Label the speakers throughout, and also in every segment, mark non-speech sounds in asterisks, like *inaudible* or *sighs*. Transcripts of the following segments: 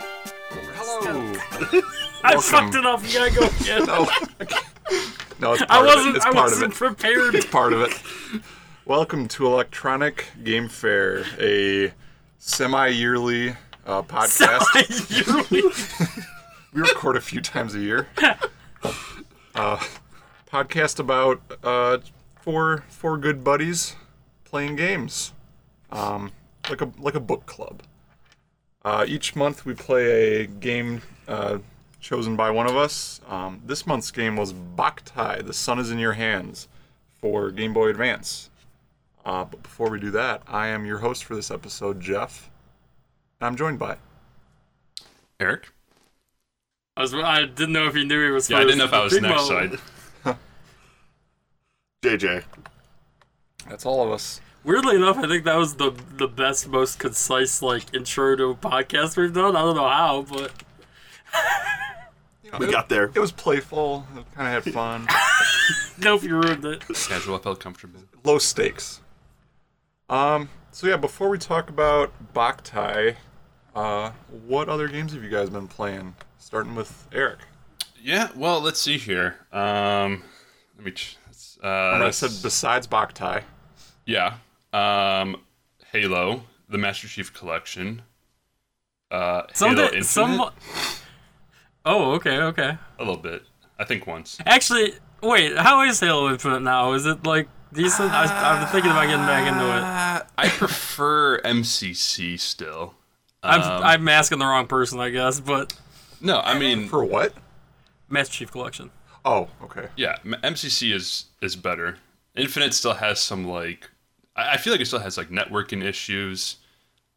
Speaker 1: Hello.
Speaker 2: I
Speaker 1: Welcome.
Speaker 2: fucked it up. You gotta go
Speaker 3: *laughs*
Speaker 2: again.
Speaker 1: No. *laughs* no, it's part
Speaker 2: Oh. I
Speaker 1: of it.
Speaker 2: wasn't.
Speaker 1: It's
Speaker 2: I
Speaker 1: part of
Speaker 2: wasn't
Speaker 1: it.
Speaker 2: prepared. *laughs*
Speaker 1: It's part of it. Welcome to Electronic Game Fair, a semi-yearly uh, podcast.
Speaker 2: Semi-yearly.
Speaker 1: we record a few times a year. Uh, podcast about uh, four four good buddies playing games, um, like a like a book club. Uh, each month we play a game uh, chosen by one of us. Um, this month's game was Boktai: The Sun Is in Your Hands for Game Boy Advance. Uh, but before we do that, I am your host for this episode, Jeff, and I'm joined by.
Speaker 3: Eric?
Speaker 2: *laughs* I, was, I didn't know if you knew he was.
Speaker 3: Yeah, I
Speaker 2: first.
Speaker 3: didn't know if I was
Speaker 2: Big
Speaker 3: next,
Speaker 2: Mo.
Speaker 3: so I,
Speaker 4: JJ.
Speaker 1: That's all of us.
Speaker 2: Weirdly enough, I think that was the the best, most concise like intro to a podcast we've done. I don't know how, but
Speaker 4: We got there.
Speaker 1: It was playful. Kind of had fun. *laughs*
Speaker 2: nope, you ruined it.
Speaker 3: casual, I felt comfortable.
Speaker 1: Low stakes. Um. So yeah, before we talk about Boktai, uh, what other games have you guys been playing? Starting with Eric.
Speaker 3: Yeah, well, let's see here. Um, let me. Ch- it's, uh,
Speaker 1: And I
Speaker 3: that's-
Speaker 1: said besides Boktai.
Speaker 3: yeah. Um, Halo, the Master Chief Collection. Uh,
Speaker 2: Some
Speaker 3: Halo
Speaker 2: di-
Speaker 3: Infinite,
Speaker 2: some. Oh, okay, okay.
Speaker 3: a little bit. I think once.
Speaker 2: Actually, wait. How is Halo Infinite now? Is it like decent? I, I've been thinking about getting back into it.
Speaker 3: Uh, I prefer MCC still.
Speaker 2: I'm
Speaker 3: Um,
Speaker 2: I'm asking the wrong person, I guess, but
Speaker 3: No, I mean,
Speaker 1: For what?
Speaker 2: Master Chief Collection.
Speaker 1: Oh, okay.
Speaker 3: yeah, M- MCC is is better. Infinite still has some like, I, I feel like it still has like networking issues.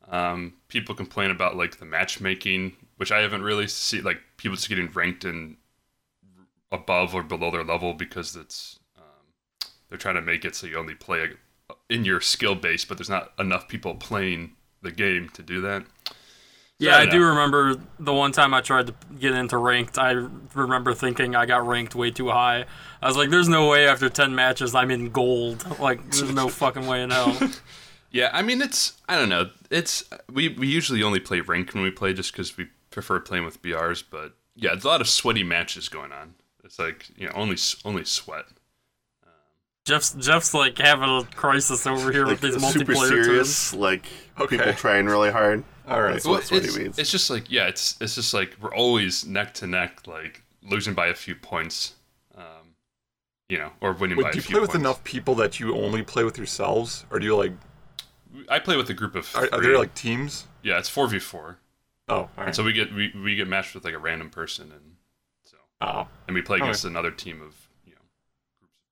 Speaker 3: Um, people complain about like the matchmaking, which I haven't really seen. Like people just getting ranked in above or below their level because it's um, they're trying to make it so you only play uh, in your skill base, but there's not enough people playing the game to do that.
Speaker 2: Yeah, I
Speaker 3: know.
Speaker 2: do remember the one time I tried to get into ranked. I remember thinking I got ranked way too high. I was like, "There's no way after ten matches I'm in gold. Like, there's
Speaker 4: *laughs*
Speaker 2: no fucking way in hell."
Speaker 3: Yeah, I mean it's I don't know. It's we we usually only play ranked when we play just because we prefer playing with BRs. But yeah, there's a lot of sweaty matches going on. It's like you know only s- only sweat.
Speaker 2: Jeff's Jeff's like having a crisis over here with
Speaker 4: Like
Speaker 2: these
Speaker 4: the super
Speaker 2: multiplayer terms.
Speaker 4: serious, like
Speaker 1: Okay.
Speaker 4: people trying really hard.
Speaker 1: All right.
Speaker 4: That's what, that's what
Speaker 3: it's,
Speaker 4: he means.
Speaker 3: it's just like yeah, it's it's just like we're always neck to neck, like losing by a few points, um, you know, or winning by
Speaker 1: Wait, do
Speaker 3: a
Speaker 1: you
Speaker 3: few
Speaker 1: play with
Speaker 3: points.
Speaker 1: enough people that you only play with yourselves, or do you like?
Speaker 3: I play with a group of
Speaker 1: Are, are
Speaker 3: three.
Speaker 1: there like teams?
Speaker 3: yeah, it's four v four,
Speaker 1: Oh, all right.
Speaker 3: so we get we, we get matched with like a random person, and so
Speaker 1: oh,
Speaker 3: and we play
Speaker 1: Okay.
Speaker 3: against another team of you know groups of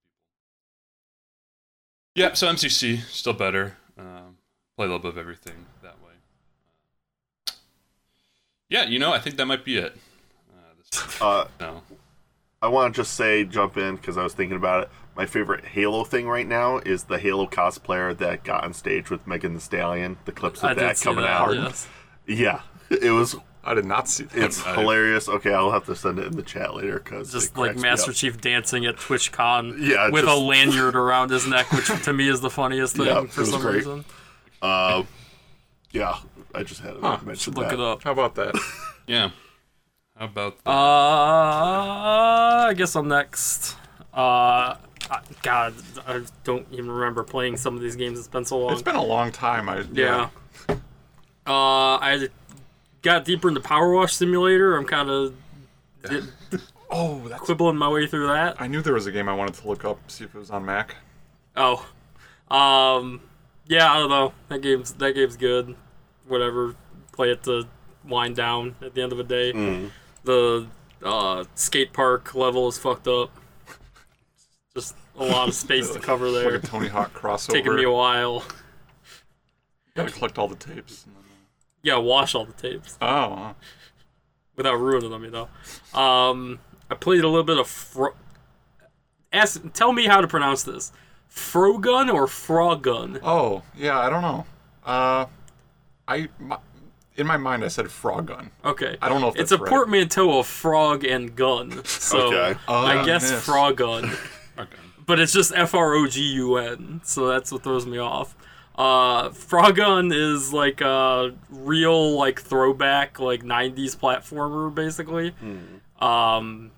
Speaker 3: people. Yep. So MCC still better. Um, play a little bit of everything that way. Yeah, you know, I think that might be it. Uh, this,
Speaker 4: uh,
Speaker 3: no,
Speaker 4: I want to just say, jump in because I was thinking about it. My favorite Halo thing right now is the Halo cosplayer that got on stage with Megan the Stallion. The clips of
Speaker 2: I did
Speaker 4: that
Speaker 2: see
Speaker 4: coming
Speaker 2: that,
Speaker 4: out.
Speaker 2: yes.
Speaker 4: Yeah, it was.
Speaker 1: I did not see that.
Speaker 2: *laughs*
Speaker 4: It's
Speaker 3: I-
Speaker 4: hilarious. Okay, I'll have to send it in the chat later because
Speaker 2: Just like Master Chief dancing at TwitchCon
Speaker 4: Yeah,
Speaker 2: with a
Speaker 4: just-
Speaker 2: lanyard around his neck, which to me is the funniest thing
Speaker 4: *laughs* Yeah, it
Speaker 2: for
Speaker 4: was
Speaker 2: some
Speaker 4: great.
Speaker 2: reason.
Speaker 4: Uh, yeah, I just had to mention
Speaker 2: Look
Speaker 4: that.
Speaker 2: it up.
Speaker 1: *laughs* How about that?
Speaker 3: yeah. How about
Speaker 2: Uh, I guess I'm next. Uh, I- God, I don't even remember playing some of these games. It's been so long.
Speaker 1: It's been a long time. I
Speaker 2: yeah. Uh, I got deeper into Power Wash Simulator. I'm kind of
Speaker 1: Oh, that's.
Speaker 2: quibbling my way through that.
Speaker 1: I knew there was a game I wanted to look up, see if it was on Mac.
Speaker 2: Oh, um, yeah, I don't know. That game's that game's good. Whatever, play it to wind down at the end of the day. The uh, skate park level is fucked up. Just a lot of space to cover
Speaker 1: Like a
Speaker 2: there.
Speaker 1: Tony Hawk crossover.
Speaker 2: *laughs* Taking me a while.
Speaker 1: Gotta collect all the tapes. and then-
Speaker 2: Yeah, wash all the tapes
Speaker 1: Oh, huh.
Speaker 2: without ruining them, you know. Um, I played a little bit of. Fro- Ask, tell me how to pronounce this. Frogun or Frogun?
Speaker 1: oh, yeah. I don't know. Uh, I my, in my mind I said frog gun.
Speaker 2: Okay.
Speaker 1: I don't know if
Speaker 2: It's a
Speaker 1: that's right.
Speaker 2: portmanteau of frog and gun. So
Speaker 4: Okay.
Speaker 2: I
Speaker 1: Oh,
Speaker 2: guess
Speaker 1: yes.
Speaker 2: frog gun.
Speaker 3: okay?
Speaker 2: But it's just F R O G U N, so that's what throws me off. Uh, Frogun is like a real like throwback like '90s platformer, basically.
Speaker 1: Hmm.
Speaker 2: Um,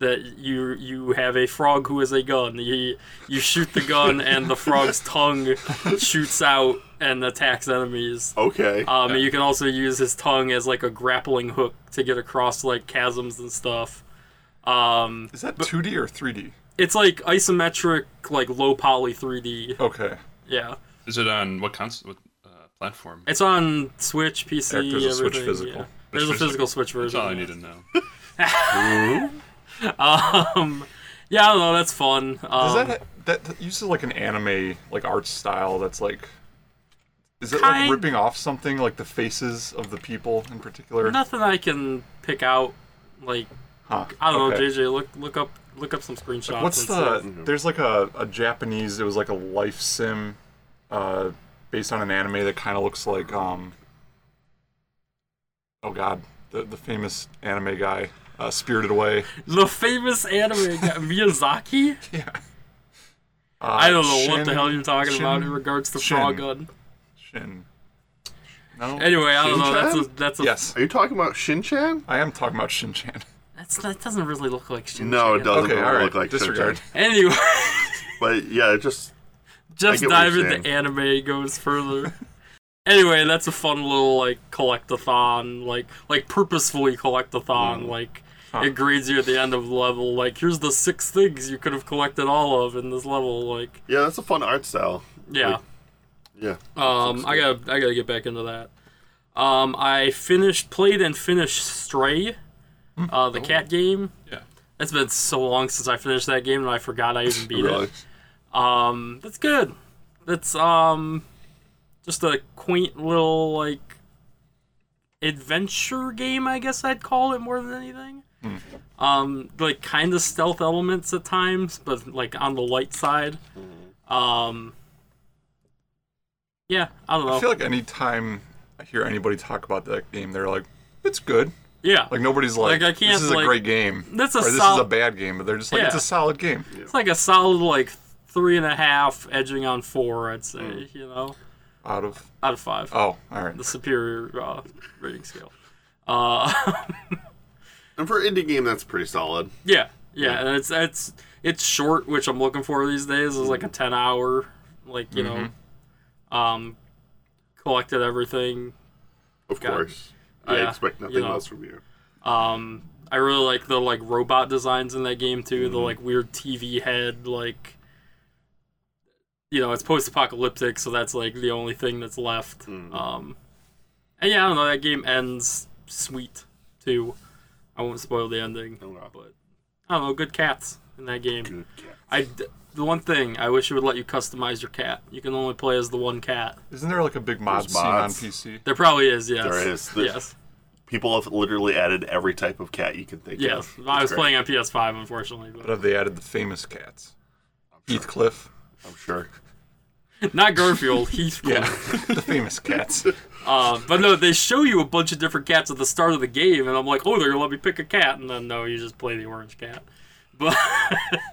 Speaker 2: that you you have a frog who is a gun. You you shoot the gun and the frog's tongue shoots out and attacks enemies.
Speaker 4: Okay.
Speaker 2: Um, and you can also use his tongue as like a grappling hook to get across like chasms and stuff. Um,
Speaker 1: Is that 2D or 3D?
Speaker 2: it's like isometric, like low poly 3D.
Speaker 1: Okay.
Speaker 2: Yeah,
Speaker 3: Is it on what cons What uh, platform?
Speaker 2: it's on Switch, PC,
Speaker 1: Heck, there's a Switch
Speaker 2: everything.
Speaker 1: physical.
Speaker 2: yeah. There's a physical Switch
Speaker 3: That's
Speaker 2: version.
Speaker 3: all I need to know.
Speaker 2: *laughs* Um, yeah, I don't know. That's fun. Um,
Speaker 1: Does that ha- that that uses like an anime like art style that's like is it
Speaker 2: Kind-
Speaker 1: like ripping off something like the faces of the people in particular?
Speaker 2: Um, nothing I can pick out. Like
Speaker 1: Huh,
Speaker 2: I don't
Speaker 1: okay.
Speaker 2: know, JJ. Look look up look up some screenshots.
Speaker 1: What's
Speaker 2: and stuff.
Speaker 1: the there's like a, a Japanese it was like a life sim uh based on an anime that kind of looks like um Oh god, the the famous anime guy uh, Spirited
Speaker 2: *laughs*
Speaker 1: Away.
Speaker 2: the famous anime guy, Miyazaki?
Speaker 1: Yeah. Uh,
Speaker 2: I don't know what the
Speaker 1: Shin-
Speaker 2: hell you're talking about in
Speaker 1: Shin-
Speaker 2: regards to
Speaker 1: Shin.
Speaker 2: frog gun.
Speaker 1: Shin. No.
Speaker 2: Anyway, I don't know. That's a
Speaker 4: Shin-chan?
Speaker 2: that's a
Speaker 1: Yes,
Speaker 4: Are you talking about Shin-chan?
Speaker 1: I am talking about Shin
Speaker 2: *laughs*
Speaker 1: Chan.
Speaker 2: That's that doesn't really look like Shin.
Speaker 4: No, it doesn't
Speaker 1: Okay,
Speaker 4: look
Speaker 1: all right.
Speaker 4: like Shin-chan.
Speaker 1: Disregard.
Speaker 2: Anyway, *laughs*
Speaker 4: But yeah, it just
Speaker 2: just
Speaker 4: get what
Speaker 2: dive
Speaker 4: you're
Speaker 2: into
Speaker 4: saying.
Speaker 2: anime goes further. anyway, that's a fun little like collectathon, like like purposefully
Speaker 4: Mm.
Speaker 2: collectathon, like. It grades you at the end of the level, like here's the six things you could have collected all of in this level, like
Speaker 4: yeah, that's a fun art style.
Speaker 2: yeah.
Speaker 4: Yeah.
Speaker 2: Um, I gotta I gotta get back into that. Um, I finished played and finished Stray, uh,
Speaker 4: Oh.
Speaker 2: the cat game.
Speaker 3: Yeah.
Speaker 2: It's been so long since I finished that game, and I forgot I even beat
Speaker 4: Really.
Speaker 2: it. Um, that's good. That's um, just a quaint little like adventure game, I guess I'd call it more than anything. Um, like kind of stealth elements at times, but like on the light side. Um, yeah, I don't know.
Speaker 1: I feel like any time I hear anybody talk about that game, they're like, "It's good."
Speaker 2: yeah,
Speaker 1: Like nobody's like,
Speaker 2: Like, I can't,
Speaker 1: "This is a
Speaker 2: like-
Speaker 1: great game."
Speaker 2: That's a
Speaker 1: or this is a
Speaker 2: solid-
Speaker 1: bad game, but they're just like, "It's
Speaker 2: Yeah.
Speaker 1: a solid game."
Speaker 2: it's like a solid like three and a half, edging on four, I'd say. You know,
Speaker 1: Out of
Speaker 2: out of five.
Speaker 1: oh, all right.
Speaker 2: the superior uh, rating scale. Uh, *laughs*
Speaker 4: And for indie game, that's pretty solid.
Speaker 2: yeah, yeah, and it's it's it's short, which I'm looking for these days. Is like a ten hour, like you know, um, collected everything.
Speaker 4: Of
Speaker 2: Got it.
Speaker 4: course.
Speaker 2: Yeah,
Speaker 4: I expect nothing
Speaker 2: you know.
Speaker 4: else from you.
Speaker 2: Um, I really like the like robot designs in that game too. The like weird TV head, like you know, it's post apocalyptic, so that's like the only thing that's left. Um, and yeah, I don't know. That game ends sweet too. I won't spoil the ending.
Speaker 4: Oh, wow.
Speaker 2: but I don't know, good cats in that game.
Speaker 4: Good cat.
Speaker 2: I d- the one thing I wish it would let you customize your cat. You can only play as the one cat.
Speaker 1: Isn't there like a big mod
Speaker 4: There's
Speaker 1: scene on
Speaker 4: mods.
Speaker 1: PC?
Speaker 2: There probably is, yes.
Speaker 4: There is. There's-
Speaker 2: yes.
Speaker 4: People have literally added every type of cat you can think
Speaker 2: Yes.
Speaker 4: of.
Speaker 2: I was
Speaker 4: It's great,
Speaker 2: playing on PS5 unfortunately,
Speaker 1: But have they added the famous cats?
Speaker 4: *laughs*
Speaker 1: Heathcliff.
Speaker 4: I'm sure.
Speaker 2: but not
Speaker 4: *laughs*
Speaker 2: Garfield, Heathcliff.
Speaker 1: Yeah, the famous cats.
Speaker 2: Uh, but no, they show you a bunch of different cats at the start of the game, and I'm like, oh, they're gonna let me pick a cat, and then no, you just play the orange cat. But *laughs*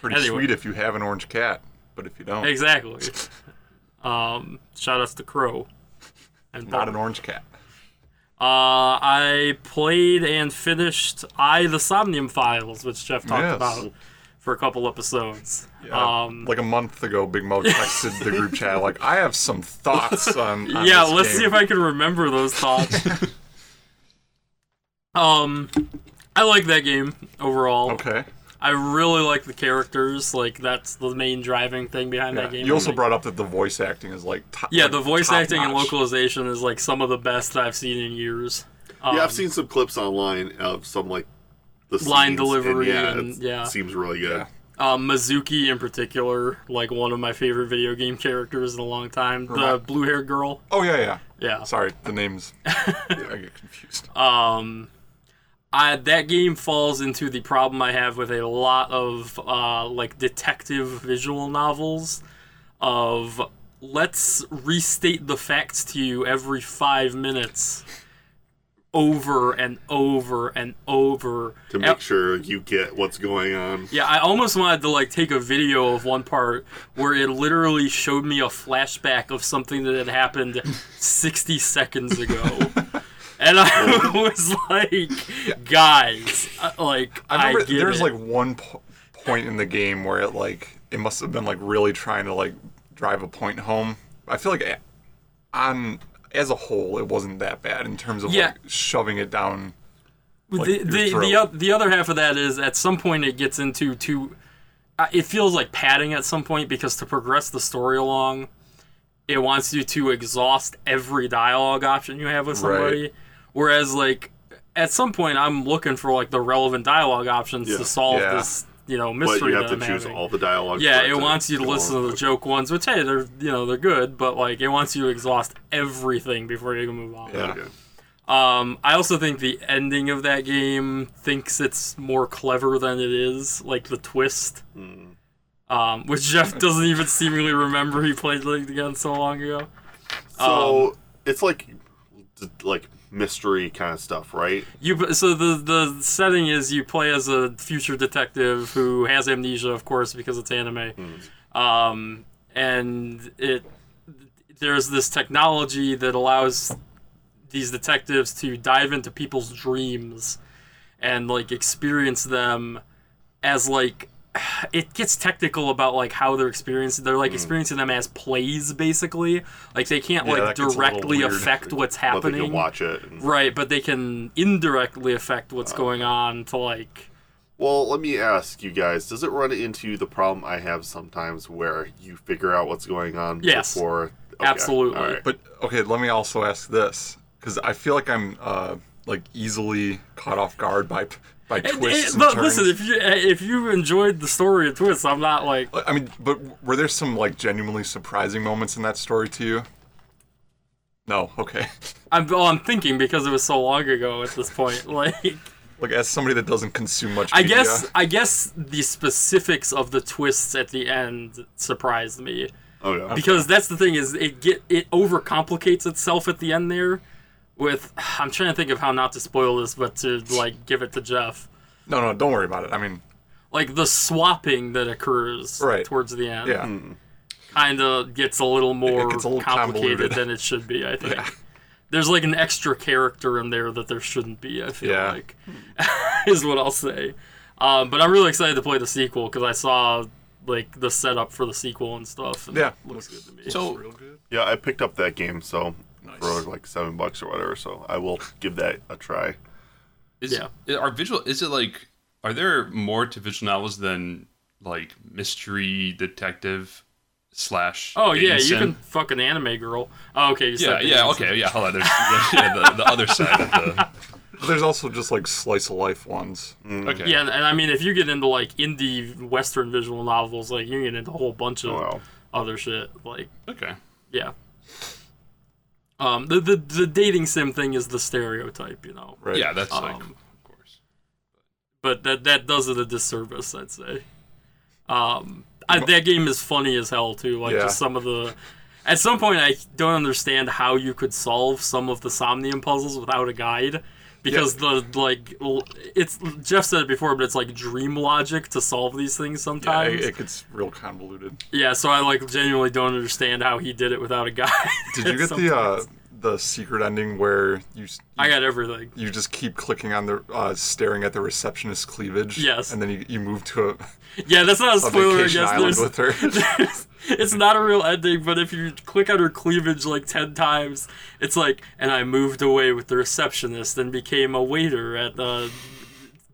Speaker 1: Pretty
Speaker 2: Anyway.
Speaker 1: sweet if you have an orange cat, but if you don't,
Speaker 2: exactly.
Speaker 4: *laughs*
Speaker 2: Um, shout outs to Crow. And
Speaker 1: not
Speaker 2: Bubba.
Speaker 1: an orange cat.
Speaker 2: Uh, I played and finished I the Somnium Files, which Jeff talked
Speaker 1: Yes.
Speaker 2: about for a couple episodes.
Speaker 1: Yeah.
Speaker 2: um,
Speaker 1: like a month ago, Big
Speaker 2: *laughs*
Speaker 1: Mo texted the group chat like, "I have some thoughts on." on
Speaker 2: yeah,
Speaker 1: this
Speaker 2: let's
Speaker 1: game."
Speaker 2: see if I can remember those thoughts.
Speaker 1: *laughs*
Speaker 2: um, I like that game overall.
Speaker 1: Okay.
Speaker 2: I really like the characters. Like that's the main driving thing behind
Speaker 1: Yeah.
Speaker 2: that game.
Speaker 1: You also
Speaker 2: Like,
Speaker 1: brought up that the voice acting is like top,
Speaker 2: yeah, the voice
Speaker 1: top
Speaker 2: acting and
Speaker 1: notch.
Speaker 2: localization is like some of the best I've seen in years. Um,
Speaker 4: yeah, I've seen some clips online of some like the
Speaker 2: Line
Speaker 4: scenes,
Speaker 2: delivery
Speaker 4: and,
Speaker 2: and-
Speaker 4: it
Speaker 2: yeah.
Speaker 4: seems really good.
Speaker 1: Yeah.
Speaker 2: Um, Mizuki in particular, like one of my favorite video game characters in a long time. The
Speaker 1: Remi-
Speaker 2: blue-haired girl.
Speaker 1: Oh yeah, yeah.
Speaker 2: Yeah.
Speaker 1: Sorry, the
Speaker 2: *laughs*
Speaker 1: names. I get confused.
Speaker 2: Um, I that game falls into the problem I have with a lot of uh, like detective visual novels of let's restate the facts to you every five minutes over and over and over
Speaker 4: to make sure you get what's going on.
Speaker 2: *laughs* Yeah, I almost wanted to like take a video of one part where it literally showed me a flashback of something that had happened 60
Speaker 1: *laughs*
Speaker 2: seconds ago. And I *laughs* was like, guys, uh, like
Speaker 1: I
Speaker 2: I,
Speaker 1: remember
Speaker 2: get
Speaker 1: there's
Speaker 2: it.
Speaker 1: like one po- point in the game where it like it must have been like really trying to like drive a point home. I feel like a- on as a whole it wasn't that bad in terms of
Speaker 2: Yeah.
Speaker 1: like shoving it down. like,
Speaker 2: the
Speaker 1: your
Speaker 2: the the,
Speaker 1: throat.
Speaker 2: oth- the other half of that is at some point it gets into too. Uh, it feels like padding at some point because to progress the story along, it wants you to exhaust every dialogue option you have with somebody. Whereas like at some point I'm looking for like the relevant dialogue options
Speaker 4: Yeah.
Speaker 2: to solve
Speaker 1: Yeah.
Speaker 2: this you know
Speaker 4: But
Speaker 2: mystery.
Speaker 4: you have
Speaker 2: that
Speaker 4: to
Speaker 2: I'm
Speaker 4: choose
Speaker 2: having.
Speaker 4: all the dialogue.
Speaker 2: Yeah,
Speaker 4: for
Speaker 2: it wants you to
Speaker 4: go
Speaker 2: listen
Speaker 4: on.
Speaker 2: to the joke ones, which hey, they're you know they're good, but like it wants you to exhaust everything before you can move on.
Speaker 1: Yeah.
Speaker 4: Okay.
Speaker 2: Um, I also think the ending of that game thinks it's more clever than it is, like the twist. Um, which Jeff doesn't even seemingly remember he played League again so long ago.
Speaker 4: So
Speaker 2: Um,
Speaker 4: it's like like mystery kind of stuff, right?
Speaker 2: You so the the setting is you play as a future detective who has amnesia, of course, because it's anime.
Speaker 1: Hmm.
Speaker 2: Um, and it there's this technology that allows these detectives to dive into people's dreams and like experience them as like *sighs* it gets technical about like how they're experiencing they're like experiencing them as plays basely like they can't
Speaker 1: Hmm. Yeah, that
Speaker 2: like
Speaker 1: gets a little
Speaker 2: directly
Speaker 1: weird.
Speaker 2: affect what's
Speaker 1: *laughs*
Speaker 4: But they
Speaker 2: happening
Speaker 4: can watch it. and-
Speaker 2: Right, but they can indirectly affect what's going on to like.
Speaker 4: Well, let me ask you guys: Does it run into the problem I have sometimes, where you figure out what's going on
Speaker 2: Yes.
Speaker 4: before?
Speaker 2: Absolutely.
Speaker 4: all right.
Speaker 1: But okay, let me also ask this because I feel like I'm uh like easily caught off guard by by
Speaker 2: It-
Speaker 1: twists.
Speaker 2: it-
Speaker 1: and
Speaker 2: but
Speaker 1: turns.
Speaker 2: listen, if you if you enjoyed the story of twists, I'm not like
Speaker 1: I mean, but were there some like genuinely surprising moments in that story to you? No. Okay.
Speaker 2: I'm well, I'm thinking because it was so long ago at this point. *laughs* Like
Speaker 1: Like as somebody that doesn't consume much.
Speaker 2: I
Speaker 1: media,
Speaker 2: guess I guess the specifics of the twists at the end surprised me
Speaker 4: Oh yeah.
Speaker 2: because that's the thing is it get it overcomplicates itself at the end there. With I'm trying to think of how not to spoil this, but to like give it to Jeff.
Speaker 1: No, no, don't worry about it. I mean,
Speaker 2: Like the swapping that occurs
Speaker 1: Right.
Speaker 2: towards the end.
Speaker 1: yeah.
Speaker 2: kind of gets a little more
Speaker 1: gets a little
Speaker 2: complicated
Speaker 1: convoluted.
Speaker 2: than it should be. I think
Speaker 1: Yeah.
Speaker 2: there's like an extra character in there that there shouldn't be. I feel
Speaker 1: Yeah.
Speaker 2: like *laughs* is what I'll say. Um, but I'm really excited to play the sequel because I saw like the setup for the sequel and stuff. And
Speaker 1: Yeah.
Speaker 2: it looks good to me.
Speaker 3: So
Speaker 4: Yeah, I picked up that game, so for like seven bucks or whatever. So I will give that a try.
Speaker 3: is
Speaker 2: Yeah.
Speaker 3: are visual is it like are there more to visual novels than like mystery detective slash
Speaker 2: oh yeah, you
Speaker 3: Davidson?
Speaker 2: can fucking anime girl. Oh, okay, you
Speaker 3: yeah
Speaker 2: said
Speaker 3: yeah
Speaker 2: Davidson.
Speaker 3: okay yeah hold on there's the, yeah, *laughs* the, the other side of the
Speaker 1: But there's also just like slice of life ones.
Speaker 2: Mm.
Speaker 3: okay
Speaker 2: Yeah, and, and I mean, if you get into like indie Western visual novels, like you get into a whole bunch
Speaker 1: Oh,
Speaker 2: of
Speaker 4: Oh, Wow.
Speaker 2: other shit. Like
Speaker 3: okay
Speaker 2: Yeah. Um, the, the the dating sim thing is the stereotype, you know.
Speaker 1: Right.
Speaker 3: yeah that's like
Speaker 2: Um,
Speaker 3: of course
Speaker 2: But that that does it a disservice, I'd say. Um, I, that game is funny as hell too. Like
Speaker 1: Yeah.
Speaker 2: just some of the. At some point, I don't understand how you could solve some of the Somnium puzzles without a guide, because the like l- it's Jeff said it before, but it's like dream logic to solve these things
Speaker 1: Yeah,
Speaker 2: sometimes.
Speaker 1: it,
Speaker 2: Yeah,
Speaker 1: it gets real
Speaker 2: *laughs*
Speaker 1: convoluted.
Speaker 2: so I like genuinely don't understand how he did it without a guide.
Speaker 1: Did
Speaker 2: *laughs*
Speaker 1: you get the uh, the secret ending where you s-
Speaker 2: I got everything.
Speaker 1: you just keep clicking on the uh, staring at the receptionist's cleavage?
Speaker 2: Yes.
Speaker 1: And then you, you move to a,
Speaker 2: Yeah, that's not a
Speaker 1: a
Speaker 2: *laughs* spoiler. I
Speaker 1: vacation
Speaker 2: guess
Speaker 1: island
Speaker 2: there's,
Speaker 1: with her.
Speaker 2: *laughs* there's- it's not a real ending, but if you click on her cleavage like ten times, it's like, and I moved away with the receptionist and became a waiter at the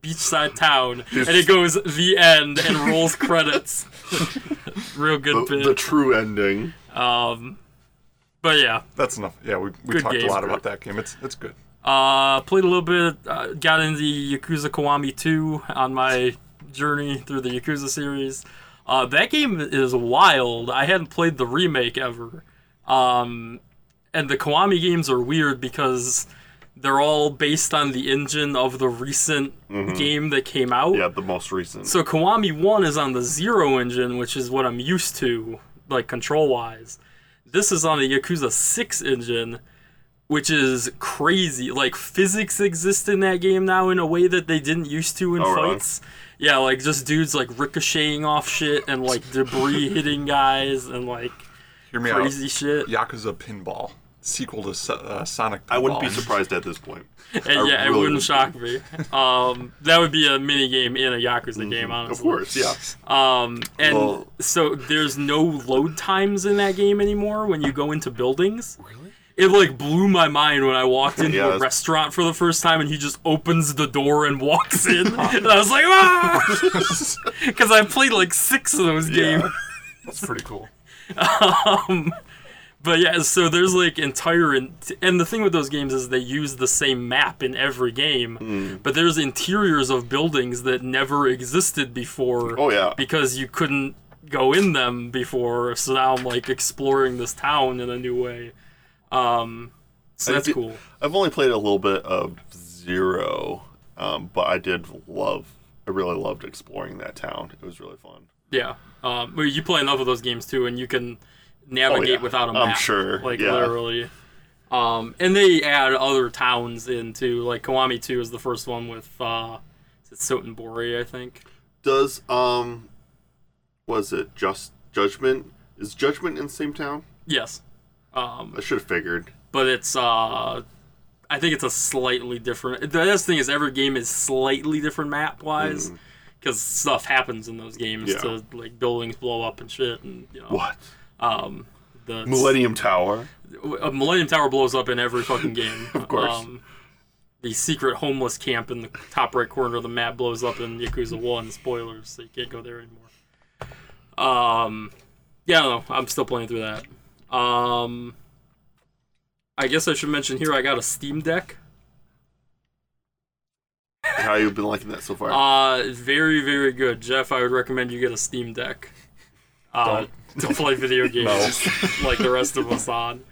Speaker 2: beachside town, and it goes the end and rolls credits. *laughs* real good
Speaker 4: The, the
Speaker 2: bit.
Speaker 4: true ending.
Speaker 2: Um, but yeah,
Speaker 1: That's enough. Yeah, we, we
Speaker 2: Good
Speaker 1: talked
Speaker 2: game.
Speaker 1: a lot about that game. It's it's good.
Speaker 2: uh, played a little bit. Uh, got into Yakuza Kiwami two on my journey through the Yakuza series. Uh, that game is wild. I hadn't played the remake ever. Um, and the Kiwami games are weird because they're all based on the engine of the recent game that came out.
Speaker 4: Yeah, the most recent.
Speaker 2: So Kiwami 1 is on the Zero engine, which is what I'm used to, like control wise. This is on the Yakuza 6 engine, which is crazy. Like physics exist in that game now in a way that they didn't used to in
Speaker 4: Oh, really?
Speaker 2: fights. Yeah, like just dudes like ricocheting off shit and like
Speaker 4: *laughs*
Speaker 2: debris hitting guys and like
Speaker 1: Hear me
Speaker 2: crazy shit.
Speaker 1: out. Yakuza Pinball, sequel to Sa- uh, Sonic. Pinball.
Speaker 4: I wouldn't
Speaker 1: *laughs*
Speaker 4: be surprised at
Speaker 2: *laughs*
Speaker 4: this point.
Speaker 2: And yeah,
Speaker 4: I
Speaker 2: it
Speaker 4: really
Speaker 2: wouldn't shock me.
Speaker 4: *laughs*
Speaker 2: Um, that would be a mini game in a Yakuza game, honestly.
Speaker 4: Mm-hmm. Of course, yeah.
Speaker 2: Um, and
Speaker 4: Well-
Speaker 2: so there's no load times in that game anymore when you go into buildings. Really? It like blew my mind when I walked into
Speaker 4: Yeah,
Speaker 2: a
Speaker 4: that's-
Speaker 2: restaurant for the first time and he just opens the door and walks in. and I was like, ah! *laughs* Because I played like six of those games. *laughs* Um,
Speaker 5: That's pretty cool.
Speaker 2: But yeah, so there's like entire int- and the thing with those games is they use the same map in every game,
Speaker 4: Mm.
Speaker 2: but there's interiors of buildings that never existed before.
Speaker 4: Oh, yeah.
Speaker 2: because you couldn't go in them before. So now I'm like exploring this town in a new way. Um, so
Speaker 4: I
Speaker 2: that's
Speaker 4: did-
Speaker 2: cool.
Speaker 4: I've only played a little bit of Zero, um, but I did love. I really loved exploring that town. It was really fun.
Speaker 2: Yeah, um, well, you play enough of those games too, and you can navigate
Speaker 4: Oh, yeah.
Speaker 2: without a
Speaker 4: I'm
Speaker 2: map.
Speaker 4: sure,
Speaker 2: like
Speaker 4: yeah.
Speaker 2: literally. Um, and they add other towns in too. Like Kiwami Two is the first one with uh, is it Sotenbori, I think.
Speaker 4: Does um, was it just Judgment? Is Judgment in the same town?
Speaker 2: Yes, um,
Speaker 4: I should have figured.
Speaker 2: but it's uh, I think it's a slightly different. The other thing is every game is slightly different map wise. Because stuff happens in those games
Speaker 4: Mm. Yeah.
Speaker 2: to like buildings blow up and shit, and you know,
Speaker 4: What?
Speaker 2: um, the
Speaker 4: Millennium Tower.
Speaker 2: a Millennium Tower blows up in every fucking game. of
Speaker 4: course.
Speaker 2: the secret homeless camp in the top right corner of the map blows up in Yakuza 1. Spoilers, so you can't go there anymore. Um, yeah, I don't know. I'm still playing through that. Um, I guess I should mention here I got a Steam Deck.
Speaker 4: How you been liking that so far?
Speaker 2: Uh, very, very good. Jeff, I would recommend you get a Steam Deck. Uh, to play video games like the rest of us on.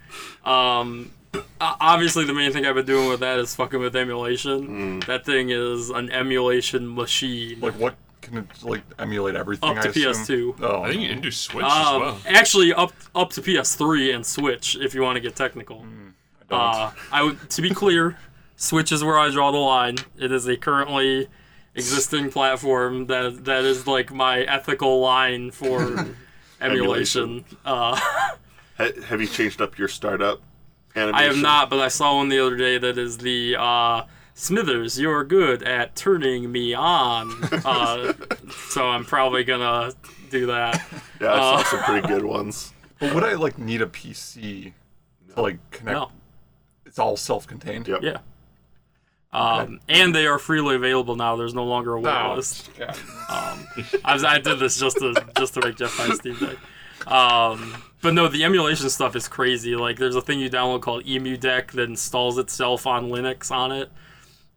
Speaker 2: Um, o- obviously, the main thing I've been doing with that is fucking with emulation. That thing is an emulation machine.
Speaker 1: Like what can it like emulate everything?
Speaker 2: Up to
Speaker 1: I assume?
Speaker 2: PS2.
Speaker 1: Oh,
Speaker 3: I think you can do Switch as
Speaker 2: um,
Speaker 3: well.
Speaker 2: Actually, up up to PS3 and Switch if you want to get technical.
Speaker 1: don't.
Speaker 2: Uh, I would, to be clear, Switch is where I draw the line. It is a currently existing platform that that is like my ethical line for emulation.
Speaker 4: Emulation.
Speaker 2: Uh,
Speaker 4: Ha- have you changed up your startup? Animation?
Speaker 2: I have not, but I saw one the other day that is the uh, Smithers. You're good at turning me on. Uh, so I'm probably gonna do that.
Speaker 4: Yeah, I saw
Speaker 2: Uh,
Speaker 4: some pretty
Speaker 2: *laughs*
Speaker 4: good ones.
Speaker 1: but would I like need a PC to like connect?
Speaker 2: No.
Speaker 1: It's all self-contained.
Speaker 4: Yep.
Speaker 2: Yeah. Um, and they are freely available now. There's no longer a wait
Speaker 1: Oh,
Speaker 2: list.
Speaker 1: God.
Speaker 2: I, was- I did this just to just to make Jeff buy a Steam Deck. Um, but no, the emulation stuff is crazy. Like, there's a thing you download called Emu Deck that installs itself on Linux on it,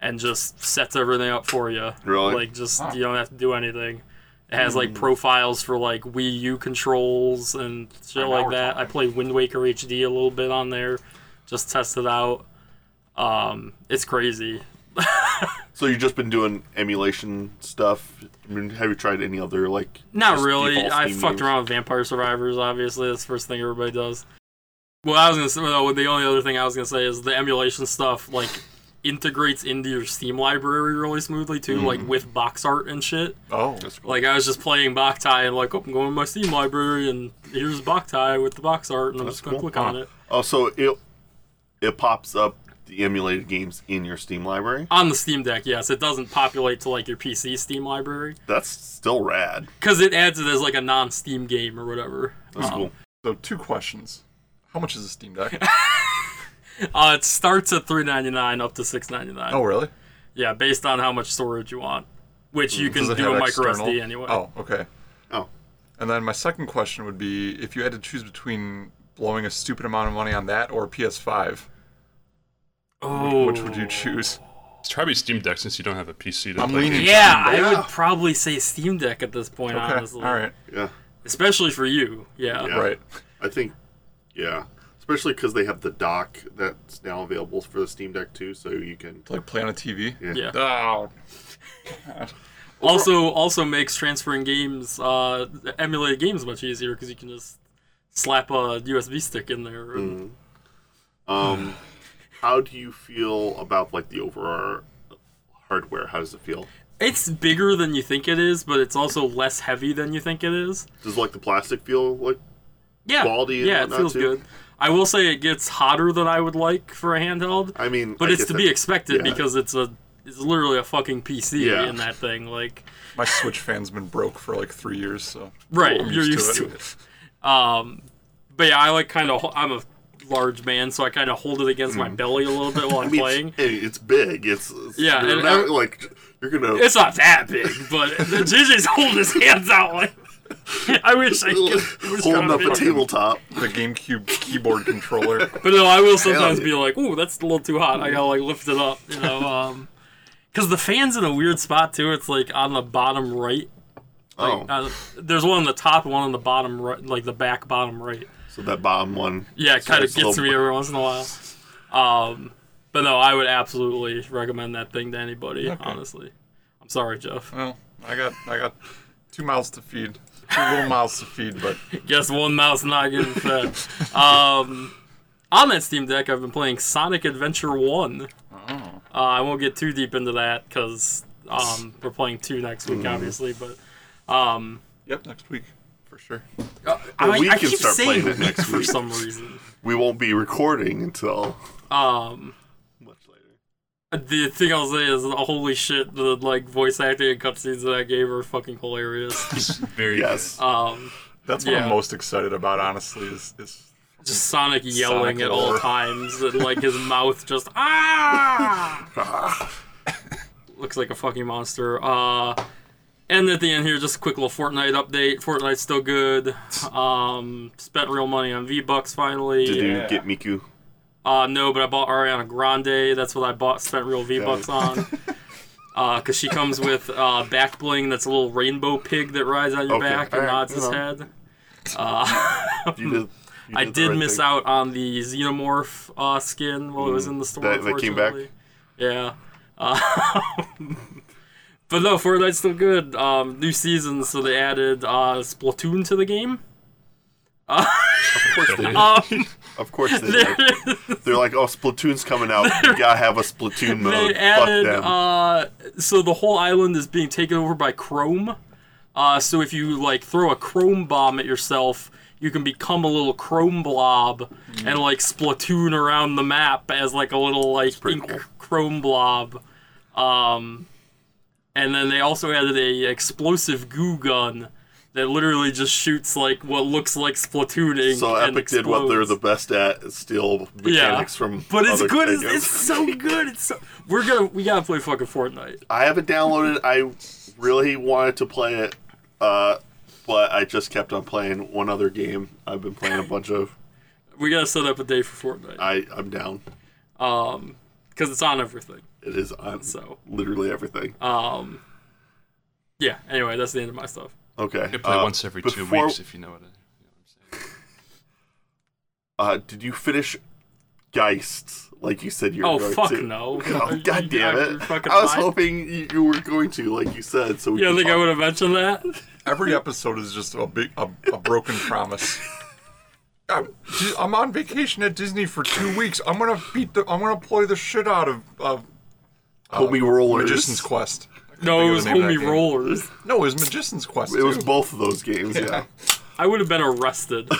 Speaker 2: and just sets everything up for you.
Speaker 4: Really?
Speaker 2: Like, just you don't have to do anything. It has like profiles for like Wii U controls and shit
Speaker 1: now
Speaker 2: like
Speaker 1: we're
Speaker 2: that. I played Wind Waker HD a little bit on there, just test it out. Um, it's crazy.
Speaker 4: So you've just been doing emulation stuff. I mean, have you tried any other like?
Speaker 2: Not
Speaker 4: just
Speaker 2: really.
Speaker 4: default
Speaker 2: I
Speaker 4: Steam
Speaker 2: fucked
Speaker 4: games?
Speaker 2: around with Vampire Survivors. Obviously, that's the first thing everybody does. Well, I was gonna say well, the only other thing I was gonna say is the emulation stuff like integrates into your Steam library really smoothly too,
Speaker 4: Mm.
Speaker 2: like with box art and shit.
Speaker 1: Oh,
Speaker 2: Like I was just playing Boktai and like, oh, I'm going to my Steam library and here's Boktai with the box art, and I'm
Speaker 4: That's
Speaker 2: just gonna
Speaker 4: cool.
Speaker 2: click on it
Speaker 4: Oh, so it it pops up the emulated games in your Steam library.
Speaker 2: on the Steam Deck. Yes, it doesn't populate to like your PC Steam library
Speaker 4: That's still rad.
Speaker 2: because it adds it as like a non-Steam game or whatever. Um,
Speaker 4: That's cool.
Speaker 1: so two questions. How much is a Steam
Speaker 2: *laughs*
Speaker 1: Deck?
Speaker 2: Uh, it starts at three ninety nine up to six ninety nine.
Speaker 1: oh, really?
Speaker 2: Yeah, based on how much storage you want, which you can
Speaker 1: Mm, Does it
Speaker 2: do
Speaker 1: have
Speaker 2: a micro
Speaker 1: external?
Speaker 2: SD anyway.
Speaker 1: Oh, okay.
Speaker 4: Oh,
Speaker 1: And then my second question would be if you had to choose between blowing a stupid amount of money on that or a PS5,
Speaker 2: Oh.
Speaker 1: which would you choose? *laughs*
Speaker 3: It's probably Steam Deck since you don't have a PC to
Speaker 1: I'm
Speaker 3: play.
Speaker 1: leaning-
Speaker 3: games.
Speaker 2: Yeah, I
Speaker 4: Yeah.
Speaker 2: would probably say Steam Deck at this point,
Speaker 1: Okay.
Speaker 2: honestly.
Speaker 1: All right.
Speaker 4: yeah.
Speaker 2: Especially for you. Yeah.
Speaker 4: Yeah.
Speaker 1: Right.
Speaker 4: I think, yeah. Especially because they have the dock that's now available for the Steam Deck too, so you can.
Speaker 1: To, like play on a TV.
Speaker 2: Yeah.
Speaker 1: Oh.
Speaker 2: Also, also makes transferring games, uh, emulated games, much easier because you can
Speaker 1: Mm.
Speaker 2: just slap a USB stick in there. and-
Speaker 4: Um, how do you feel about like the overall hardware? How does it feel?
Speaker 2: It's bigger than you think it is, but it's also less heavy than you think it is.
Speaker 4: Does like the plastic feel like
Speaker 2: Yeah,
Speaker 4: Quality and
Speaker 2: yeah, it
Speaker 4: whatnot,
Speaker 2: feels
Speaker 4: too.
Speaker 2: good. I will say it gets hotter than I would like for a handheld,
Speaker 4: I mean,
Speaker 2: but
Speaker 4: I
Speaker 2: it's
Speaker 4: get
Speaker 2: to
Speaker 4: that-
Speaker 2: be expected
Speaker 4: yeah.
Speaker 2: because it's a it's literally a fucking PC
Speaker 4: Yeah.
Speaker 2: in that thing. Like,
Speaker 1: My Switch fan's been broke for like three years, so
Speaker 2: right,
Speaker 1: I'm
Speaker 2: you're used to it. Um, but yeah, I like kind of. I'm a large man, so I kind of hold it against my belly a little
Speaker 4: *laughs*
Speaker 2: bit while I'm
Speaker 4: Mm. I mean,
Speaker 2: playing.
Speaker 4: It's, hey, it's big. It's, it's-
Speaker 2: Yeah,
Speaker 4: you're
Speaker 2: and-
Speaker 4: not,
Speaker 2: and-
Speaker 4: like you're gonna. *laughs*
Speaker 2: It's not that big, but JJ's holding his hands out like. *laughs* I wish I could.
Speaker 4: *laughs* holding up a tabletop.
Speaker 1: The GameCube keyboard *laughs* controller.
Speaker 2: But no, I will sometimes
Speaker 4: yeah.
Speaker 2: be like, "Ooh, that's a little too hot." I gotta like lift it up, you know. Um, because the fan's in a weird spot too. It's like on the bottom right.
Speaker 4: Oh,
Speaker 2: Uh, there's one on the top, and one on the bottom right, like the back bottom right.
Speaker 4: so that bottom one.
Speaker 2: Yeah, it kind of
Speaker 4: it's a
Speaker 2: gets
Speaker 4: little-
Speaker 2: me every once in a while. Um, but no, I would absolutely recommend that thing to anybody. Honestly, I'm sorry, Jeff.
Speaker 1: well, I got I got two mouths to feed, two little mouths to feed, but
Speaker 2: Guess one mouse not getting
Speaker 4: *laughs*
Speaker 2: fed. um, on that Steam Deck, I've been playing Sonic Adventure One.
Speaker 1: oh,
Speaker 2: Uh, I won't get too deep into that because um, we're playing two next week,
Speaker 4: Mm.
Speaker 2: obviously. But um,
Speaker 1: yep, next week for sure.
Speaker 2: I,
Speaker 4: Uh, we
Speaker 2: I
Speaker 4: can
Speaker 2: keep
Speaker 4: start playing
Speaker 2: saying
Speaker 4: it next
Speaker 2: *laughs* for
Speaker 4: week.
Speaker 2: some reason.
Speaker 4: We won't be recording until
Speaker 2: Um,
Speaker 4: much later.
Speaker 2: the thing I'll say is, holy shit, the like voice acting and cutscenes that I gave are fucking hilarious.
Speaker 3: It's very
Speaker 4: Yes.
Speaker 2: Um,
Speaker 1: That's what
Speaker 2: Yeah.
Speaker 1: I'm most excited about, honestly. Is is
Speaker 2: just Sonic yelling
Speaker 1: Sonic
Speaker 2: at all
Speaker 1: lore.
Speaker 2: times, and like his mouth just ah. looks like a fucking monster. Uh, and at the end here, just a quick little Fortnite update. Fortnite's still good. Um, spent real money on V Bucks
Speaker 4: Did
Speaker 2: finally.
Speaker 1: Yeah.
Speaker 4: you get Miku?
Speaker 2: Uh, no, but I bought Ariana Grande. That's what I bought. Spent real V Bucks on.
Speaker 4: *laughs*
Speaker 2: Uh, cause she comes with uh, back bling. That's a little rainbow pig that rides on your
Speaker 4: Okay,
Speaker 2: back and
Speaker 4: alright,
Speaker 2: nods
Speaker 4: you
Speaker 2: his
Speaker 4: know.
Speaker 2: head.
Speaker 4: You did. you
Speaker 2: I
Speaker 4: the
Speaker 2: did
Speaker 4: right
Speaker 2: miss
Speaker 4: thing. Mm.
Speaker 2: out on the Xenomorph uh, skin while it was in the store.
Speaker 4: That- that came back?
Speaker 2: unfortunately. Yeah. Uh, *laughs* but no, Fortnite's still good. Um, new season, so they added uh, Splatoon to the
Speaker 4: *laughs*
Speaker 2: game.
Speaker 4: Of course they did.
Speaker 2: Um, *laughs*
Speaker 4: Of course they did. They're like, oh, Splatoon's coming out. You gotta have a Splatoon mode.
Speaker 2: they
Speaker 4: Oh, Fuck
Speaker 2: added
Speaker 4: them.
Speaker 2: uh, so the whole island is being taken over by chrome uh, so if you like throw a chrome bomb at yourself you can become a little chrome blob
Speaker 4: Mm.
Speaker 2: and like splatoon around the map as like a little like
Speaker 4: pretty
Speaker 2: pink
Speaker 4: cool.
Speaker 2: chrome blob um, and then they also added a explosive goo gun that literally just shoots like what looks like splatooning
Speaker 4: so
Speaker 2: and
Speaker 4: Epic did what they're
Speaker 2: explodes.
Speaker 4: the best at: steal mechanics from.
Speaker 2: But it's
Speaker 4: other
Speaker 2: good. It's,
Speaker 4: videos.
Speaker 2: it's so good. It's so, we're gonna we gotta play fucking Fortnite.
Speaker 4: I haven't downloaded. it. I really wanted to play it, uh, but I just kept on playing one other game. I've been
Speaker 2: *laughs*
Speaker 4: playing a bunch of.
Speaker 2: We gotta set up a day for Fortnite
Speaker 4: I I'm down.
Speaker 2: because it's on everything.
Speaker 4: It is on
Speaker 2: So
Speaker 4: literally everything.
Speaker 2: um, yeah. Anyway, that's the end of my stuff.
Speaker 4: okay.
Speaker 3: I play
Speaker 4: uh,
Speaker 3: once every two
Speaker 4: before-
Speaker 3: weeks if you know what, I, you know what I'm saying.
Speaker 4: Uh, did you finish Geist? Like you said, you're
Speaker 2: Oh,
Speaker 4: going
Speaker 2: fuck
Speaker 4: to.
Speaker 2: no.
Speaker 4: *laughs* Oh,
Speaker 2: You-
Speaker 4: God damn
Speaker 2: I-
Speaker 4: it!
Speaker 2: you're fucking
Speaker 4: I was
Speaker 2: lying.
Speaker 4: hoping you, you were going to, like you said. So we
Speaker 2: You
Speaker 4: can
Speaker 2: don't think I
Speaker 4: talk-
Speaker 2: would have mentioned that?
Speaker 1: Every episode is just a big a, a broken promise. I'm, I'm on vacation at Disney for two weeks. I'm gonna beat the. I'm gonna play the shit out of of
Speaker 4: Homie Rollers.
Speaker 1: Magician's Quest.
Speaker 2: No, it was
Speaker 1: Think of the name of that
Speaker 2: Homie
Speaker 1: game.
Speaker 2: Rollers.
Speaker 1: No, it was Magician's Quest.
Speaker 4: It was
Speaker 1: too.
Speaker 4: both of those games, yeah.
Speaker 2: I would have been
Speaker 4: *laughs*
Speaker 2: arrested.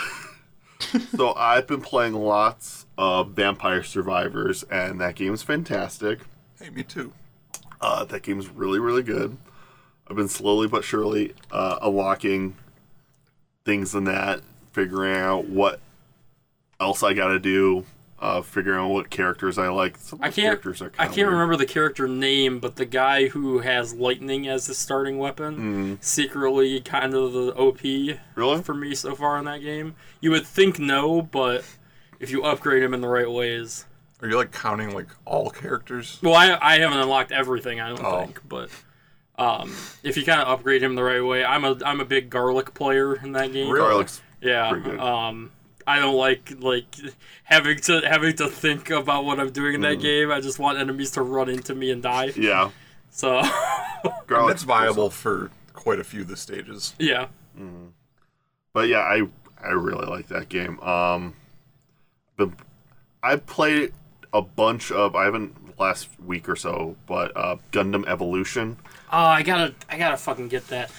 Speaker 4: so I've been playing lots of Vampire Survivors, and that game is fantastic.
Speaker 1: Hey, me too.
Speaker 4: Uh, that game's really, really good. I've been slowly but surely uh, unlocking things in that, figuring out what else I got to do, uh, figuring out what characters I like. Some of
Speaker 2: I
Speaker 4: the
Speaker 2: can't.
Speaker 4: Characters are
Speaker 2: I
Speaker 4: kinda
Speaker 2: can't
Speaker 4: weird.
Speaker 2: remember the character name, but the guy who has lightning as his starting
Speaker 4: Mm.
Speaker 2: weapon, secretly kind of the OP
Speaker 4: Really?
Speaker 2: for me so far in that game. You would think no, but if you upgrade him in the right ways,
Speaker 1: Are you like counting like all characters?
Speaker 2: well, I I haven't unlocked everything, I don't
Speaker 1: Oh.
Speaker 2: think, but um, if you kind of upgrade him the right way, I'm a I'm a big garlic player in that game.
Speaker 1: Really?
Speaker 4: Garlic's
Speaker 2: Yeah.
Speaker 4: Pretty good.
Speaker 2: Um, I don't like like having to having to think about what I'm doing in that game. I just want enemies to run into me and die.
Speaker 4: Mm. Yeah.
Speaker 2: So *laughs*
Speaker 1: That's
Speaker 4: Garlic's
Speaker 1: viable for quite a few of the stages.
Speaker 2: yeah.
Speaker 4: But yeah, I I really like that game. Um, the I played a bunch of I haven't last week or so, but uh, Gundam Evolution,
Speaker 2: Oh, I gotta, I gotta fucking get that.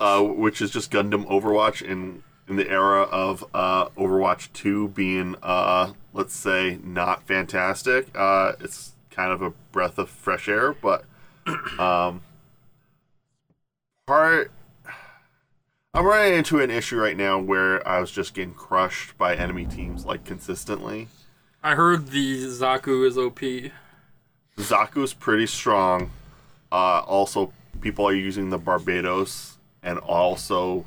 Speaker 4: uh, which is just Gundam Overwatch in in the era of uh, Overwatch Two being uh, let's say not fantastic. Uh, it's kind of a breath of fresh air, but *clears throat* um, part I'm running into an issue right now where I was just getting crushed by enemy teams like consistently.
Speaker 2: I heard the Zaku is OP.
Speaker 4: Zaku's pretty strong. Uh, also, people are using the Barbados and also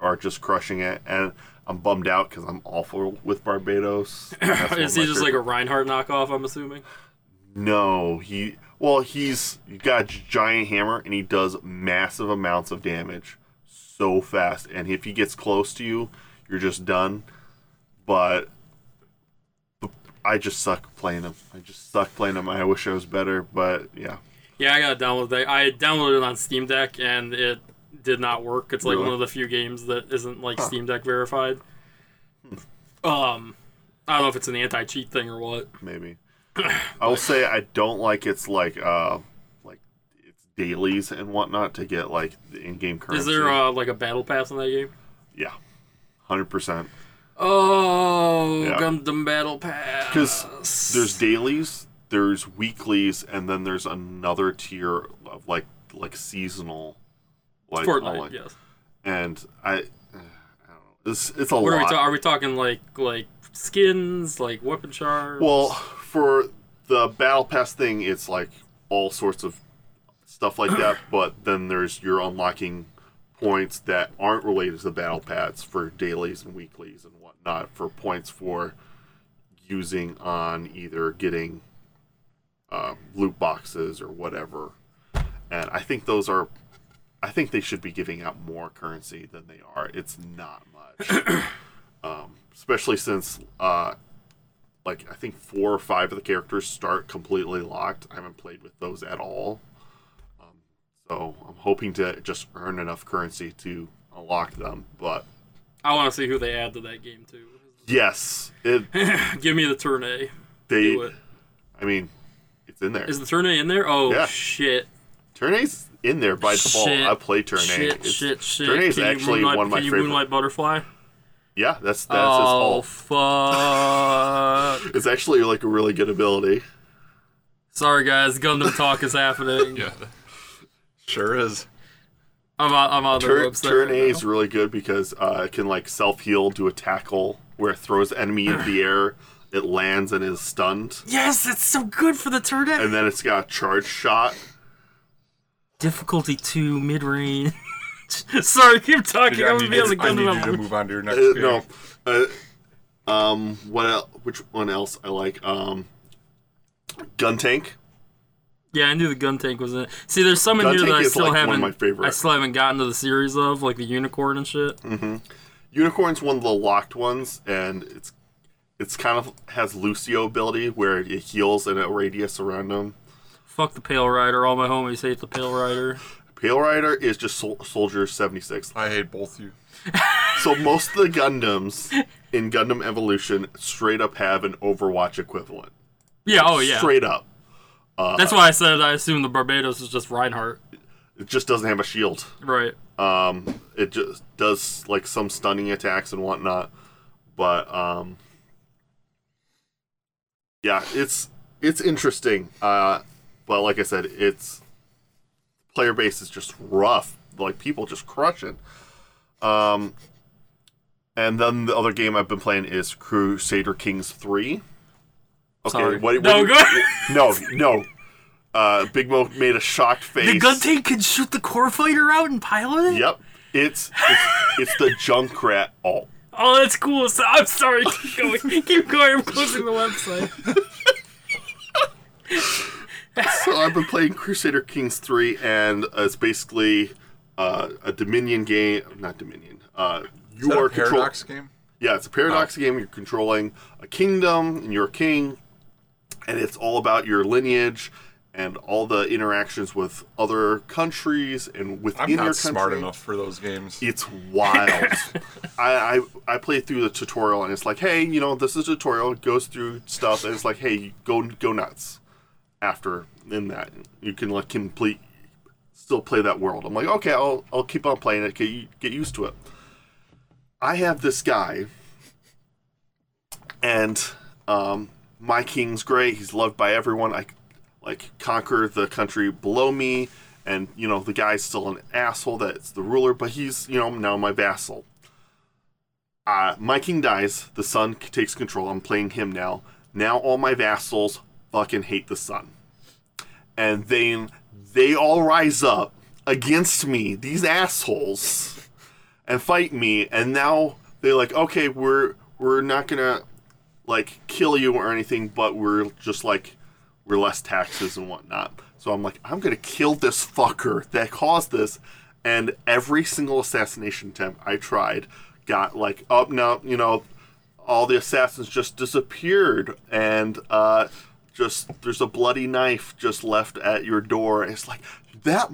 Speaker 4: are just crushing it. And I'm bummed out because I'm awful with
Speaker 2: *clears throat*
Speaker 4: Barbados.
Speaker 2: Is
Speaker 4: That's one
Speaker 2: he
Speaker 4: of my
Speaker 2: just
Speaker 4: favorite-
Speaker 2: like a Reinhardt knockoff? I'm assuming.
Speaker 4: No, he. Well, he's you got a giant hammer and he does massive amounts of damage so fast. And if he gets close to you, you're just done. But, but I just suck playing him. I just suck playing him. I wish I was better, but yeah.
Speaker 2: Yeah, I gotta download that. I downloaded it on Steam Deck and it did not work. It's like
Speaker 4: Really?
Speaker 2: one of the few games that isn't like Steam Deck verified.
Speaker 4: Hmm.
Speaker 2: Um, I don't know if it's an anti-cheat thing or what. *coughs*
Speaker 4: maybe. I will say I don't like its like uh like its dailies and whatnot to get like the in-game currency.
Speaker 2: Is there uh, like a battle pass in that game?
Speaker 4: yeah, hundred percent.
Speaker 2: Oh,
Speaker 4: Yeah.
Speaker 2: Gundam Battle Pass.
Speaker 4: Because there's dailies, there's weeklies, and then there's another tier of like like seasonal. Like,
Speaker 2: Fortnite.
Speaker 4: like-
Speaker 2: yes.
Speaker 4: and I, *sighs* I don't know. It's it's a
Speaker 2: What are we,
Speaker 4: lot.
Speaker 2: ta- are we talking like like skins, like weapon shards?
Speaker 4: Well, for the battle pass thing, it's like all sorts of stuff like that. But then there's you're unlocking points that aren't related to the battle pass for dailies and weeklies and whatnot for points for using on either getting um, loot boxes or whatever. And I think those are, I think they should be giving out more currency than they are. It's not much. um, especially since uh, like I think four or five of the characters start completely locked. I haven't played with those at all, um, so I'm hoping to just earn enough currency to unlock them. But
Speaker 2: I want to see who they add to that game too.
Speaker 4: yes,
Speaker 2: *laughs*
Speaker 4: it
Speaker 2: Give me the turn A.
Speaker 4: they.
Speaker 2: Do it.
Speaker 4: I mean, it's in there.
Speaker 2: Is the turn A in there? Oh
Speaker 4: Yeah.
Speaker 2: shit!
Speaker 4: Turn A's in there by default.
Speaker 2: Shit,
Speaker 4: I play Turn A.
Speaker 2: Shit!
Speaker 4: It's-
Speaker 2: Shit! Shit!
Speaker 4: Turn A is
Speaker 2: Can you
Speaker 4: actually
Speaker 2: moonlight-
Speaker 4: one of my
Speaker 2: can you
Speaker 4: favorite.
Speaker 2: Moonlight Butterfly.
Speaker 4: Yeah, that's that's its
Speaker 2: oh
Speaker 4: all.
Speaker 2: fuck!
Speaker 4: It's actually like a really good ability.
Speaker 2: Sorry guys, Gundam talk is happening.
Speaker 3: Yeah.
Speaker 1: Sure is.
Speaker 2: I'm on. I'm on their
Speaker 4: Turn,
Speaker 2: website.
Speaker 4: turn
Speaker 2: right
Speaker 4: A
Speaker 2: now.
Speaker 4: is really good because uh, it can like self heal, do a tackle where it throws the enemy into the air, it lands and is stunned,
Speaker 2: Yes, it's so good for the turn A.
Speaker 4: and then it's got a charge shot.
Speaker 2: Difficulty two mid range. *laughs* Sorry, keep talking.
Speaker 1: I
Speaker 2: I'm gonna
Speaker 1: need,
Speaker 2: be on the
Speaker 1: I need you to
Speaker 2: Gundam.
Speaker 1: move on to your next
Speaker 4: Uh,
Speaker 1: game.
Speaker 4: no, uh, um, what? el- Which one else I like? Um, Gun Tank.
Speaker 2: Yeah, I knew the gun tank was in. it. See, there's some in
Speaker 4: Gun
Speaker 2: here that
Speaker 4: tank
Speaker 2: I
Speaker 4: is,
Speaker 2: still
Speaker 4: like, one of
Speaker 2: haven't.
Speaker 4: my favorite. Mm.
Speaker 2: I still haven't gotten to the series of like the unicorn and shit.
Speaker 4: Unicorn's one of the locked ones, and it's it's kind of has Lucio ability where it heals in a radius around him.
Speaker 2: Fuck the pale rider. All my homies hate the pale rider.
Speaker 4: Pale Rider is just Sol- Soldier 76.
Speaker 1: I hate both you.
Speaker 4: So most of the Gundams in Gundam Evolution straight up have an Overwatch equivalent.
Speaker 2: Yeah. Oh yeah.
Speaker 4: Straight up.
Speaker 2: That's why I said I assume the Barbados is just Reinhardt.
Speaker 4: It just doesn't have a shield.
Speaker 2: Right.
Speaker 4: Um, it just does like some stunning attacks and whatnot, but um, yeah, it's it's interesting. Uh, but like I said, it's player base is just rough. Like people just crush it. Um, and then the other game I've been playing is Crusader Kings Three. Okay,
Speaker 2: Sorry.
Speaker 4: what, what
Speaker 2: no
Speaker 4: do-
Speaker 2: good.
Speaker 4: no, no. Uh, Big Mo made a shocked face.
Speaker 2: The gun tank can shoot the core fighter out and pilot it.
Speaker 4: Yep. It's it's, it's the Junkrat alt.
Speaker 2: Oh, that's cool. So, I'm sorry.
Speaker 4: *laughs*
Speaker 2: Keep going. Keep going. I'm closing the website.
Speaker 4: So I've been playing Crusader Kings 3 and uh, it's basically uh, a Dominion game, not Dominion. Uh, you
Speaker 1: Is that
Speaker 4: are
Speaker 1: a
Speaker 4: control-
Speaker 1: paradox Oh. game?
Speaker 4: Yeah, it's a paradox game. You're controlling a kingdom and you're a king, and it's all about your lineage and all the interactions with other countries and within
Speaker 1: I'm
Speaker 4: your
Speaker 1: not
Speaker 4: country.
Speaker 1: smart enough for those games.
Speaker 4: *laughs* It's wild. I, I I play through the tutorial and it's like, hey, you know, this is a tutorial. It goes through stuff and it's like, hey, go go nuts. After in that, you can like complete, still play that world. I'm like, okay, I'll I'll keep on playing it. Get u- get used to it. I have this guy, and um, my king's great. He's loved by everyone. I like conquer the country below me, and you know the guy's still an asshole that's the ruler, but he's you know now my vassal. Uh, my king dies. The son c- takes control. I'm playing him now. Now all my vassals fucking hate the son, and then they all rise up against me. These assholes and fight me and now they're like okay we're we're not gonna like kill you or anything but we're just like we're less taxes and whatnot so i'm like i'm gonna kill this fucker that caused this and every single assassination attempt i tried got like oh no you know all the assassins just disappeared and uh just there's a bloody knife just left at your door it's like that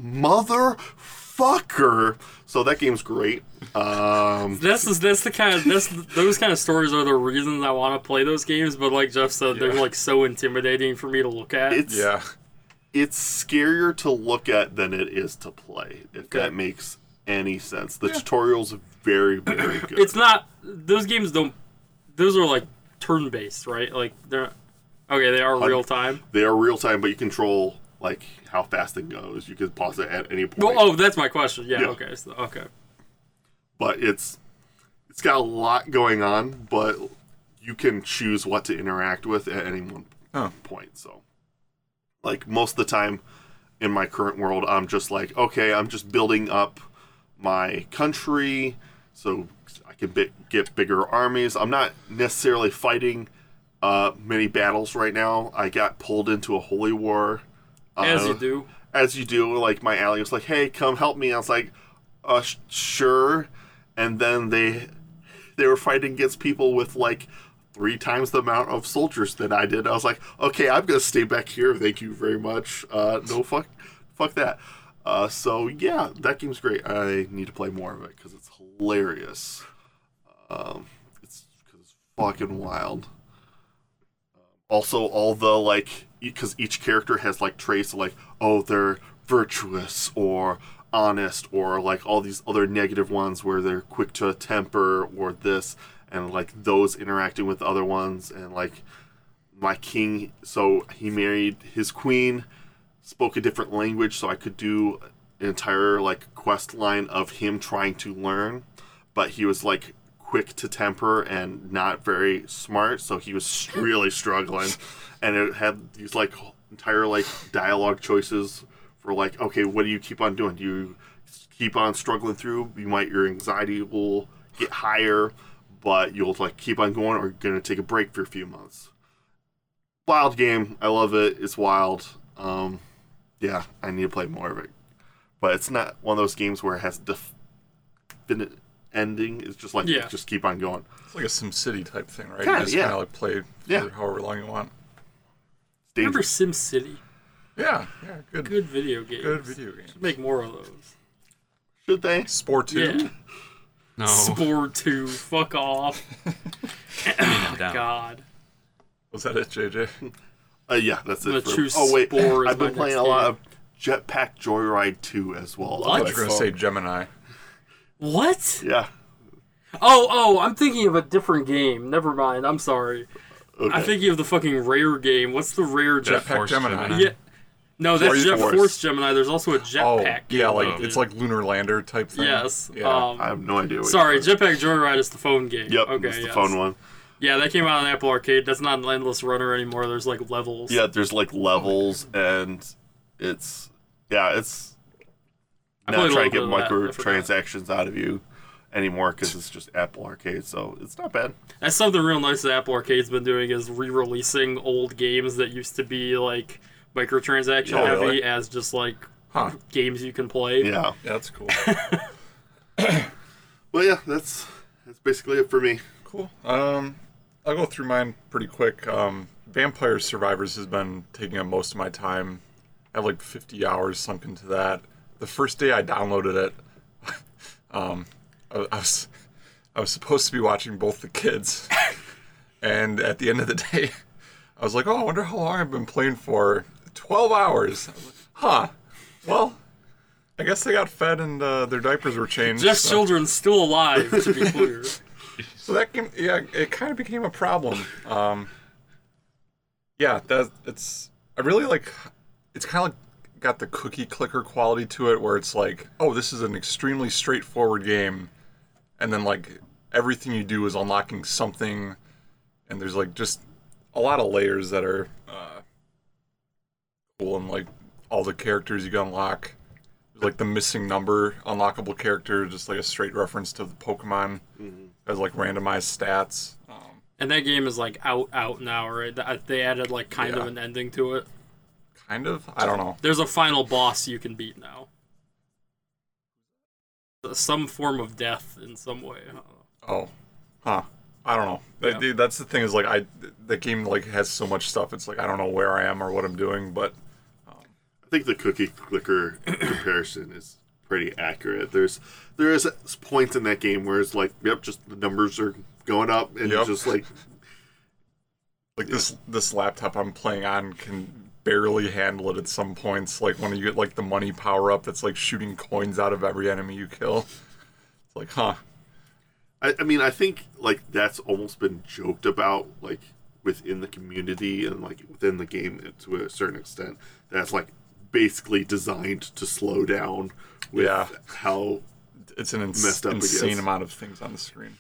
Speaker 4: motherfucker so that game's great um
Speaker 2: This is that's the kind of that's those kind of stories are the reasons I want to play those games. But like Jeff said, they're
Speaker 1: Yeah.
Speaker 2: like so intimidating for me to look at.
Speaker 4: it's
Speaker 1: Yeah.
Speaker 4: it's scarier to look at than it is to play if
Speaker 1: Okay.
Speaker 4: that makes any sense the tutorial's very very good
Speaker 2: it's not those games don't. Those are like turn based, right? Like they're okay. They are real time.
Speaker 4: they are real time but you control like how fast it goes you can pause it at any point
Speaker 2: Well, oh, that's my question. Yeah.
Speaker 4: Yeah.
Speaker 2: Okay. So, okay.
Speaker 4: but it's it's got a lot going on, but you can choose what to interact with at any one
Speaker 1: Oh.
Speaker 4: point. So, like most of the time in my current world, I'm just like, okay, I'm just building up my country so I can bi- get bigger armies. I'm not necessarily fighting uh, many battles right now. I got pulled into a holy war.
Speaker 2: As
Speaker 4: uh,
Speaker 2: you do.
Speaker 4: as you do, like my ally was like, "Hey, come help me." I was like, "Uh, sh- sure." And then they they were fighting against people with like three times the amount of soldiers that I did. I was like, "Okay, I'm gonna stay back here. Thank you very much. Uh, no fuck, fuck that." Uh, so yeah, that game's great. I need to play more of it because it's hilarious. Um, it's because it's fucking wild also all the like because each character has like traits of, like oh they're virtuous or honest or like all these other negative ones where they're quick to a temper or this and like those interacting with other ones and like my king so he married his queen spoke a different language so i could do an entire like quest line of him trying to learn but he was like quick to temper and not very smart so he was really struggling and it had these like entire like dialogue choices for like okay what do you keep on doing do you keep on struggling through you might your anxiety will get higher but you'll like keep on going or you're gonna take a break for a few months wild game. I love it. It's wild. Um, yeah, I need to play more of it. But it's not one of those games where it has def- definite ending. It's just like
Speaker 2: Yeah.
Speaker 4: just keep on going.
Speaker 1: It's like a SimCity type thing, right?
Speaker 4: Kinda,
Speaker 1: you just
Speaker 4: yeah.
Speaker 1: kind of like play for
Speaker 4: Yeah.
Speaker 1: however long you want.
Speaker 4: It's
Speaker 2: Remember
Speaker 4: dangerous.
Speaker 2: Sim City?
Speaker 1: Yeah, yeah, good, good,
Speaker 2: Good video game.
Speaker 1: video game.
Speaker 2: Should make more of those.
Speaker 4: Should they?
Speaker 1: Spore two.
Speaker 2: Yeah.
Speaker 3: No.
Speaker 4: Oh.
Speaker 2: Spore two. Fuck
Speaker 4: *laughs*
Speaker 2: off.
Speaker 3: I'm down.
Speaker 2: God.
Speaker 1: Was that it, JJ?
Speaker 4: Uh, yeah, that's
Speaker 2: The
Speaker 4: it. For,
Speaker 2: true
Speaker 4: oh wait,
Speaker 2: spore is
Speaker 4: *laughs* I've
Speaker 2: my
Speaker 4: been
Speaker 2: next
Speaker 4: playing a lot of Jetpack Joyride 2 as well.
Speaker 1: I
Speaker 2: What?
Speaker 1: was gonna say Gemini.
Speaker 2: What?
Speaker 4: Yeah.
Speaker 2: Oh, oh, I'm thinking of a different game. Never mind. I'm sorry.
Speaker 4: Okay.
Speaker 2: I'm thinking of the fucking rare game. What's the rare
Speaker 3: Jet
Speaker 2: jetpack?
Speaker 1: Jetpack
Speaker 3: Force
Speaker 1: Gemini.
Speaker 3: Gemini.
Speaker 2: Yeah. No, that's
Speaker 1: Force
Speaker 2: Jet
Speaker 4: Force.
Speaker 2: Force Gemini. There's also a jetpack.
Speaker 1: Oh, yeah, Uh, like
Speaker 3: Oh.
Speaker 1: it's like lunar lander type thing.
Speaker 2: Yes.
Speaker 1: Yeah.
Speaker 2: Um,
Speaker 4: I have no idea. What you're
Speaker 2: sorry,
Speaker 4: talking
Speaker 2: Jetpack Joyride is the phone game.
Speaker 4: about. Yep.
Speaker 2: Okay.
Speaker 4: it's the
Speaker 2: yes.
Speaker 4: phone one.
Speaker 2: Yeah, that came out on Apple Arcade. That's not an endless runner anymore. There's like levels.
Speaker 4: Yeah, there's like levels and it's yeah, it's
Speaker 2: I
Speaker 4: not
Speaker 2: played a
Speaker 4: trying to get
Speaker 2: little bit of that. I forgot.
Speaker 4: microtransactions out of you anymore because it's just Apple Arcade, so it's not bad.
Speaker 2: That's something real nice that Apple Arcade's been doing is re-releasing old games that used to be like microtransaction
Speaker 1: Oh,
Speaker 2: heavy
Speaker 1: really?
Speaker 2: as just like
Speaker 1: Huh.
Speaker 2: games you can play.
Speaker 4: Yeah.
Speaker 1: Yeah, that's cool.
Speaker 4: Well, yeah, that's that's basically it for me.
Speaker 1: cool. Um, I'll go through mine pretty quick. Um, Vampire Survivors has been taking up most of my time. I have like 50 hours sunk into that. The first day I downloaded it, *laughs* um, I, I was I was supposed to be watching both the kids, and at the end of the day, I was like, "Oh, I wonder how long I've been playing for." 12 hours, I was like, huh? Well, I guess they got fed and uh, their diapers were changed.
Speaker 2: Jeff's
Speaker 1: so-
Speaker 2: children's still alive, to be clear. *laughs*
Speaker 1: so that came, yeah, it kind of became a problem. Um, yeah, that it's I really like. It's kind of like got the cookie clicker quality to it, where it's like, oh, this is an extremely straightforward game, and then like everything you do is unlocking something, and there's like just a lot of layers that are uh, cool, and like all the characters you can unlock. There's, Like the missing number unlockable character, just like a straight reference to the Pokemon as like randomized stats. Um,
Speaker 2: And that game is like out, out now, right? Th- uh, They added like kind of
Speaker 1: Yeah.
Speaker 2: an ending to it.
Speaker 1: kind of. I don't know.
Speaker 2: There's a final boss you can beat now. Some form of death in some way. I don't know.
Speaker 1: Oh, huh. I don't know. That- That's the thing is like I that game like has so much stuff. It's like I don't know where I am or what I'm doing, but
Speaker 4: I think the
Speaker 2: *clears throat*
Speaker 4: cookie clicker comparison is pretty accurate. There's there is points in that game where it's like, yep, just the numbers are going up, and
Speaker 1: Yep.
Speaker 4: just like
Speaker 1: like this this laptop I'm playing on can barely handle it at some points. Like when you get like the money power up that's like shooting coins out of every enemy you kill. It's like, huh.
Speaker 4: I, I mean, I think like that's almost been joked about like within the community and like within the game to a certain extent. That's like basically designed to slow down with
Speaker 1: Yeah.
Speaker 4: how
Speaker 1: it's an ins-
Speaker 4: messed up, I
Speaker 1: insane
Speaker 4: guess.
Speaker 1: amount of things on the screen.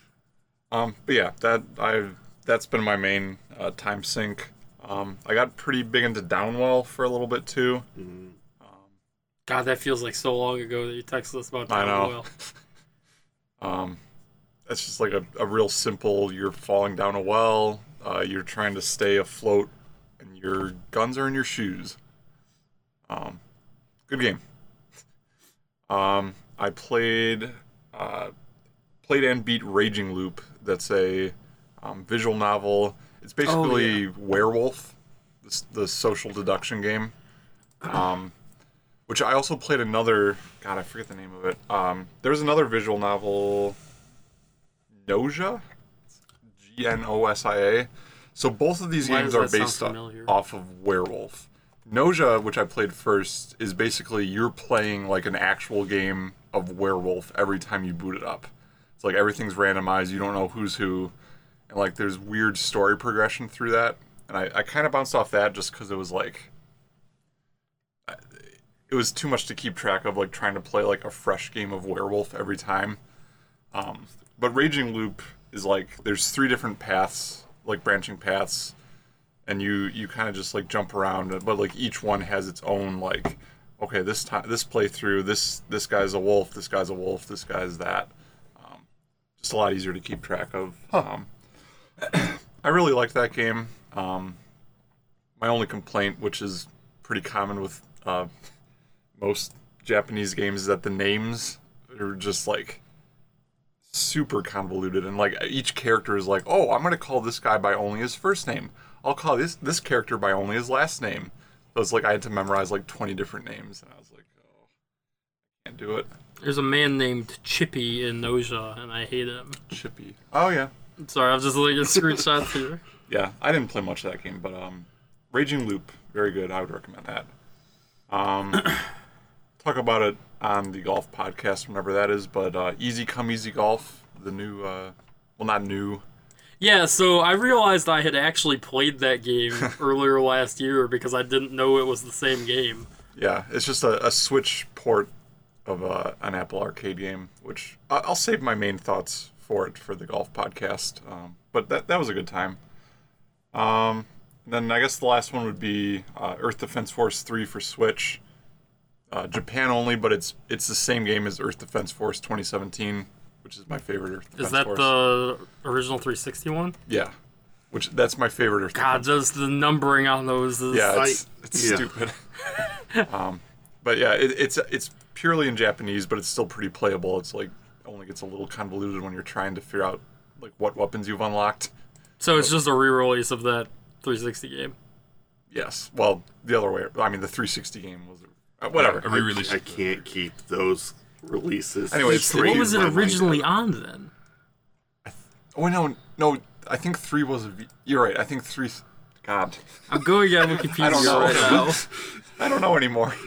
Speaker 1: Um, but yeah, that I've that's been my main uh, time sink. Um, I got pretty big into Downwell for a little bit too.
Speaker 2: God, that feels like so long ago that you texted us about
Speaker 1: I
Speaker 2: Taco
Speaker 1: know.
Speaker 2: Bell.
Speaker 1: um, that's just like a, a real simple. You're falling down a well. Uh, you're trying to stay afloat, and your guns are in your shoes. Um, good game. Um, I played uh, played and beat Raging Loop. That's a um, visual novel. It's basically Werewolf, the, s- the social deduction game. Um, which I also played another. God, I forget the name of it. Um, there was another visual novel, Nosia, G N O S I A. So both of these
Speaker 2: Why
Speaker 1: games are
Speaker 2: does that sound
Speaker 1: based o-
Speaker 2: familiar?
Speaker 1: off of Werewolf. Noja, which I played first, is basically you're playing like an actual game of Werewolf every time you boot it up. It's like everything's randomized. You don't know who's who, and like there's weird story progression through that. And I, I kind of bounced off that just because it was like it was too much to keep track of like trying to play like a fresh game of werewolf every time um, but raging loop is like there's three different paths like branching paths and you you kind of just like jump around but like each one has its own like okay this time this playthrough this this guy's a wolf this guy's a wolf this guy's that um, just a lot easier to keep track of um, *clears throat* i really liked that game um, my only complaint which is pretty common with uh, most Japanese games is that the names are just like super convoluted and like each character is like, "Oh, I'm going to call this guy by only his first name. I'll call this this character by only his last name." So it's like I had to memorize like 20 different names and I was like, "Oh, can't do it."
Speaker 2: There's a man named Chippy in Noja, and I hate him.
Speaker 1: Chippy. Oh yeah.
Speaker 2: Sorry, I'm just looking at screenshots here.
Speaker 1: Yeah, I didn't play much of that game, but um, Raging Loop, very good. I would recommend that. Um, *coughs* talk about it on the golf podcast whenever that is, but uh, Easy Come Easy Golf, the new, uh, well, not new.
Speaker 2: Yeah, so I realized I had actually played
Speaker 1: *laughs*
Speaker 2: that game earlier last year because I didn't know it was the same game.
Speaker 1: Yeah, it's just a, a Switch port of uh, an Apple Arcade game, which I- I'll save my main thoughts for it for the golf podcast. Um, but that that was a good time. Um, then I guess the last one would be uh, Earth Defense Force Three for Switch. Uh, Japan only, but it's it's the same game as Earth Defense Force 2017, which is my favorite Earth Defense
Speaker 2: Is that
Speaker 1: Force.
Speaker 2: the original 360 one?
Speaker 1: yeah? Which that's my favorite Earth
Speaker 2: God, just the numbering on those is.
Speaker 1: yeah,
Speaker 4: I-
Speaker 1: it's, it's
Speaker 4: yeah.
Speaker 1: stupid. um, but yeah, it, it's it's purely in Japanese, but it's still pretty playable. It's like only gets a little convoluted when you're trying to figure out like what weapons you've unlocked.
Speaker 2: So it's just a re release of that 360 game.
Speaker 1: Yes. Well, the other way. I mean, the 360 game was uh, whatever.
Speaker 3: A re-release.
Speaker 4: I can't keep those releases.
Speaker 1: Anyway, it's-
Speaker 4: straight
Speaker 1: Three
Speaker 2: What
Speaker 4: in
Speaker 2: was it
Speaker 4: my mind.
Speaker 2: originally on then?
Speaker 1: Oh no, no. I think three was. A v- you're right. I think three. God,
Speaker 2: I'm going
Speaker 1: *laughs*
Speaker 2: on
Speaker 1: I don't know.
Speaker 2: Wikipedia right now.
Speaker 1: I don't know anymore. *laughs*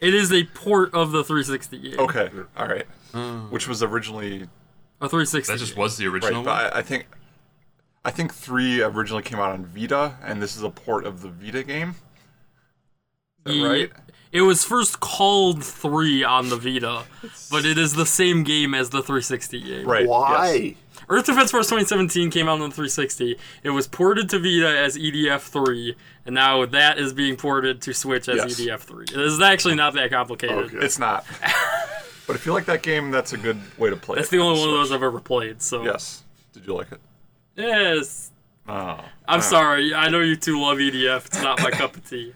Speaker 2: It is a port of the 360 game.
Speaker 1: Okay. All right. Which was originally
Speaker 2: A 360.
Speaker 3: That just was the
Speaker 1: right,
Speaker 3: original.
Speaker 1: but I, I think. I think three originally came out on Vita, and this is a port of the Vita game. Is that
Speaker 2: Ye-
Speaker 1: right?
Speaker 2: It was first called 3 on the Vita, but it is the same game as the 360 game.
Speaker 1: Right.
Speaker 4: Why?
Speaker 1: yes.
Speaker 2: Earth Defense Force 2017 came out on the 360. It was ported to Vita as E EDF3, and now that is being ported to Switch as E
Speaker 1: Yes.
Speaker 2: EDF3. It is actually not that complicated.
Speaker 4: Okay.
Speaker 1: It's not. but if you like that game, that's a good way to play
Speaker 2: That's
Speaker 1: it.
Speaker 2: the only one of those I've ever played. So
Speaker 1: Yes. Did you like it?
Speaker 2: yes.
Speaker 1: Oh.
Speaker 2: I'm sorry. I know you two love EDF. It's not my cup of tea.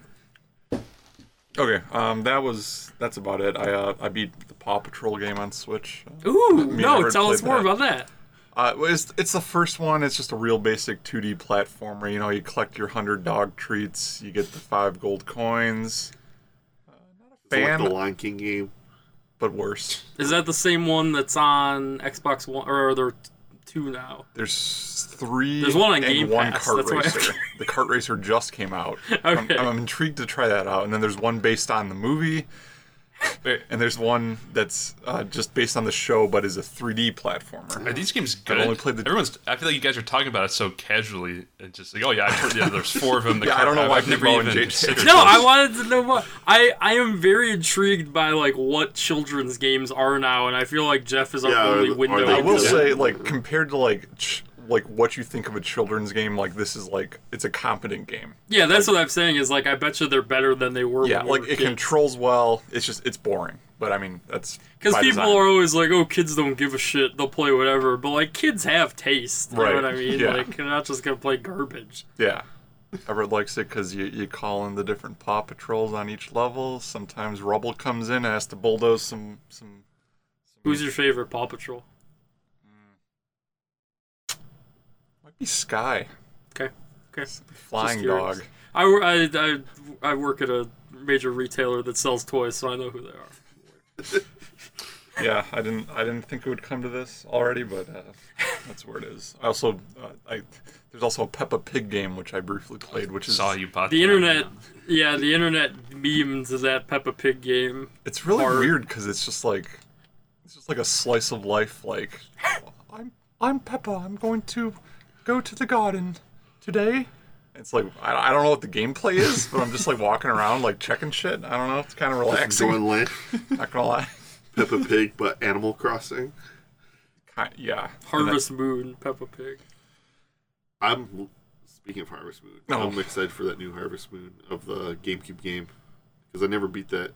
Speaker 1: Okay. Um. That was. That's about it. I uh. I beat the Paw Patrol game on Switch. *laughs*
Speaker 2: Ooh,
Speaker 1: Me
Speaker 2: no!
Speaker 1: never
Speaker 2: Tell us
Speaker 1: played
Speaker 2: more
Speaker 1: that.
Speaker 2: about that.
Speaker 1: Uh, well, it's, it's the first one. It's just a real basic 2D platformer. You know, you collect your 100 dog treats, you get the five gold coins. Uh,
Speaker 4: It's
Speaker 1: not a
Speaker 4: like
Speaker 1: fan,
Speaker 4: the Lion King game.
Speaker 1: but worse.
Speaker 2: Is that the same one that's on Xbox One or are there two now?
Speaker 1: There's three
Speaker 2: There's one on
Speaker 1: and
Speaker 2: Game
Speaker 1: one
Speaker 2: Pass,
Speaker 1: kart
Speaker 2: that's why-
Speaker 1: racer. the kart racer just came
Speaker 2: *laughs*
Speaker 1: out. I'm,
Speaker 2: Okay.
Speaker 1: I'm intrigued to try that out. And then there's one based on the movie,
Speaker 3: Wait,
Speaker 1: and there's one that's uh, just based on the show but is a 3D platformer.
Speaker 3: are these games good?
Speaker 1: only played the-
Speaker 3: Everyone's. I feel like you guys are talking about it so casually and just like, oh yeah, I've heard yeah, there's four of them. The
Speaker 1: Yeah, I
Speaker 3: car-
Speaker 1: don't know
Speaker 3: I've-
Speaker 1: why
Speaker 3: I've never
Speaker 1: Kimball
Speaker 3: even
Speaker 1: and JJ
Speaker 3: considered.
Speaker 1: Or
Speaker 2: No,
Speaker 3: those.
Speaker 2: I wanted to know what I I am very intrigued by like what children's games are now, and I feel like Jeff is our
Speaker 4: Yeah,
Speaker 2: only
Speaker 4: are- are
Speaker 2: window.
Speaker 4: they
Speaker 1: I will
Speaker 2: into
Speaker 4: Yeah.
Speaker 1: say, like, compared to like ch- like what you think of a children's game, like this is like it's a competent game.
Speaker 2: yeah, that's what I'm saying is like I bet you they're better than they were.
Speaker 1: Yeah,
Speaker 2: when we
Speaker 1: like
Speaker 2: were
Speaker 1: it controls well. It's just it's boring. But I mean, that's
Speaker 2: because
Speaker 1: by
Speaker 2: people
Speaker 1: design.
Speaker 2: are always like, "Oh, kids don't give a shit; they'll play whatever." But like, kids have taste. You know
Speaker 1: Right,
Speaker 2: what I mean?
Speaker 1: yeah.
Speaker 2: Like, they're not just gonna play garbage.
Speaker 1: yeah. Everett likes it because you, you call in the different Paw Patrols on each level. Sometimes rubble comes in and has to bulldoze some some.
Speaker 2: Who's your favorite Paw Patrol?
Speaker 1: Might be Sky,
Speaker 2: Okay, okay.
Speaker 1: flying
Speaker 2: curious.
Speaker 1: dog.
Speaker 2: I, wor- I, I, I work at a major retailer that sells toys, so I know who they are.
Speaker 1: Yeah, I didn't I didn't think it would come to this already, but uh, that's where it is. I also uh, I there's also a Peppa Pig game which I briefly played, which is
Speaker 3: saw you bought
Speaker 2: The
Speaker 3: that.
Speaker 2: internet, yeah, the internet memes of that Peppa Pig game.
Speaker 1: It's really
Speaker 2: Or-
Speaker 1: weird because it's just like it's just like a slice of life. Like I'm I'm Peppa. I'm going to go to the garden today. It's like I, I don't know what the gameplay is, but I'm just like walking around like checking shit. I don't know. It's kind of relaxing.
Speaker 4: Enjoying
Speaker 1: *laughs*
Speaker 4: life.
Speaker 1: Not gonna lie.
Speaker 4: Peppa Pig, but Animal Crossing.
Speaker 1: Kind, yeah. And that-
Speaker 2: Harvest Moon, Peppa Pig.
Speaker 4: I'm speaking of Harvest Moon.
Speaker 1: No.
Speaker 4: I'm excited for that new Harvest Moon of the GameCube game because I never beat that.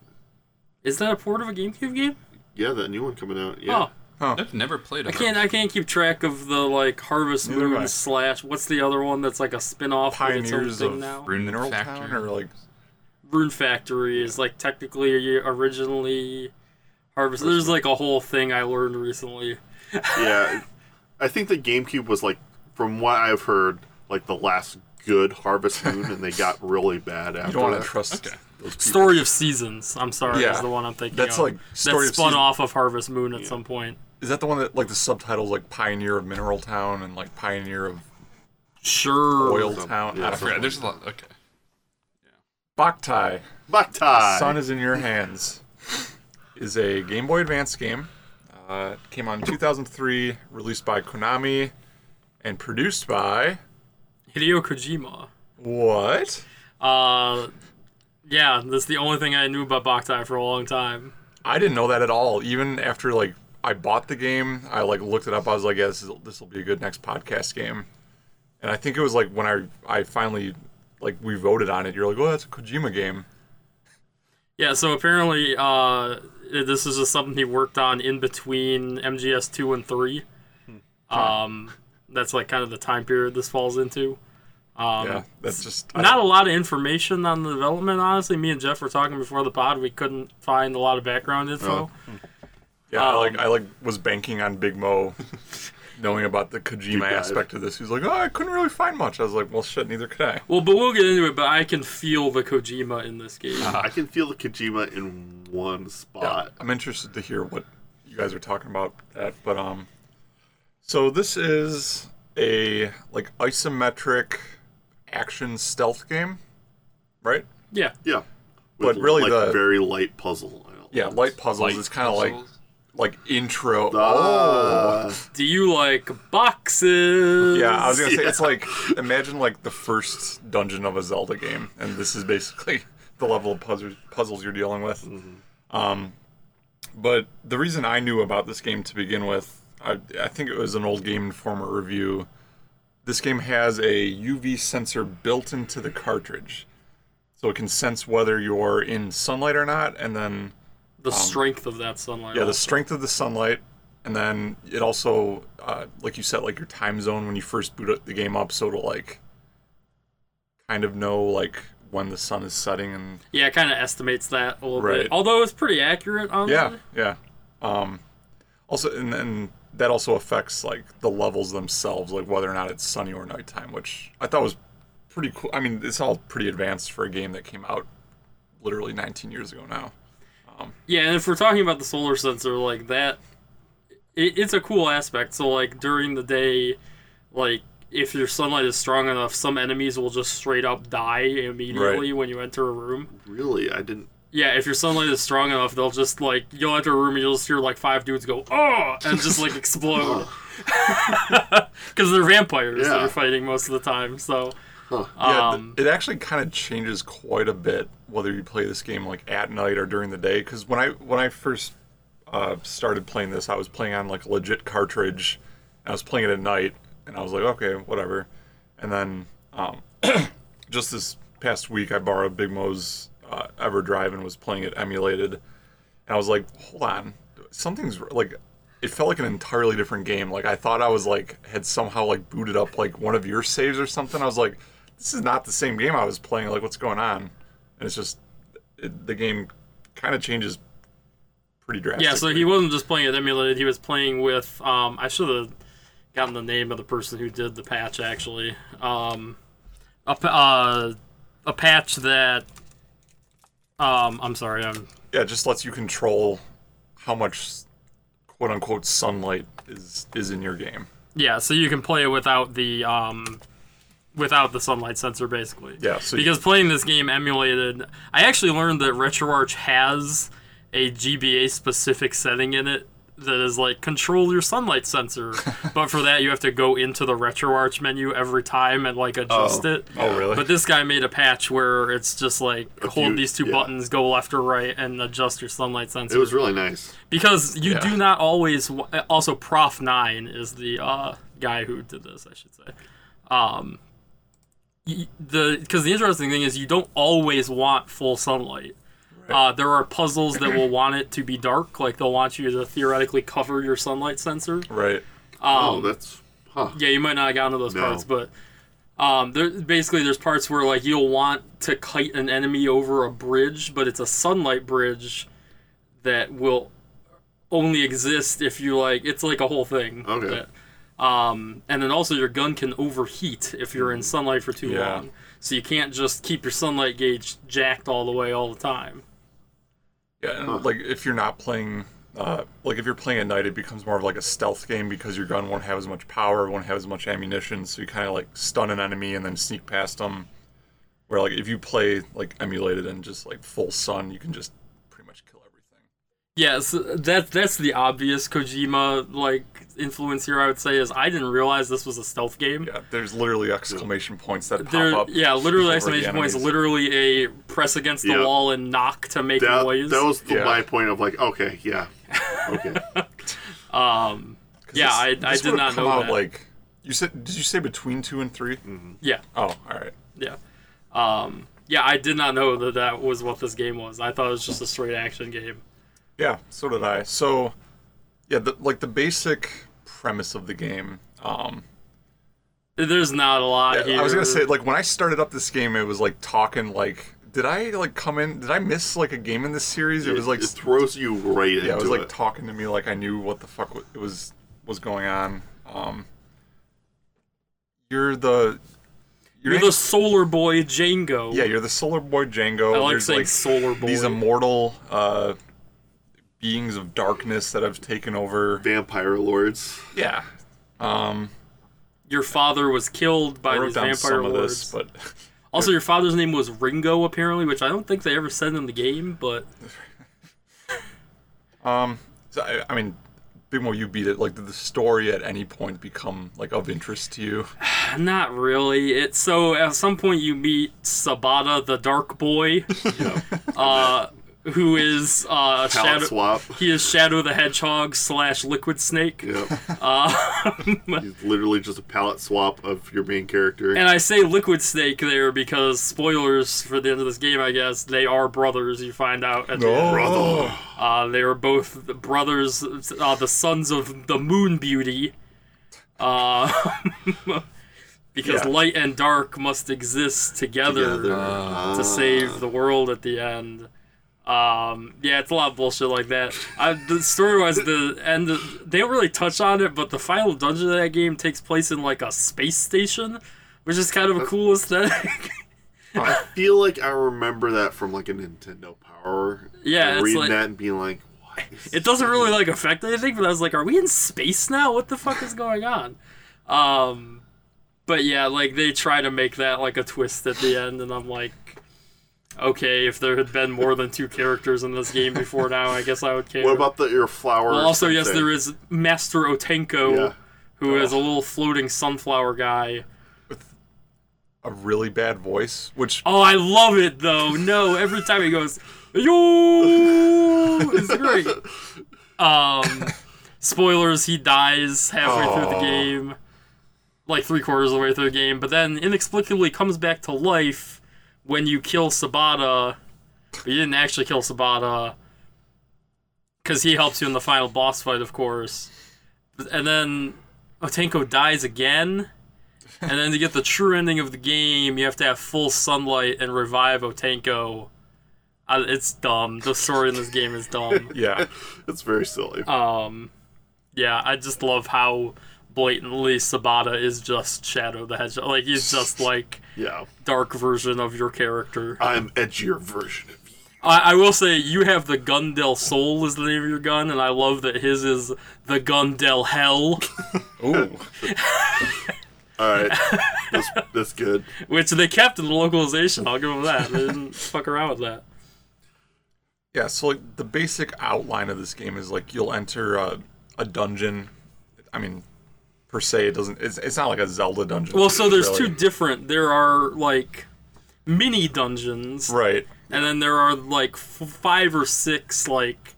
Speaker 2: Is that a port of a GameCube game?
Speaker 4: Yeah, that new one coming out. Yeah,
Speaker 2: Oh,
Speaker 3: I've never played.
Speaker 2: I can't. I can't keep track of the like Harvest
Speaker 1: Neither have I.
Speaker 2: Moon slash. What's the other one that's like a spin-off with
Speaker 1: Pioneers
Speaker 2: its own thing
Speaker 1: of
Speaker 2: now?
Speaker 3: Rune
Speaker 1: Mineral
Speaker 3: Factory.
Speaker 1: Town or like
Speaker 2: Rune Factory is like technically originally Harvest. There's like a whole thing I learned recently.
Speaker 4: yeah. I think the GameCube was like, from what I've heard, like the last good
Speaker 1: *laughs*
Speaker 4: Harvest Moon, and they got really bad after
Speaker 1: you don't want
Speaker 4: that.
Speaker 1: to trust.
Speaker 3: Okay.
Speaker 1: Those people.
Speaker 2: Story of Seasons. I'm sorry,
Speaker 1: Yeah.
Speaker 2: is the one I'm thinking.
Speaker 1: That's
Speaker 2: of.
Speaker 1: like Story
Speaker 2: that
Speaker 1: of
Speaker 2: spun
Speaker 1: Seasons.
Speaker 2: off of Harvest Moon at some point.
Speaker 1: Is that the one that like the subtitles like Pioneer of Mineral Town and like Pioneer of
Speaker 2: Sure.
Speaker 1: Oil
Speaker 4: Some-
Speaker 1: Town?
Speaker 4: yeah,
Speaker 1: I don't
Speaker 3: Yeah,
Speaker 1: know.
Speaker 3: there's a lot. Okay.
Speaker 1: Boktai.
Speaker 4: Boktai.
Speaker 1: Sun is in Your Hands is a Game Boy Advance game. Uh, it came out in 2003, released by Konami, and produced by
Speaker 2: Hideo Kojima.
Speaker 1: what?
Speaker 2: Uh, yeah, that's the only thing I knew about Boktai for a long time.
Speaker 1: I didn't know that at all. Even after like I bought the game, I like looked it up. I was like, "Yeah, this is, this will be a good next podcast game." And I think it was like when I I finally like we voted on it. You're like, "Oh, that's a Kojima game."
Speaker 2: Yeah, so apparently, uh, this is just something he worked on in between MGS two and three.
Speaker 1: Hmm.
Speaker 2: Um, that's like kind of the time period this falls into. Um,
Speaker 1: yeah, that's just I-
Speaker 2: Not a lot of information on the development, honestly. Me and Jeff were talking before the pod. We couldn't find a
Speaker 1: Oh.
Speaker 2: lot of background info.
Speaker 1: yeah. I, like I like was banking on Big Mo knowing about the Kojima
Speaker 4: dive.
Speaker 1: aspect of this. He's like, oh, I couldn't really find much. I was like, well, shit, neither could I.
Speaker 2: Well, but we'll get into it. But I can feel the Kojima in this game.
Speaker 1: Uh-huh.
Speaker 4: I can feel the Kojima in one spot.
Speaker 1: I'm interested to hear what you guys are talking about that, but um, so this is a like isometric action stealth game, right?
Speaker 2: yeah,
Speaker 4: Yeah.
Speaker 1: But really
Speaker 4: like
Speaker 1: the-
Speaker 4: very light puzzle. elements.
Speaker 1: Yeah, light puzzles.
Speaker 3: Light
Speaker 1: it's kind of like
Speaker 3: puzzles.
Speaker 1: like intro. Oh.
Speaker 4: Ah,
Speaker 2: Do you like boxes?
Speaker 1: Yeah, I was gonna say it's like imagine like the first dungeon of a Zelda game, and this is basically *laughs* the level of puzzles puzzles you're dealing with. Um, but the reason I knew about this game to begin with, I, I think it was an old Game Informer review. This game has a UV sensor built into the cartridge, so it can sense whether you're in sunlight or not, and then
Speaker 2: the strength of that sunlight.
Speaker 1: Um, yeah, the
Speaker 2: also.
Speaker 1: strength of the sunlight, and then it also, uh, like you set like your time zone when you first boot up the game up, so it'll like kind of know like when the sun is setting and
Speaker 2: yeah, it kind of estimates that a little
Speaker 1: Right.
Speaker 2: bit. Although it's pretty accurate, honestly.
Speaker 1: yeah, yeah. Um, also, and then that also affects like the levels themselves, like whether or not it's sunny or nighttime, which I thought was pretty cool. I mean, it's all pretty advanced for a game that came out literally 19 years ago now.
Speaker 2: Yeah, and if we're talking about the solar sensor, like that, it, it's a cool aspect. So, like, during the day, like, if your sunlight is strong enough, some enemies will just straight up die immediately when you enter a room.
Speaker 4: really? I didn't.
Speaker 2: Yeah, if your sunlight is strong enough, they'll just, like, you'll enter a room and you'll just hear, like, five dudes go, oh, and just,
Speaker 1: *laughs*
Speaker 2: like, explode. *laughs* Because they're vampires that
Speaker 4: Yeah.
Speaker 2: you're fighting most of the time, so.
Speaker 4: Huh.
Speaker 1: Yeah, th-
Speaker 2: um,
Speaker 1: it actually kind of changes quite a bit whether you play this game like at night or during the day. Because when I when I first uh, started playing this, I was playing on like a legit cartridge. And I was playing it at night, and I was like, okay, whatever. And then um, *clears throat* just this past week, I borrowed Big Mo's uh, EverDrive and was playing it emulated. And I was like, hold on, something's r- like. It felt like an entirely different game. Like I thought I was like had somehow like booted up like one of your saves or something. I was like, this is not the same game I was playing. Like what's going on? And it's just it, the game kind of changes pretty drastically.
Speaker 2: Yeah, so he wasn't just playing it emulated. He was playing with. Um, I should have gotten the name of the person who did the patch actually. Um, a pa- uh, a patch that. Um, I'm sorry. I'm
Speaker 1: yeah, it just lets you control how much quote unquote sunlight is is in your game.
Speaker 2: yeah. So you can play it without the um, without the sunlight sensor basically.
Speaker 1: Yeah, so you-
Speaker 2: because playing this game emulated, I actually learned that RetroArch has a GBA specific setting in it that is like control your
Speaker 1: *laughs*
Speaker 2: sunlight sensor. but for that, you have to go into the RetroArch menu every time and like adjust
Speaker 4: Oh.
Speaker 2: it.
Speaker 1: Oh, really?
Speaker 2: But this guy made a patch where it's just like hold
Speaker 4: you-
Speaker 2: these two
Speaker 4: yeah.
Speaker 2: buttons, go left or right, and adjust your sunlight sensor
Speaker 4: It was really nice.
Speaker 2: because you
Speaker 1: Yeah.
Speaker 2: do not always w- uh, also prof 9 is the uh, guy who did this i should say um, y- the because the interesting thing is you don't always want full sunlight uh, there are puzzles that will want it to be dark like they'll want you to theoretically cover your sunlight sensor
Speaker 1: Right.
Speaker 4: oh, that's huh.
Speaker 2: Um, yeah, you might not have gotten to those
Speaker 4: No.
Speaker 2: parts, but um, there basically there's parts where like you'll want to kite an enemy over a bridge, but it's a sunlight bridge that will only exist if you like. It's like a whole thing.
Speaker 4: Okay.
Speaker 2: that- um, and then also your gun can overheat if you're in sunlight for too
Speaker 1: Yeah.
Speaker 2: long, so you can't just keep your sunlight gauge jacked all the way all the time.
Speaker 1: Yeah, and like if you're not playing, uh, like if you're playing at night, it becomes more of like a stealth game because your gun won't have as much power, won't have as much ammunition, so you kind of like stun an enemy and then sneak past them. Where like if you play like emulated and just like full sun, you can just pretty much kill everything.
Speaker 2: Yes, that that's the obvious Kojima like influence here. I would say is I didn't realize this was a stealth game.
Speaker 1: Yeah, there's literally exclamation points that pop
Speaker 2: There,
Speaker 1: up.
Speaker 2: yeah, literally
Speaker 1: over the
Speaker 2: exclamation points.
Speaker 1: enemies.
Speaker 2: Literally a press against the
Speaker 4: Yeah.
Speaker 2: wall and knock to make
Speaker 4: That,
Speaker 2: noise.
Speaker 4: that was the,
Speaker 1: Yeah.
Speaker 4: my point of like, okay, yeah, okay.
Speaker 2: um,
Speaker 1: 'Cause
Speaker 2: yeah,
Speaker 1: this-
Speaker 2: I,
Speaker 1: this
Speaker 2: I did
Speaker 1: would've
Speaker 2: not
Speaker 1: come
Speaker 2: know
Speaker 1: out,
Speaker 2: that.
Speaker 1: Like you said, did you say between two and 3
Speaker 2: yeah,
Speaker 1: Oh, all right.
Speaker 2: yeah, um, yeah. I did not know that that was what this game was. I thought it was just a straight action game.
Speaker 1: Yeah, so did I. So, yeah, the, like the basic premise of the game. Um,
Speaker 2: There's not a lot here.
Speaker 1: I was gonna say, like when I started up this game, it was like talking like, did I like come in? Did I miss like a game in this series? It was like,
Speaker 4: it throws you right
Speaker 1: yeah, it
Speaker 4: into
Speaker 1: was like
Speaker 4: it.
Speaker 1: talking to me like I knew what the fuck wa- it was was going on. Um, you're the
Speaker 2: You're
Speaker 1: in-
Speaker 2: the Solar Boy Django.
Speaker 1: yeah, you're the Solar Boy Django.
Speaker 2: I like
Speaker 1: There's,
Speaker 2: saying Solar Boy.
Speaker 1: these immortal uh, beings of darkness that have taken over.
Speaker 4: Vampire lords.
Speaker 1: Yeah. Um,
Speaker 2: your father was killed by
Speaker 1: I wrote
Speaker 2: these
Speaker 1: down
Speaker 2: vampire
Speaker 1: some of this,
Speaker 2: lords.
Speaker 1: but
Speaker 2: Also, your father's name was Ringo, apparently, which I don't think they ever said in the game,
Speaker 1: *sighs*
Speaker 2: but
Speaker 1: *laughs* so, I, I mean, Bimo, you beat it. Like, did the story at any point become like of interest to
Speaker 2: *laughs*
Speaker 1: you?
Speaker 2: not really. It's so at some point you meet Sabata the Dark Boy, uh, who is uh,
Speaker 4: *laughs* Palette
Speaker 2: Shadow.
Speaker 4: swap.
Speaker 2: He is Shadow the Hedgehog slash Liquid Snake.
Speaker 4: Yep. *laughs*
Speaker 2: Uh,
Speaker 4: He's literally just a palette swap of your main character.
Speaker 2: and I say Liquid Snake there because spoilers for the end of this game, I guess they are brothers. You find out at the end.
Speaker 1: brother.
Speaker 2: Uh, they were both the brothers, uh, the sons of the Moon Beauty. Uh, *laughs* because
Speaker 1: Yeah.
Speaker 2: light and dark must exist together,
Speaker 4: Together.
Speaker 2: to save the world at the end. Um, yeah, it's a lot of bullshit like that. I, the story was the end. They don't really touch on it, but the final dungeon of that game takes place in like a space station, which is kind of a cool aesthetic. *laughs*
Speaker 4: I feel like I remember that from like a Nintendo Power.
Speaker 2: Yeah, it's
Speaker 4: reading
Speaker 2: like-
Speaker 4: that and being like,
Speaker 2: *laughs*
Speaker 4: what? is
Speaker 2: it doesn't really like affect anything but i was like are we in space now what the fuck is going on um but yeah like they try to make that like a twist at the end and i'm like okay if there had been more than two characters in this game before now i guess i would care
Speaker 4: What about the your flower?
Speaker 2: well, also yes there is master otenko
Speaker 4: Yeah.
Speaker 2: who is a little floating sunflower guy
Speaker 1: a really bad voice, which
Speaker 2: oh i love it though no every time he goes yo it's great Um, spoilers, he dies halfway through the
Speaker 1: Oh.
Speaker 2: game, like three quarters of the way through the game, but then inexplicably comes back to life when you kill Sabata. But you didn't actually kill Sabata, because he helps you in the final boss fight, of course. And then Otenko dies again. And then to get the true ending of the game, you have to have full sunlight and revive Otenko. Uh, it's dumb. The story in this game is dumb.
Speaker 1: *laughs*
Speaker 2: *laughs*
Speaker 1: yeah,
Speaker 4: It's very silly.
Speaker 2: Um, yeah, I just love how blatantly Sabata is just Shadow the Hedgehog. Like he's just like
Speaker 4: yeah,
Speaker 2: dark version of your character.
Speaker 4: I'm edgier version of you.
Speaker 2: I, I will say you have the Gundel Soul is the name of your gun, and I love that his is the Gundel Hell, *laughs*
Speaker 1: ooh,
Speaker 4: All right,
Speaker 2: *laughs*
Speaker 4: that's, that's good.
Speaker 2: which they kept in the localization. I'll give them that. They didn't fuck around with that.
Speaker 1: yeah. So like the basic outline of this game is like you'll enter a, a dungeon. I mean, per se, it doesn't. It's, it's not like a Zelda dungeon.
Speaker 2: Well, so there's two
Speaker 1: really.
Speaker 2: different. There are like mini dungeons,
Speaker 1: Right.
Speaker 2: and then there are like f- five or six like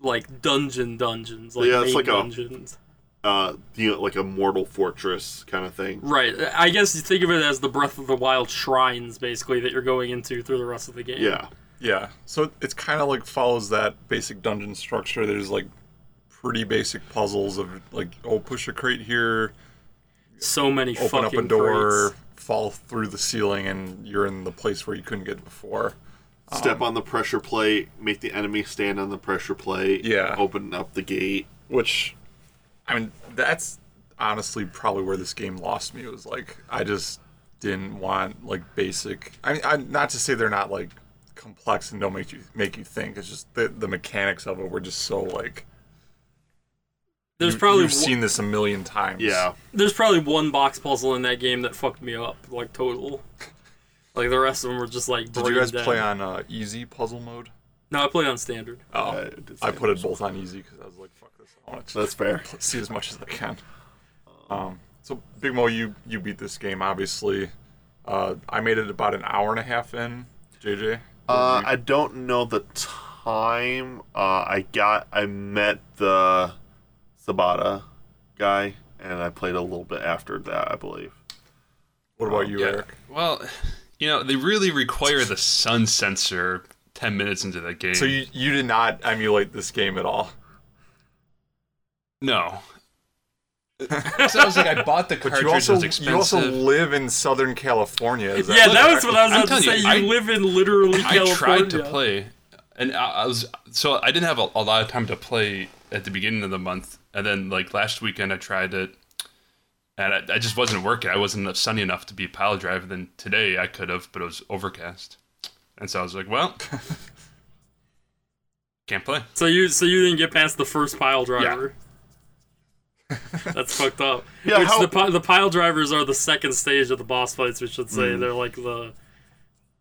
Speaker 2: like dungeon dungeons like
Speaker 4: Yeah, it's
Speaker 2: main
Speaker 4: like a-
Speaker 2: dungeons
Speaker 4: Uh, you know, like a mortal fortress kind of thing.
Speaker 2: right i guess you think of it as the breath of the wild shrines basically that you're going into through the rest of the game
Speaker 4: Yeah,
Speaker 1: Yeah. So it's kind of like follows that basic dungeon structure. There's like pretty basic puzzles of like, oh, push a crate here,
Speaker 2: so many
Speaker 1: open
Speaker 2: fucking
Speaker 1: up a door,
Speaker 2: crates.
Speaker 1: fall through the ceiling, and you're in the place where you couldn't get before.
Speaker 4: step on the pressure plate, make the enemy stand on the pressure plate.
Speaker 1: Yeah.
Speaker 4: open up the gate.
Speaker 1: Which, I mean, that's honestly probably where this game lost me. It was like I just didn't want like basic. I mean, I, not to say they're not like complex and don't make you make you think. It's just the the mechanics of it were just so like.
Speaker 2: there's
Speaker 1: you-
Speaker 2: probably
Speaker 1: you've
Speaker 2: one,
Speaker 1: seen this a million times.
Speaker 4: Yeah,
Speaker 2: there's probably one box puzzle in that game that fucked me up like total like the rest of them were just like
Speaker 1: Did you guys play on uh, easy puzzle mode?
Speaker 2: no i played on standard
Speaker 1: Oh,
Speaker 4: I
Speaker 1: I,
Speaker 4: did
Speaker 1: put it both on easy because I was like, "Fuck this! I want to
Speaker 4: that's fair.
Speaker 1: see as much as I can." Um, so Big Mo, you you beat this game obviously. Uh, I made it about an hour and a half in. JJ,
Speaker 4: Uh, I don't know the time. Uh, I got I met the Sabata guy, and I played a little bit after that, I believe.
Speaker 1: what about you, Eric?
Speaker 3: Well, you know, they really require the sun sensor 10 minutes into that game.
Speaker 1: So you you did not emulate this game at all.
Speaker 3: No. so I was like, I bought the cartridge.
Speaker 1: But you also
Speaker 3: it was expensive.
Speaker 1: you also live in Southern California. Is that
Speaker 2: yeah
Speaker 3: Look,
Speaker 2: that was what i was
Speaker 3: I'm
Speaker 2: about to
Speaker 3: telling
Speaker 2: say
Speaker 3: you,
Speaker 2: you,
Speaker 3: I-
Speaker 2: live in literally california
Speaker 3: I tried to play, and I, I was so I didn't have a, a lot of time to play at the beginning of the month, and then like last weekend I tried it, and I, I just wasn't working. I wasn't sunny enough to be pile driving. Then today I could have, but it was overcast, and so I was like, well,
Speaker 2: *laughs*
Speaker 3: can't play.
Speaker 2: So you so you didn't get past the first pile
Speaker 3: *laughs*
Speaker 2: driver. That's fucked up.
Speaker 4: Yeah,
Speaker 2: which
Speaker 4: how-
Speaker 2: the pi- the pile drivers are the second stage of the boss fights. We should say they're like the.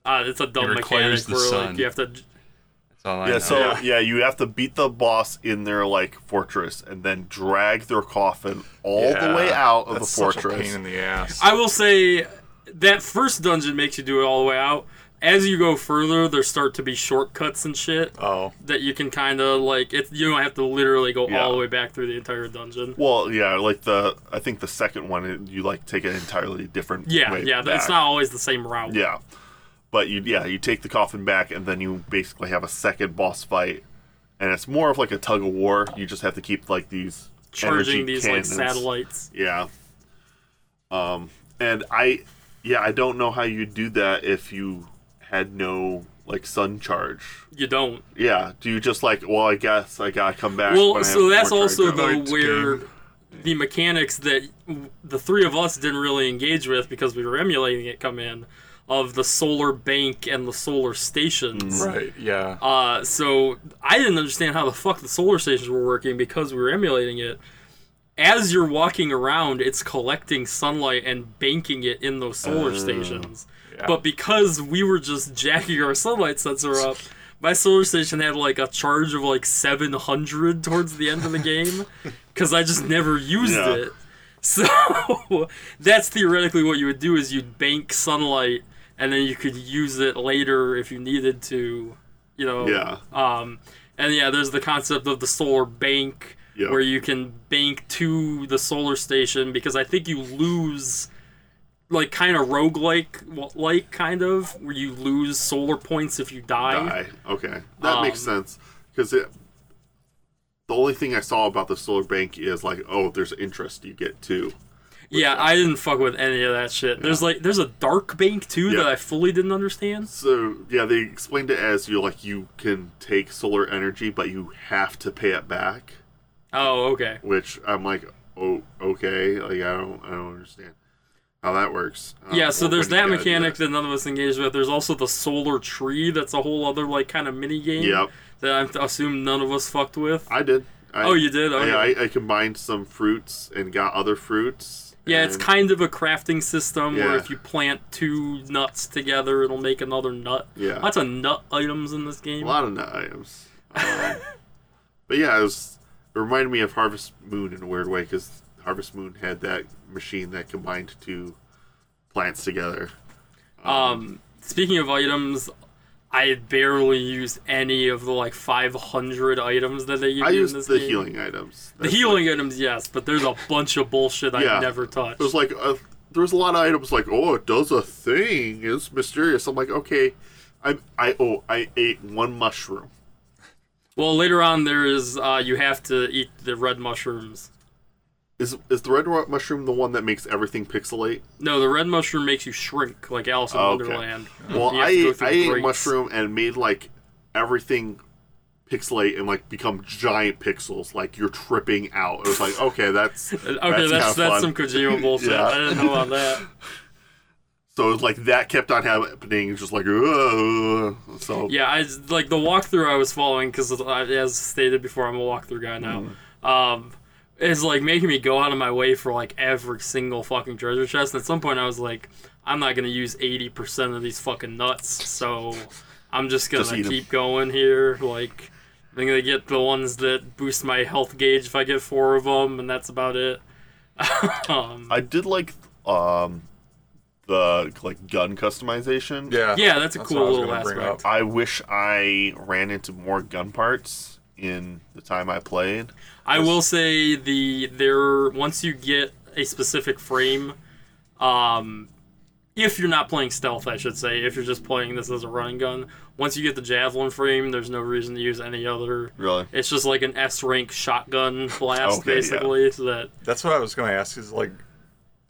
Speaker 2: Uh, it's a dumb
Speaker 3: Hmm. It
Speaker 2: mechanic
Speaker 3: requires the
Speaker 2: where
Speaker 3: sun.
Speaker 2: like you have to.
Speaker 3: That's all I
Speaker 4: Yeah,
Speaker 3: know.
Speaker 4: so yeah. you have to beat the boss in their like fortress and then drag their coffin all the way out of
Speaker 1: That's
Speaker 4: the
Speaker 1: such a
Speaker 4: fortress.
Speaker 1: pain in the ass.
Speaker 2: I will say that first dungeon makes you do it all the way out. As you go further, there start to be shortcuts and shit
Speaker 1: oh,
Speaker 2: that you can kind of like. It you don't have to literally go
Speaker 4: Yeah.
Speaker 2: all the way back through the entire dungeon.
Speaker 4: well, yeah, like the I think the second one it- you like take an entirely different
Speaker 2: Yeah,
Speaker 4: way
Speaker 2: yeah. It's
Speaker 4: back.
Speaker 2: not always the same route.
Speaker 4: Yeah. But you yeah, you take the coffin back and then you basically have a second boss fight and it's more of like a tug of war. You just have to keep like these energy
Speaker 2: charging these
Speaker 4: cannons.
Speaker 2: like satellites.
Speaker 4: Yeah. Um and I yeah, I don't know how you do that if you had no like sun charge.
Speaker 2: You don't.
Speaker 4: Yeah, do you just like well I guess I gotta come back. when
Speaker 2: Well,
Speaker 4: I
Speaker 2: so
Speaker 4: have
Speaker 2: that's
Speaker 4: more charge
Speaker 2: also
Speaker 4: up.
Speaker 2: though
Speaker 1: Lights
Speaker 2: where the mechanics that w- the three of us didn't really engage with because we were emulating it come in of the solar bank and the solar stations.
Speaker 1: right, yeah.
Speaker 2: Uh, so I didn't understand how the fuck the solar stations were working because we were emulating it. As you're walking around, it's collecting sunlight and banking it in those solar stations. But because we were just jacking our sunlight sensor up, my solar station had like a charge of like 700 towards the end of the game because I just never used
Speaker 4: Yeah.
Speaker 2: it. So *laughs* that's theoretically what you would do is you'd bank sunlight and then you could use it later if you needed to, you know.
Speaker 4: Yeah.
Speaker 2: Um, and yeah, there's the concept of the solar bank
Speaker 4: Yeah.
Speaker 2: where you can bank to the solar station because I think you lose like kind of roguelike like kind of where you lose solar points if you die.
Speaker 4: die. Okay, that
Speaker 2: Um,
Speaker 4: makes sense because it. The only thing I saw about the solar bank is like, oh, there's interest you get too.
Speaker 2: Yeah, I didn't fuck with any of that shit. There's like there's a dark bank too
Speaker 4: Yeah.
Speaker 2: that I fully didn't understand.
Speaker 4: So yeah, they explained it as you like you can take solar energy, but you have to pay it back.
Speaker 2: Oh, okay.
Speaker 4: Which I'm like, oh, okay, like I don't, I don't understand how that works. Uh,
Speaker 2: Yeah, so
Speaker 4: or
Speaker 2: there's
Speaker 4: when you
Speaker 2: that
Speaker 4: gotta do
Speaker 2: mechanic that none of us engaged with. There's also the solar tree. That's a whole other like kind of mini game
Speaker 4: Yep.
Speaker 2: that I assume none of us fucked with.
Speaker 4: I did. I,
Speaker 2: oh, you did. Okay.
Speaker 4: Yeah, I, I combined some fruits and got other fruits.
Speaker 2: yeah, it's
Speaker 4: and-
Speaker 2: kind of a crafting system where
Speaker 4: Yeah.
Speaker 2: if you plant two nuts together, it'll make another nut.
Speaker 4: Yeah.
Speaker 2: Lots of nut items in this game.
Speaker 4: A lot of nut items. Um, but yeah, it was. It reminded me of Harvest Moon in a weird way because Harvest Moon had that machine that combined two plants together.
Speaker 2: Um, speaking of items, I barely used any of the like 500 items that they give
Speaker 4: I
Speaker 2: you
Speaker 4: used
Speaker 2: in this
Speaker 4: the
Speaker 2: game.
Speaker 4: healing items.
Speaker 2: The
Speaker 4: That's
Speaker 2: healing items, yes, but there's a bunch of bullshit
Speaker 4: Yeah.
Speaker 2: I never touched.
Speaker 4: It was like a, there was a lot of items like oh it does a thing it's mysterious. I'm like okay, I I oh I ate one mushroom.
Speaker 2: Well, later on, there is uh, you have to eat the red mushrooms.
Speaker 4: Is is the red mushroom the one that makes everything pixelate?
Speaker 2: No, the red mushroom makes you shrink, like Alice in
Speaker 4: Oh, Okay.
Speaker 2: Wonderland. *laughs*
Speaker 4: Well,
Speaker 2: You have
Speaker 4: I
Speaker 2: to go
Speaker 4: ate,
Speaker 2: through
Speaker 4: I ate
Speaker 2: grates.
Speaker 4: mushroom and made like everything pixelate and like become giant pixels. Like you're tripping out. It was like okay,
Speaker 2: *laughs*
Speaker 4: that's
Speaker 2: Okay, that's that's,
Speaker 4: kinda fun.
Speaker 2: some
Speaker 4: *laughs*
Speaker 2: Kojima bullshit.
Speaker 4: Yeah.
Speaker 2: I didn't know about that.
Speaker 4: So it was like that kept on happening. Just like Ugh. so
Speaker 2: Yeah, I like the walkthrough I was following because, as stated before, I'm a walkthrough guy now.
Speaker 1: Mm-hmm.
Speaker 2: Um, is like making me go out of my way for like every single fucking treasure chest. And at some point, I was like, I'm not gonna use 80% of these fucking nuts, so I'm just gonna
Speaker 4: Just eat 'em.
Speaker 2: keep going here. Like, I'm gonna get the ones that boost my health gauge if I get four of them, and that's about it. *laughs* um,
Speaker 4: I did like um the like gun customization.
Speaker 1: yeah.
Speaker 2: yeah, that's a
Speaker 1: That's
Speaker 2: cool
Speaker 1: what I was
Speaker 2: little
Speaker 1: gonna bring
Speaker 2: aspect.
Speaker 1: up.
Speaker 4: I wish I ran into more gun parts in the time I played.
Speaker 2: I will say the there once you get a specific frame, um, if you're not playing stealth, I should say, if you're just playing this as a running gun, once you get the javelin frame, there's no reason to use any other.
Speaker 4: Really?
Speaker 2: It's just like an S rank
Speaker 4: *laughs*
Speaker 2: shotgun blast,
Speaker 4: Okay, yeah.
Speaker 2: basically. So that
Speaker 1: That's what I was gonna ask. Is like,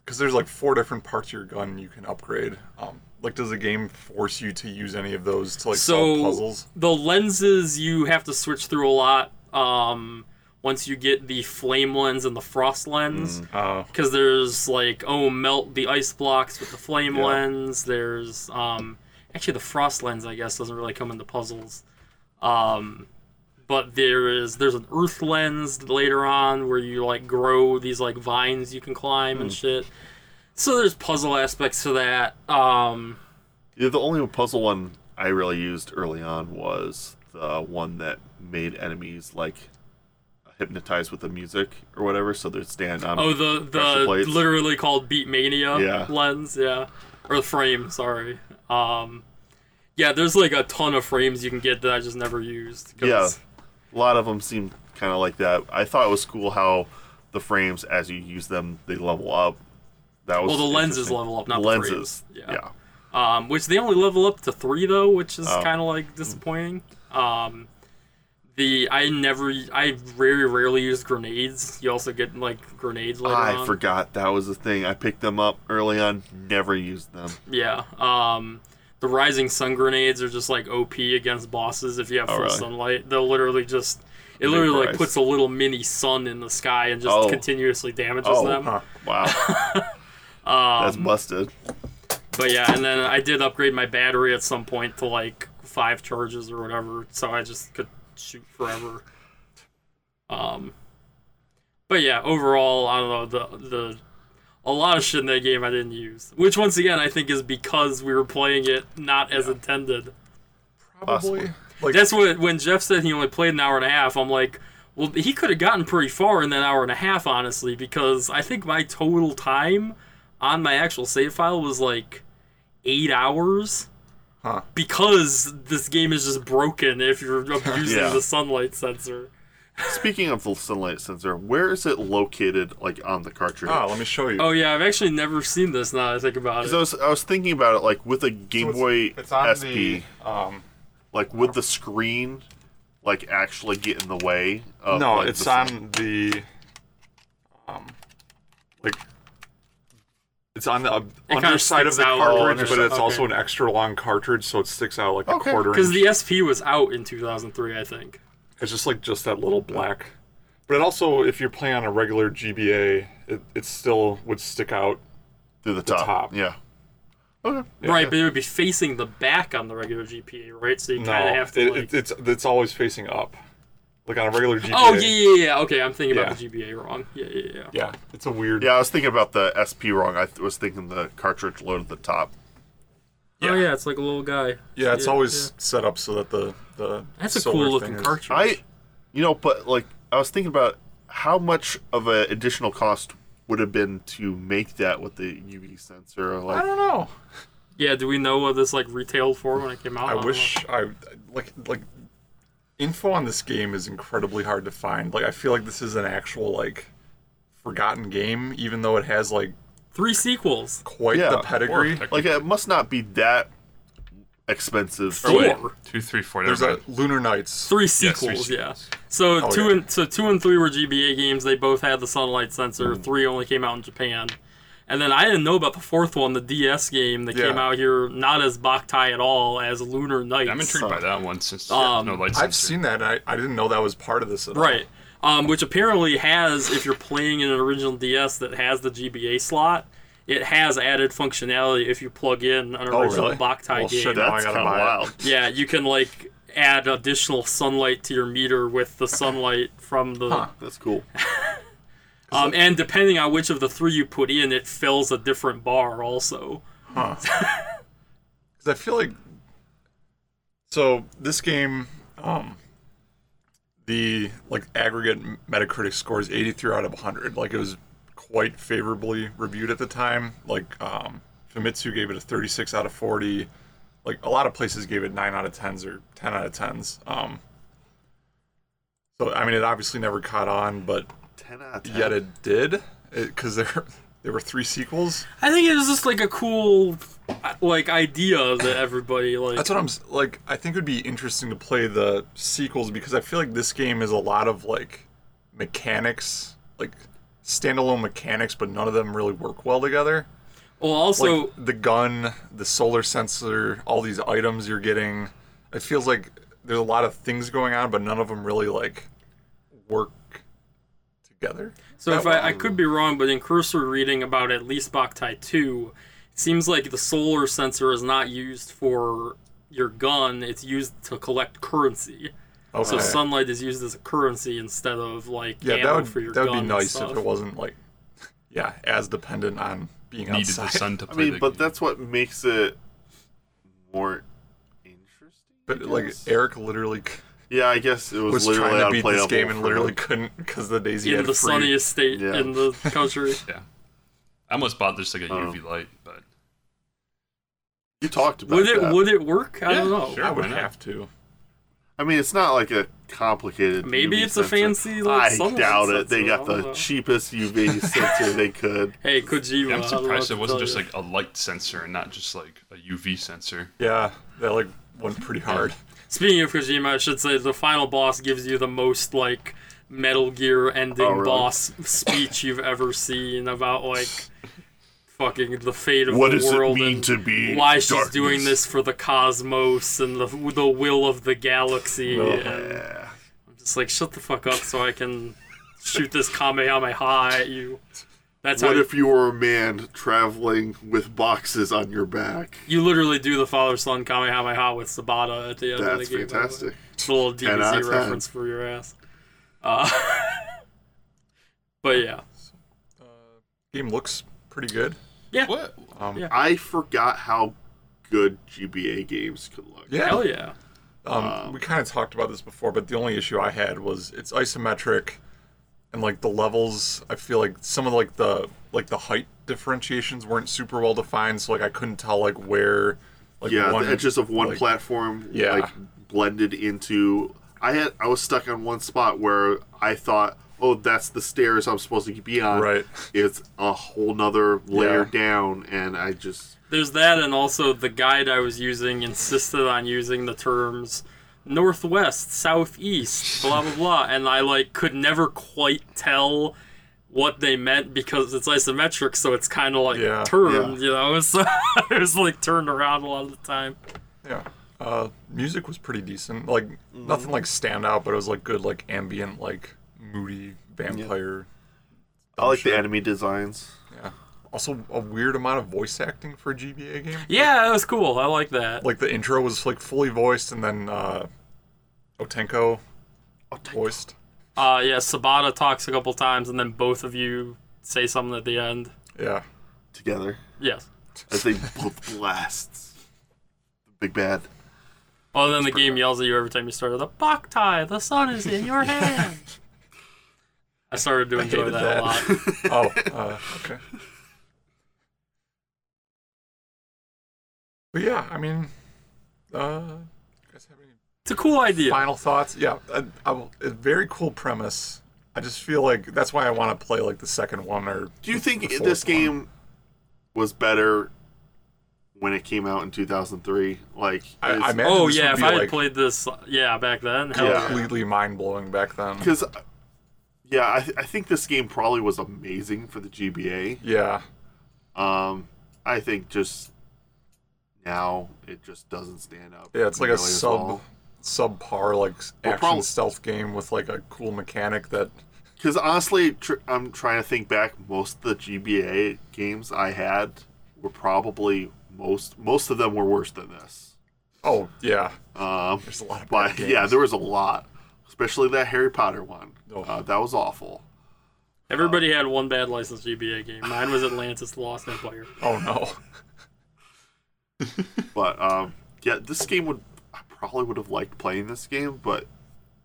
Speaker 1: because there's like four different parts of your gun you can upgrade. Um, like, does the game force you to use any of those to like solve
Speaker 2: so
Speaker 1: puzzles?
Speaker 2: the lenses you have to switch through a lot. Um, once you get the flame lens and the frost
Speaker 4: Mm.
Speaker 2: lens.
Speaker 4: uh,
Speaker 1: Oh,
Speaker 2: because there's like oh melt the ice blocks with the flame
Speaker 4: Yeah.
Speaker 2: lens there's um actually the frost lens i guess doesn't really come into puzzles um but there is there's an earth lens later on where you like grow these like vines you can climb
Speaker 4: Hmm.
Speaker 2: and shit so there's puzzle aspects to that um
Speaker 4: Yeah, the only puzzle one I really used early on was the one that made enemies like hypnotized with the music or whatever, so they'd stand on.
Speaker 2: oh the the
Speaker 4: Pressure plates.
Speaker 2: literally called beat mania
Speaker 4: Yeah.
Speaker 2: lens yeah or the frame sorry um yeah there's like a ton of frames you can get that i just never used 'cause-
Speaker 4: Yeah. a lot of them seemed kind of like that. I thought it was cool how the frames, as you use them, they level up. That was
Speaker 2: Well, the lenses
Speaker 4: interesting.
Speaker 2: level up, not the
Speaker 4: lenses.
Speaker 2: frames. Yeah.
Speaker 4: Yeah. yeah,
Speaker 2: Um, which they only level up to three though, which is
Speaker 4: Oh.
Speaker 2: kind of like disappointing. Um, the I never, I very rarely use grenades. You also get like grenades later
Speaker 4: I
Speaker 2: on.
Speaker 4: forgot that was the thing. I picked them up early on, never used them.
Speaker 2: Yeah. Um, the rising sun grenades are just like OP against bosses if you have
Speaker 4: Oh,
Speaker 2: full
Speaker 4: really?
Speaker 2: sunlight. They'll literally just it literally like
Speaker 4: Vaporize.
Speaker 2: puts a little mini sun in the sky and just
Speaker 4: Oh.
Speaker 2: continuously damages
Speaker 4: Oh,
Speaker 2: them.
Speaker 1: huh.
Speaker 2: *laughs*
Speaker 4: Wow, that's
Speaker 2: Um,
Speaker 4: busted.
Speaker 2: But yeah, and then I did upgrade my battery at some point to like five charges or whatever, so I just could shoot forever. Um, but yeah, overall, I don't know the the a lot of shit in that game I didn't use, which once again I think is because we were playing it not as intended.
Speaker 1: probably.
Speaker 4: Possibly.
Speaker 1: Like
Speaker 2: That's what when Jeff said he only played an hour and a half. I'm like, well, he could have gotten pretty far in that hour and a half, honestly, because I think my total time on my actual save file was like eight hours.
Speaker 1: Huh.
Speaker 2: Because this game is just broken
Speaker 1: *laughs*
Speaker 2: if you're abusing
Speaker 4: Yeah.
Speaker 2: the sunlight sensor.
Speaker 4: Speaking of the sunlight sensor, where is it located, like on the cartridge?
Speaker 1: ah, let me show you.
Speaker 2: Oh yeah, I've actually never seen this. Now that I think about it.
Speaker 4: Because I was, I was thinking about it, like with a Game
Speaker 1: it's-
Speaker 4: Boy
Speaker 1: it's on
Speaker 4: SP,
Speaker 1: the um.
Speaker 4: like would the screen, like actually get in the way. Of,
Speaker 1: No,
Speaker 4: like,
Speaker 1: it's
Speaker 4: the-
Speaker 1: on the um, like it's on the uh,
Speaker 2: kinda
Speaker 1: underside of the
Speaker 2: sticks out.
Speaker 4: Oh,
Speaker 1: cartridge, but
Speaker 4: underside.
Speaker 1: it's also an extra long cartridge, so it sticks out like
Speaker 4: Okay.
Speaker 1: a quarter
Speaker 2: Because
Speaker 1: inch.
Speaker 2: the SP was out in 2003, I think.
Speaker 1: it's just like just that little black. But it also, if you're playing on a regular GBA, it, it still would stick out.
Speaker 4: through the top.
Speaker 1: top.
Speaker 4: Yeah. Okay.
Speaker 2: right, but it would be facing the back on the regular GPA, right? So you
Speaker 1: No,
Speaker 2: kind of have to.
Speaker 1: it,
Speaker 2: like,
Speaker 1: it, it's it's always facing up, like on a regular GBA.
Speaker 2: Oh yeah, yeah, yeah, yeah. Okay, I'm thinking
Speaker 1: Yeah.
Speaker 2: about the GBA wrong. Yeah, yeah, yeah.
Speaker 1: Yeah, it's a weird.
Speaker 4: Yeah, I was thinking about the SP wrong. I th- was thinking the cartridge load at the top.
Speaker 2: Oh yeah, it's like a little guy.
Speaker 1: Yeah, it's always set up so that the the
Speaker 2: That's a
Speaker 1: solar
Speaker 2: cool looking
Speaker 1: thing is-
Speaker 2: cartridge.
Speaker 4: I, you know, but like I was thinking about how much of an additional cost would have been to make that with the UV sensor. Or
Speaker 1: I
Speaker 4: like,
Speaker 1: don't know.
Speaker 2: Yeah, do we know what this like retailed for when it came out?
Speaker 1: I
Speaker 2: don't
Speaker 1: wish I like like info on this game is incredibly hard to find. Like I feel like this is an actual like forgotten game, even though it has like
Speaker 2: know. three sequels.
Speaker 1: quite
Speaker 4: Yeah,
Speaker 1: the
Speaker 4: or
Speaker 1: pedigree.
Speaker 3: tech-
Speaker 4: like it must not be that expensive.
Speaker 1: Oh,
Speaker 3: Or wait,
Speaker 2: Four.
Speaker 3: two, three, four.
Speaker 1: There's
Speaker 3: never
Speaker 1: a
Speaker 3: mind.
Speaker 1: Lunar Nights.
Speaker 2: Three
Speaker 3: Yes, three
Speaker 2: sequels, yeah.
Speaker 3: sequels.
Speaker 2: So
Speaker 1: Oh,
Speaker 2: two
Speaker 1: yeah.
Speaker 2: and so two and three were GBA games. They both had the sunlight sensor.
Speaker 1: Mm.
Speaker 2: Three only came out in Japan, and then I didn't know about the fourth one, the DS game that came
Speaker 1: Yeah.
Speaker 2: out here, not as Boktai at all as Lunar Nights.
Speaker 3: I'm intrigued by that one since
Speaker 2: Um,
Speaker 3: no light
Speaker 1: I've
Speaker 3: sensor.
Speaker 1: seen that and I, I didn't know that was part of this at all.
Speaker 2: Right. Um, which apparently has, if you're playing in an original DS that has the GBA slot, it has added functionality if you plug in an original
Speaker 1: Oh, really?
Speaker 2: Boktai
Speaker 1: Well,
Speaker 2: game.
Speaker 1: shit, Now I
Speaker 4: That's
Speaker 1: gotta
Speaker 4: kind of
Speaker 1: buy it.
Speaker 4: wild.
Speaker 2: Yeah, you can like add additional sunlight to your meter with the sunlight from the.
Speaker 4: That's
Speaker 1: *laughs*
Speaker 4: cool.
Speaker 2: Um, and depending on which of the three you put in, it fills a different bar also.
Speaker 1: because I feel like so this game, um, the like aggregate Metacritic score is 83 out of 100. Like it was quite favorably reviewed at the time. Like um, Famitsu gave it a 36 out of 40. Like a lot of places gave it nine out of tens or 10 out of tens. Um, so I mean, it obviously never caught on, but
Speaker 4: Ten out of ten.
Speaker 1: yet it did because there *laughs* there were three sequels.
Speaker 2: I think it was just like a cool like idea that everybody like
Speaker 1: That's what I'm s- like. I think it would be interesting to play the sequels because I feel like this game is a lot of like mechanics, like standalone mechanics, but none of them really work well together.
Speaker 2: well
Speaker 1: Like
Speaker 2: also
Speaker 1: the gun, the solar sensor, all these items you're getting. It feels like there's a lot of things going on, but none of them really like work together.
Speaker 2: So if I, I could be wrong, but in cursory reading about at least Boktai 2, it seems like the solar sensor is not used for your gun, it's used to collect currency.
Speaker 1: okay.
Speaker 2: So sunlight is used as a currency instead of like
Speaker 1: yeah,
Speaker 2: ammo
Speaker 1: that would
Speaker 2: for your
Speaker 1: that would
Speaker 2: gun
Speaker 1: be
Speaker 2: and
Speaker 1: nice
Speaker 2: stuff.
Speaker 1: if it wasn't like yeah as dependent on being
Speaker 3: Needed the
Speaker 1: outside.
Speaker 3: sun to
Speaker 4: *laughs* I
Speaker 3: play
Speaker 4: mean,
Speaker 3: the
Speaker 4: but
Speaker 3: game.
Speaker 4: that's what makes it more interesting.
Speaker 1: *laughs* But
Speaker 4: I
Speaker 1: like
Speaker 4: guess?
Speaker 1: Eric literally c-
Speaker 4: yeah, I guess it was,
Speaker 1: was
Speaker 4: literally
Speaker 1: trying to beat
Speaker 4: unplayable
Speaker 1: this game and
Speaker 4: for-
Speaker 1: literally couldn't because the daisy
Speaker 2: in
Speaker 1: had
Speaker 2: the
Speaker 1: free.
Speaker 2: sunniest state
Speaker 4: Yeah.
Speaker 2: in the
Speaker 1: *laughs*
Speaker 2: country.
Speaker 3: yeah. I almost bought just like a
Speaker 4: Oh.
Speaker 3: UV light, but
Speaker 4: you talked about
Speaker 2: would it
Speaker 4: that.
Speaker 2: would it work? I don't
Speaker 3: Yeah,
Speaker 2: know.
Speaker 3: sure.
Speaker 1: I would
Speaker 3: why not?
Speaker 1: have to.
Speaker 4: I mean, it's not like a complicated.
Speaker 2: Maybe
Speaker 4: UV
Speaker 2: it's a
Speaker 4: sensor.
Speaker 2: fancy, like,
Speaker 4: I
Speaker 2: sunlight
Speaker 4: doubt it.
Speaker 2: sensor,
Speaker 4: They got
Speaker 2: I don't
Speaker 4: the
Speaker 2: know. *laughs*
Speaker 4: cheapest UV sensor they could.
Speaker 2: Hey, Kojima.
Speaker 3: yeah,
Speaker 2: I
Speaker 3: I'm
Speaker 2: don't know what
Speaker 3: surprised it
Speaker 2: to
Speaker 3: wasn't
Speaker 2: tell
Speaker 3: just
Speaker 2: you.
Speaker 3: like a light sensor and not just like a UV sensor.
Speaker 1: Yeah, that like went pretty hard.
Speaker 2: Speaking of Kojima, I should say the final boss gives you the most like Metal Gear ending
Speaker 4: Oh, really?
Speaker 2: boss speech you've ever seen about like fucking the fate of
Speaker 4: What
Speaker 2: the
Speaker 4: does it
Speaker 2: world
Speaker 4: mean
Speaker 2: and
Speaker 4: to be?
Speaker 2: why she's doing
Speaker 4: darkness?
Speaker 2: this for the cosmos and the the will of the galaxy. And
Speaker 4: Yeah.
Speaker 2: I'm just like, shut the fuck up, so I can shoot this Kamehameha at you. That's
Speaker 4: What
Speaker 2: how
Speaker 4: if you were a man traveling with boxes on your back?
Speaker 2: you, you literally do the father son Kamehameha with Sabata at the end of the
Speaker 4: That's
Speaker 2: game. by the way.
Speaker 4: fantastic.
Speaker 1: *laughs*
Speaker 2: It's a little
Speaker 4: 10 out of
Speaker 2: DBZ
Speaker 4: 10.
Speaker 2: reference for your ass. Uh, *laughs* but yeah,
Speaker 1: Game looks pretty good.
Speaker 3: What?
Speaker 1: Um,
Speaker 2: Yeah.
Speaker 4: I forgot how good GBA games could look.
Speaker 1: yeah.
Speaker 2: hell yeah.
Speaker 1: Um, we kind of talked about this before, but the only issue I had was it's isometric, and like the levels, I feel like some of like the like the height differentiations weren't super well defined, so like I couldn't tell like where like
Speaker 4: Yeah,
Speaker 1: one
Speaker 4: the edges of one
Speaker 1: like-
Speaker 4: platform
Speaker 1: Yeah.
Speaker 4: like blended into. I had I was stuck on one spot where I thought, oh, that's the stairs I'm supposed to be on.
Speaker 1: Right.
Speaker 4: It's a whole nother layer
Speaker 1: Yeah.
Speaker 4: down, and I just
Speaker 2: There's that, and also the guide I was using insisted on using the terms northwest, southeast, blah blah blah, and I like could never quite tell what they meant because it's isometric, so it's kind of like
Speaker 1: Yeah,
Speaker 2: turned,
Speaker 4: yeah.
Speaker 2: you know. *laughs* So it was like turned around a lot of the time.
Speaker 1: Yeah. Uh, music was pretty decent. Like nothing like standout, but it was like good like ambient like moody vampire.
Speaker 4: I like
Speaker 1: sure.
Speaker 4: the enemy designs.
Speaker 1: Yeah. Also a weird amount of voice acting for a GBA game.
Speaker 2: Yeah, that was cool. I like that.
Speaker 1: Like the intro was like fully voiced, and then uh, Otenko voiced.
Speaker 2: Uh, yeah, Sabata talks a couple times, and then both of you say something at the end.
Speaker 1: *laughs* Yeah.
Speaker 4: together
Speaker 2: Yes.
Speaker 4: as they both *laughs* blasts the big bad.
Speaker 2: Oh, then the game yells at you every time you start it up. Boktai, the sun is in your hand. I started to enjoy
Speaker 1: hated
Speaker 2: that, a lot.
Speaker 1: that. Oh, uh, okay. But yeah, I mean, uh, you guys have any
Speaker 2: It's a cool idea.
Speaker 1: final thoughts? Yeah, I, I will, a very cool premise. I just feel like that's why I want to play like the second one or.
Speaker 4: Do you think
Speaker 1: the fourth
Speaker 4: this
Speaker 1: one.
Speaker 4: game was better when it came out in 2003? Like,
Speaker 1: I, I imagine
Speaker 2: Oh
Speaker 1: this
Speaker 2: yeah,
Speaker 1: would
Speaker 2: if
Speaker 1: be,
Speaker 2: I had
Speaker 1: like,
Speaker 2: played this, uh, yeah, back then. Hell
Speaker 4: Yeah.
Speaker 2: yeah.
Speaker 1: completely mind blowing back then.
Speaker 4: because yeah, I, I think this game probably was amazing for the GBA.
Speaker 1: Yeah,
Speaker 4: Um, I think just now it just doesn't stand up.
Speaker 1: yeah, it's like a
Speaker 4: nearly as
Speaker 1: sub
Speaker 4: well.
Speaker 1: subpar like s-
Speaker 4: Well,
Speaker 1: action
Speaker 4: prob-
Speaker 1: stealth game with like a cool mechanic that
Speaker 4: Because honestly, tr- I'm trying to think back. Most of the GBA games I had were probably most most of them were worse than this.
Speaker 1: oh yeah
Speaker 4: Um,
Speaker 1: there's a lot of bad
Speaker 4: but yeah,
Speaker 1: games.
Speaker 4: there was a lot, especially that Harry Potter one.
Speaker 1: Oh.
Speaker 4: Uh, that was awful.
Speaker 2: Everybody had one bad licensed GBA game. Mine was Atlantis: The Lost Empire.
Speaker 1: oh
Speaker 4: *laughs*
Speaker 1: no
Speaker 4: But um, yeah, this game would I probably would have liked playing this game, but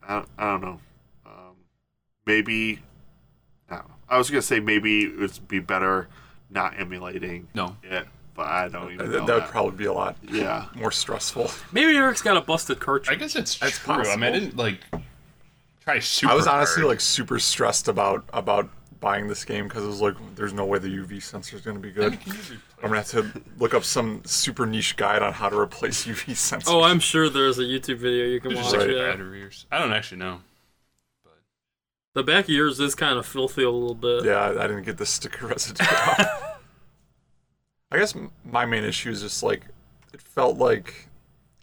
Speaker 4: I don't, I don't know. Um, maybe I don't know. I was gonna say maybe it would be better not emulating
Speaker 3: No.
Speaker 4: it, but I don't even
Speaker 1: that,
Speaker 4: know.
Speaker 1: that would probably be a lot
Speaker 4: yeah.
Speaker 1: more stressful.
Speaker 2: Maybe Eric's got a busted
Speaker 3: I
Speaker 2: cartridge.
Speaker 3: guess it's
Speaker 1: That's
Speaker 3: true. I mean, I
Speaker 1: possible.
Speaker 3: didn't like try super.
Speaker 1: I was honestly
Speaker 3: hard.
Speaker 1: like super stressed about about buying this game because it was like, there's no way the UV sensor's gonna be good. *laughs* I'm gonna have to look up some super niche guide on how to replace *laughs* UV sensor.
Speaker 2: Oh, I'm sure there's a YouTube video you can
Speaker 3: There's
Speaker 2: watch.
Speaker 3: just like
Speaker 1: Right.
Speaker 2: yeah.
Speaker 3: battery or s- I don't actually know.
Speaker 2: The back of yours is kind of filthy a little bit.
Speaker 1: Yeah, I I didn't get the sticker *laughs* residue
Speaker 2: *laughs*
Speaker 1: off. I guess m- my main issue is just like it felt like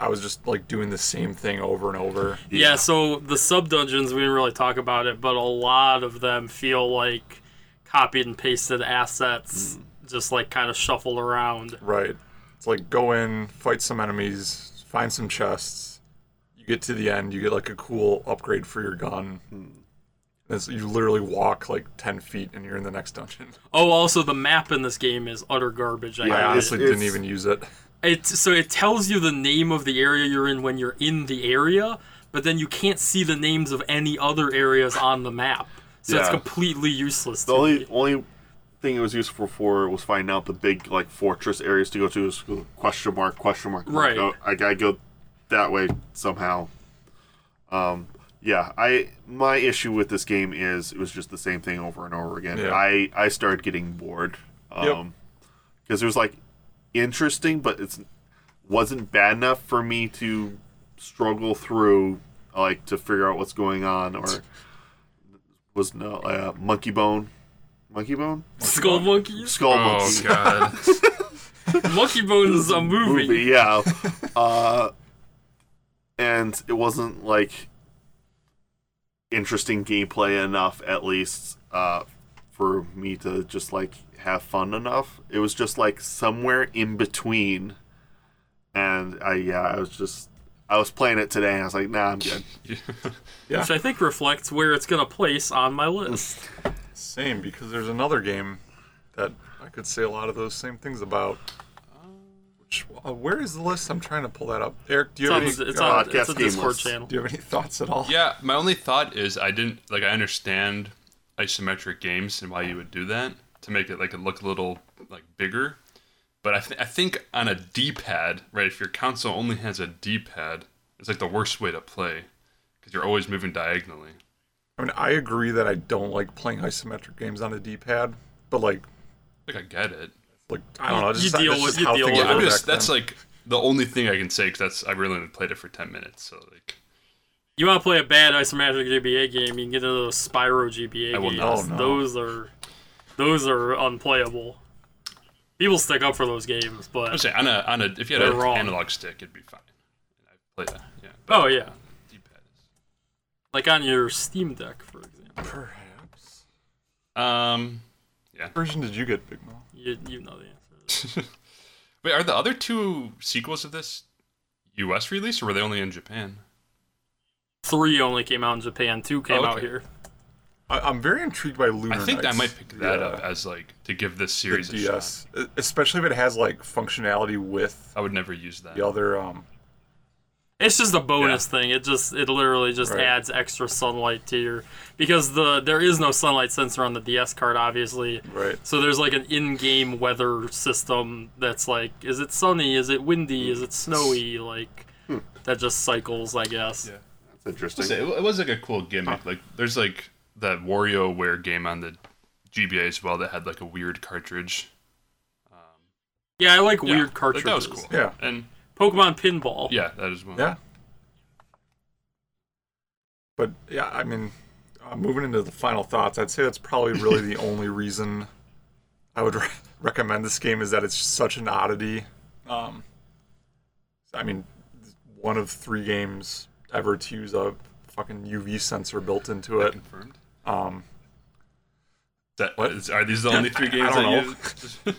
Speaker 1: I was just like doing the same thing over and over.
Speaker 2: Yeah, so the sub dungeons, we didn't really talk about it, but a lot of them feel like copied and pasted assets,
Speaker 4: Mm.
Speaker 2: just like kind of shuffled around.
Speaker 1: Right. It's like go in, fight some enemies, find some chests. You get to the end, you get like a cool upgrade for your gun.
Speaker 4: Hmm.
Speaker 1: And it's- you literally walk like 10 feet and you're in the next dungeon.
Speaker 2: Oh, also, the map in this game is utter garbage. I
Speaker 1: I
Speaker 4: Yeah,
Speaker 2: got
Speaker 1: honestly
Speaker 2: it.
Speaker 1: didn't
Speaker 4: it's-
Speaker 1: even use it.
Speaker 2: it. So it tells you the name of the area you're in when you're in the area, but then you can't see the names of any other areas on the map. So it's
Speaker 4: Yeah.
Speaker 2: completely useless.
Speaker 4: The
Speaker 2: to
Speaker 4: only
Speaker 2: me.
Speaker 4: only thing it was useful for was finding out the big like fortress areas to go to. Is question mark question mark. mark.
Speaker 2: Right.
Speaker 4: Oh, I gotta go that way somehow. Um. Yeah. I my issue with this game is it was just the same thing over and over again.
Speaker 1: Yeah.
Speaker 4: I I started getting bored.
Speaker 1: Yep.
Speaker 4: Um. Because it was like interesting, but it's wasn't bad enough for me to struggle through like to figure out what's going on or was no uh, monkey bone monkey bone
Speaker 2: Skull Monkeys?
Speaker 4: skull
Speaker 1: *laughs*
Speaker 3: Oh
Speaker 4: monkey
Speaker 3: god.
Speaker 2: Monkey Bone is a
Speaker 4: *laughs* movie
Speaker 2: movie.
Speaker 4: yeah uh and it wasn't like interesting gameplay enough at least uh for me to just like have fun enough it was just like somewhere in between and i yeah i was just i was playing it today and i was like nah i'm good
Speaker 2: Which I think reflects where it's going to place on my list.
Speaker 1: Same, because there's another game that I could say a lot of those same things about. Which, uh, where is the list? I'm trying to pull that up. Eric, do you
Speaker 2: It's on,
Speaker 1: have
Speaker 2: it's
Speaker 1: any?
Speaker 2: on, it's
Speaker 1: uh,
Speaker 2: on
Speaker 4: podcast game
Speaker 2: Discord
Speaker 4: list.
Speaker 2: channel.
Speaker 1: do you have any thoughts at all?
Speaker 3: Yeah, my only thought is I didn't like I understand isometric games and why you would do that to make it like it look a little like bigger. But I, th- I think on a D-pad, right? If your console only has a D-pad, it's like the worst way to play because you're always moving diagonally.
Speaker 1: I mean, I agree that I don't like playing isometric games on a D-pad, but like,
Speaker 3: Like I get it.
Speaker 1: like I don't know.
Speaker 2: You
Speaker 1: Just,
Speaker 2: deal
Speaker 1: that's
Speaker 2: with-
Speaker 1: just
Speaker 2: you
Speaker 1: how
Speaker 2: deal
Speaker 1: things
Speaker 2: with
Speaker 3: Yeah,
Speaker 2: it.
Speaker 1: were
Speaker 3: I'm
Speaker 2: back
Speaker 3: just
Speaker 1: back
Speaker 3: that's
Speaker 1: then.
Speaker 3: like the only thing I can say because that's I really only played it for ten minutes. So like
Speaker 2: You want to play a bad isometric GBA game, you can get into those Spyro GBA
Speaker 3: I will
Speaker 2: games.
Speaker 3: not.
Speaker 1: Oh, no.
Speaker 2: Those are those are unplayable. People stick up for those games,
Speaker 3: I'm
Speaker 2: but
Speaker 3: saying on a on a if you had
Speaker 2: They're
Speaker 3: an
Speaker 2: wrong.
Speaker 3: analog stick, it'd be fine. And I play that. Yeah. But
Speaker 2: oh yeah,
Speaker 3: D-pad is
Speaker 2: like on your Steam Deck, for example.
Speaker 1: Perhaps.
Speaker 3: Um,
Speaker 1: What version did you get, Big Mo?
Speaker 2: You you know the answer. to
Speaker 3: wait, are the other two sequels of this U.S. release, or were they only in Japan?
Speaker 2: that. Three only came out in Japan. Two came
Speaker 3: Oh,
Speaker 2: out
Speaker 3: okay.
Speaker 2: here.
Speaker 1: I, I'm very intrigued by Lunar
Speaker 3: I think
Speaker 1: Nights,
Speaker 3: I might pick that
Speaker 1: the,
Speaker 3: up
Speaker 1: uh,
Speaker 3: as like to give this
Speaker 1: the
Speaker 3: series a shot. Oh.
Speaker 1: DS, e- especially if it has like functionality with
Speaker 3: I would never use that.
Speaker 1: the other. Um,
Speaker 2: It's just a bonus thing. It just it literally just
Speaker 1: Right.
Speaker 2: adds extra sunlight to your because the there is no sunlight sensor on the DS card, obviously.
Speaker 1: right.
Speaker 2: So there's like an in-game weather system that's like, is it sunny? Is it windy? Is it snowy? Like that just cycles, I guess.
Speaker 3: Yeah.
Speaker 4: that's interesting
Speaker 3: It, it was like a cool gimmick. Like there's like that WarioWare game on the GBA as well that had like a weird cartridge.
Speaker 2: Yeah, I like
Speaker 3: Yeah,
Speaker 2: weird
Speaker 3: like,
Speaker 2: cartridges.
Speaker 3: that was cool.
Speaker 1: Yeah.
Speaker 3: And
Speaker 2: Pokemon Pinball.
Speaker 3: yeah, that is one.
Speaker 1: Yeah. But yeah, I mean, uh, moving into the final thoughts, I'd say that's probably really the only reason I would re- recommend this game is that it's such an oddity. Um, I mean, one of three games ever to use a fucking UV sensor built into it.
Speaker 3: Confirmed.
Speaker 1: Um,
Speaker 3: That, what is, are these the only three
Speaker 1: I
Speaker 3: games
Speaker 1: don't
Speaker 3: that
Speaker 1: know.
Speaker 3: you?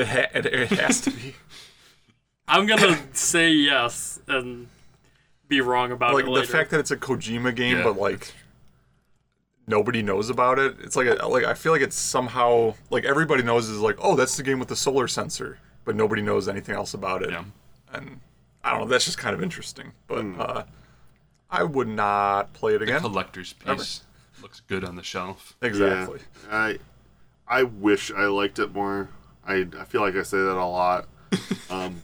Speaker 1: it, ha- it, it has to be
Speaker 2: I'm
Speaker 3: *coughs*
Speaker 2: gonna say yes and be wrong about
Speaker 1: like
Speaker 2: it later.
Speaker 1: the fact that it's a Kojima game,
Speaker 3: Yeah,
Speaker 1: but like nobody knows about it. It's like a, like I feel like it's somehow like everybody knows is like oh that's the game with the solar sensor, but nobody knows anything else about it.
Speaker 3: Yeah.
Speaker 1: And I don't know. That's just kind of interesting. But uh, I would not play it again.
Speaker 3: Collector's piece looks good on the shelf.
Speaker 1: exactly.
Speaker 4: Yeah. I I wish I liked it more. I, I feel like I say that a lot. Um,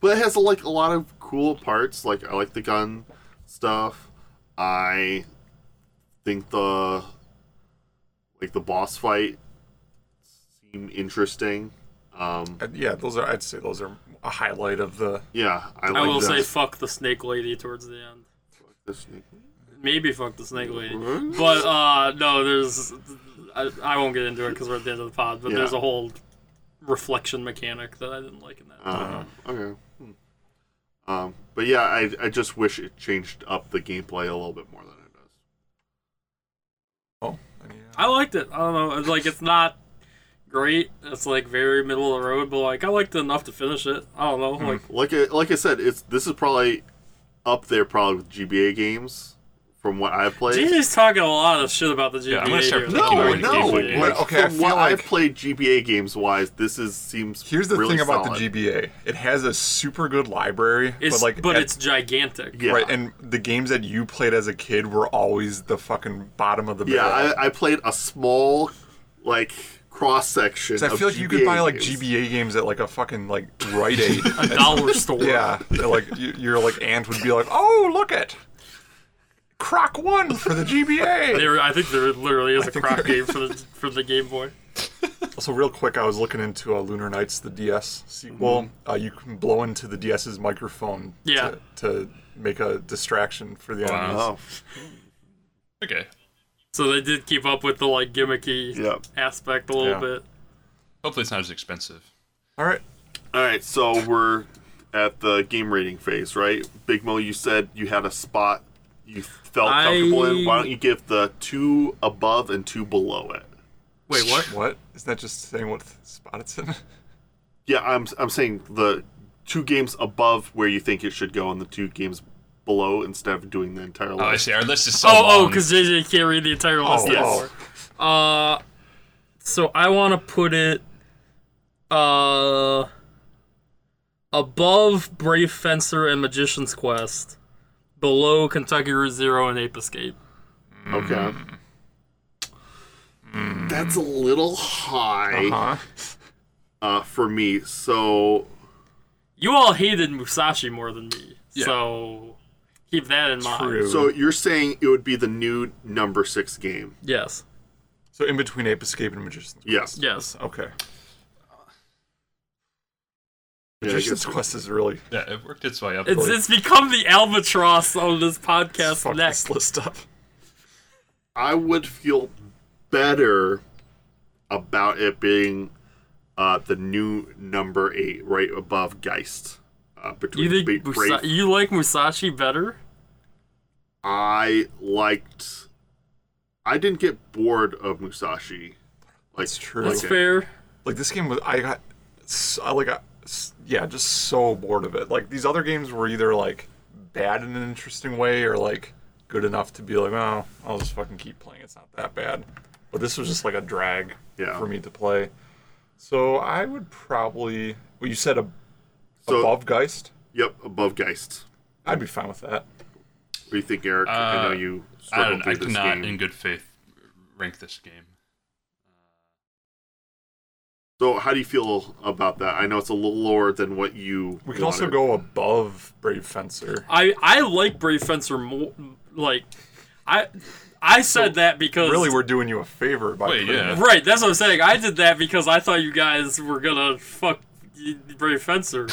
Speaker 4: but it has like a lot of cool parts. Like I like the gun stuff. I think the like the boss fight seem interesting. Um,
Speaker 1: Uh, Yeah. Those are I'd say those are a highlight of the.
Speaker 4: yeah, I,
Speaker 2: I
Speaker 4: like
Speaker 2: will
Speaker 4: that.
Speaker 2: say fuck the snake lady towards the end.
Speaker 4: This-
Speaker 2: Maybe fuck the snake lady. But uh no, there's I, I won't get into it because we're at the end of the pod. But
Speaker 4: Yeah.
Speaker 2: there's a
Speaker 4: Uh-huh.
Speaker 2: whole reflection mechanic that I didn't like in that.
Speaker 4: Uh, okay. Um, Hmm. Um, but yeah, I, I just wish it changed up the gameplay a little bit more than it does.
Speaker 1: Oh, I mean, yeah.
Speaker 2: I liked it. I don't know. It's like it's not great. It's like very middle of the road, but like I liked it enough to finish it. I don't know.
Speaker 3: Hmm.
Speaker 2: Like
Speaker 4: Like I, like I said, it's this is probably up there probably with GBA games from what I've played.
Speaker 2: JJ's talking a lot of shit about the GBA.
Speaker 3: Yeah, I'm gonna start
Speaker 2: here.
Speaker 3: picking
Speaker 4: No,
Speaker 3: Like,
Speaker 4: no.
Speaker 3: gameplay games.
Speaker 4: Like,
Speaker 1: Okay, I
Speaker 4: from
Speaker 1: feel
Speaker 4: what I've
Speaker 1: like-
Speaker 4: played GBA games wise, this is seems
Speaker 1: Here's the
Speaker 4: really
Speaker 1: thing about
Speaker 4: solid.
Speaker 1: the GBA. It has a super good library,
Speaker 2: It's,
Speaker 1: but like
Speaker 2: but
Speaker 1: at-
Speaker 2: it's gigantic.
Speaker 4: Yeah.
Speaker 1: right and the games that you played as a kid were always the fucking bottom of the
Speaker 4: Yeah,
Speaker 1: barrel.
Speaker 4: I, I played a small like cross section.
Speaker 1: 'Cause I feel like you could buy like GBA games at like a fucking like Rite Aid.
Speaker 2: *laughs*
Speaker 1: *laughs*
Speaker 2: A dollar store.
Speaker 1: yeah, like you, your like aunt would be like, "Oh, look at Croc One for the
Speaker 2: *laughs*
Speaker 1: GBA."
Speaker 2: There, I think there literally is a
Speaker 1: think
Speaker 2: crap
Speaker 1: there-
Speaker 2: game for the for the Game Boy.
Speaker 1: Also, real quick, I was looking into uh, Lunar Nights, the DS sequel.
Speaker 4: Mm-hmm.
Speaker 1: Uh, you can blow into the DS's microphone
Speaker 2: Yeah.
Speaker 1: to, to make a distraction for the enemies.
Speaker 4: Oh,
Speaker 3: Okay.
Speaker 2: So they did keep up with the like gimmicky
Speaker 4: yeah.
Speaker 2: aspect a little
Speaker 1: Yeah.
Speaker 2: bit.
Speaker 3: Hopefully it's not as expensive.
Speaker 1: All right,
Speaker 4: All right, so we're at the game rating phase, right? Big Mo, you said you had a spot you felt
Speaker 2: I-
Speaker 4: comfortable in. Why don't you give the two above and two below it?
Speaker 2: Wait, what?
Speaker 1: what is that? Just saying what spot it's in?
Speaker 4: Yeah, I'm I'm saying the two games above where you think it should go, and the two games below instead of doing the entire
Speaker 3: Oh, I
Speaker 4: list.
Speaker 3: see. Our list is so
Speaker 2: Oh, oh,
Speaker 3: long.
Speaker 2: because JJ can't read the entire list
Speaker 1: Oh,
Speaker 2: anymore. Uh, so I want to put it uh above Brave Fencer and Magician's Quest, below Kentucky Route Zero and Ape Escape.
Speaker 4: Okay. That's a little high uh
Speaker 1: *laughs* Huh?
Speaker 4: for me. So
Speaker 2: You all hated Musashi more than me,
Speaker 3: Yeah.
Speaker 2: so keep that in mind.
Speaker 1: True.
Speaker 4: so you're saying it would be the new number six game?
Speaker 2: Yes,
Speaker 1: So in between Ape Escape and Magician's
Speaker 4: Yes.
Speaker 2: yes.
Speaker 1: Okay.
Speaker 4: Yeah, I
Speaker 1: Magician's
Speaker 4: guess-
Speaker 1: Quest is really
Speaker 3: Yeah, it worked its way up.
Speaker 2: It's, it's become the albatross on this podcast
Speaker 1: fucked
Speaker 2: neck.
Speaker 1: this list up.
Speaker 4: I would feel better about it being uh, the new number eight, right above Geist. Uh,
Speaker 2: You
Speaker 4: between
Speaker 2: think
Speaker 4: Ba-
Speaker 2: Musa-
Speaker 4: Brave-
Speaker 2: you like Musashi better?
Speaker 4: I liked. I didn't get bored of Musashi. *laughs* Like, uh,
Speaker 1: That's true.
Speaker 2: That's
Speaker 4: Okay.
Speaker 2: fair.
Speaker 1: Like this game was, I got, s- I like, got, s- yeah, just so bored of it. Like these other games were either like bad in an interesting way or like good enough to be like, oh, I'll just fucking keep playing. It's not that bad. But this was just like a drag
Speaker 4: Yeah.
Speaker 1: for me to play. So I would probably. Well, you said a,
Speaker 4: So-
Speaker 1: above Geist.
Speaker 4: Yep, above Geist.
Speaker 1: I'd be fine with that.
Speaker 4: What do you think, Eric? I know
Speaker 3: Uh,
Speaker 4: you
Speaker 3: I,
Speaker 4: struggled
Speaker 3: don't,
Speaker 4: through
Speaker 3: I
Speaker 4: this
Speaker 3: cannot,
Speaker 4: game.
Speaker 3: in good faith, rank this game.
Speaker 4: so, how do you feel about that? I know it's a little lower than what you.
Speaker 1: We can also
Speaker 4: wanted.
Speaker 1: go above Brave Fencer.
Speaker 2: I I like Brave Fencer more. Like, I I said that because
Speaker 1: Really, we're doing you a favor by
Speaker 3: Wait,
Speaker 1: putting
Speaker 3: yeah.
Speaker 1: it-
Speaker 2: right. That's what I'm saying. I did that because I thought you guys were gonna fuck
Speaker 1: *laughs*
Speaker 2: Brave Fencer,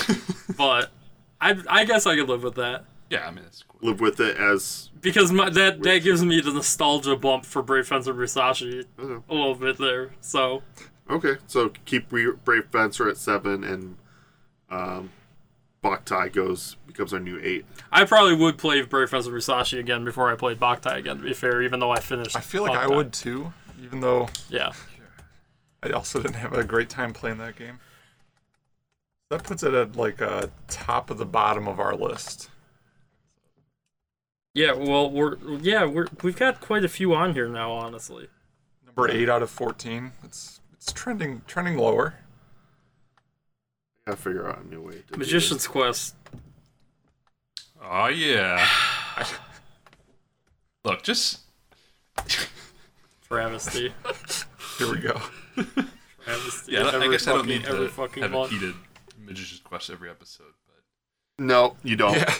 Speaker 2: but I I guess I could live with that
Speaker 3: *laughs* Yeah, I mean, that's cool.
Speaker 4: live with it as
Speaker 2: because my, that that gives me the nostalgia bump for Brave Fencer Musashi a little bit there. So
Speaker 4: okay. So keep Re- Brave Fencer at seven, and um, Boktai goes becomes our new eight.
Speaker 2: I probably would play Brave Fencer Musashi again before I played Boktai again. To be fair, even though I finished.
Speaker 1: I feel like I
Speaker 2: Boktai.
Speaker 1: would too, even though
Speaker 2: Yeah.
Speaker 1: I also didn't have a great time playing that game. That puts it at like uh, top of the bottom of our list.
Speaker 2: Yeah, well, we're yeah we're we've got quite a few on here now, honestly.
Speaker 1: Number eight out of fourteen. It's it's trending trending lower.
Speaker 4: I gotta figure out a new way. To
Speaker 2: Magician's Quest.
Speaker 3: Oh *sighs* yeah. Look, just
Speaker 2: Travesty.
Speaker 1: Here we go.
Speaker 2: Travesty.
Speaker 3: yeah. I don't- I
Speaker 2: Every
Speaker 3: guess I don't
Speaker 2: fucking-
Speaker 3: need
Speaker 2: every
Speaker 3: to
Speaker 2: fucking
Speaker 3: have a
Speaker 2: month.
Speaker 3: heated Magician's Quest every episode.
Speaker 4: Do it. No, you don't.
Speaker 1: Yeah,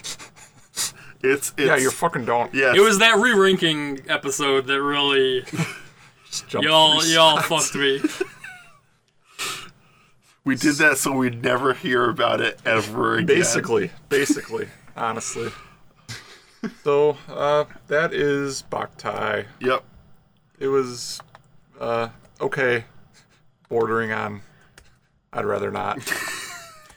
Speaker 4: It's, it's
Speaker 1: *laughs* yeah, you're fucking don't.
Speaker 4: yes.
Speaker 2: It was that re-ranking episode that really
Speaker 1: Just jump
Speaker 2: y'all
Speaker 1: three
Speaker 2: y'all
Speaker 1: spots.
Speaker 2: fucked me.
Speaker 4: We did that so we'd never hear about it ever again.
Speaker 1: Basically, basically, honestly. So uh, that is Boktai.
Speaker 4: Yep.
Speaker 1: It was uh, okay, bordering on. I'd rather not.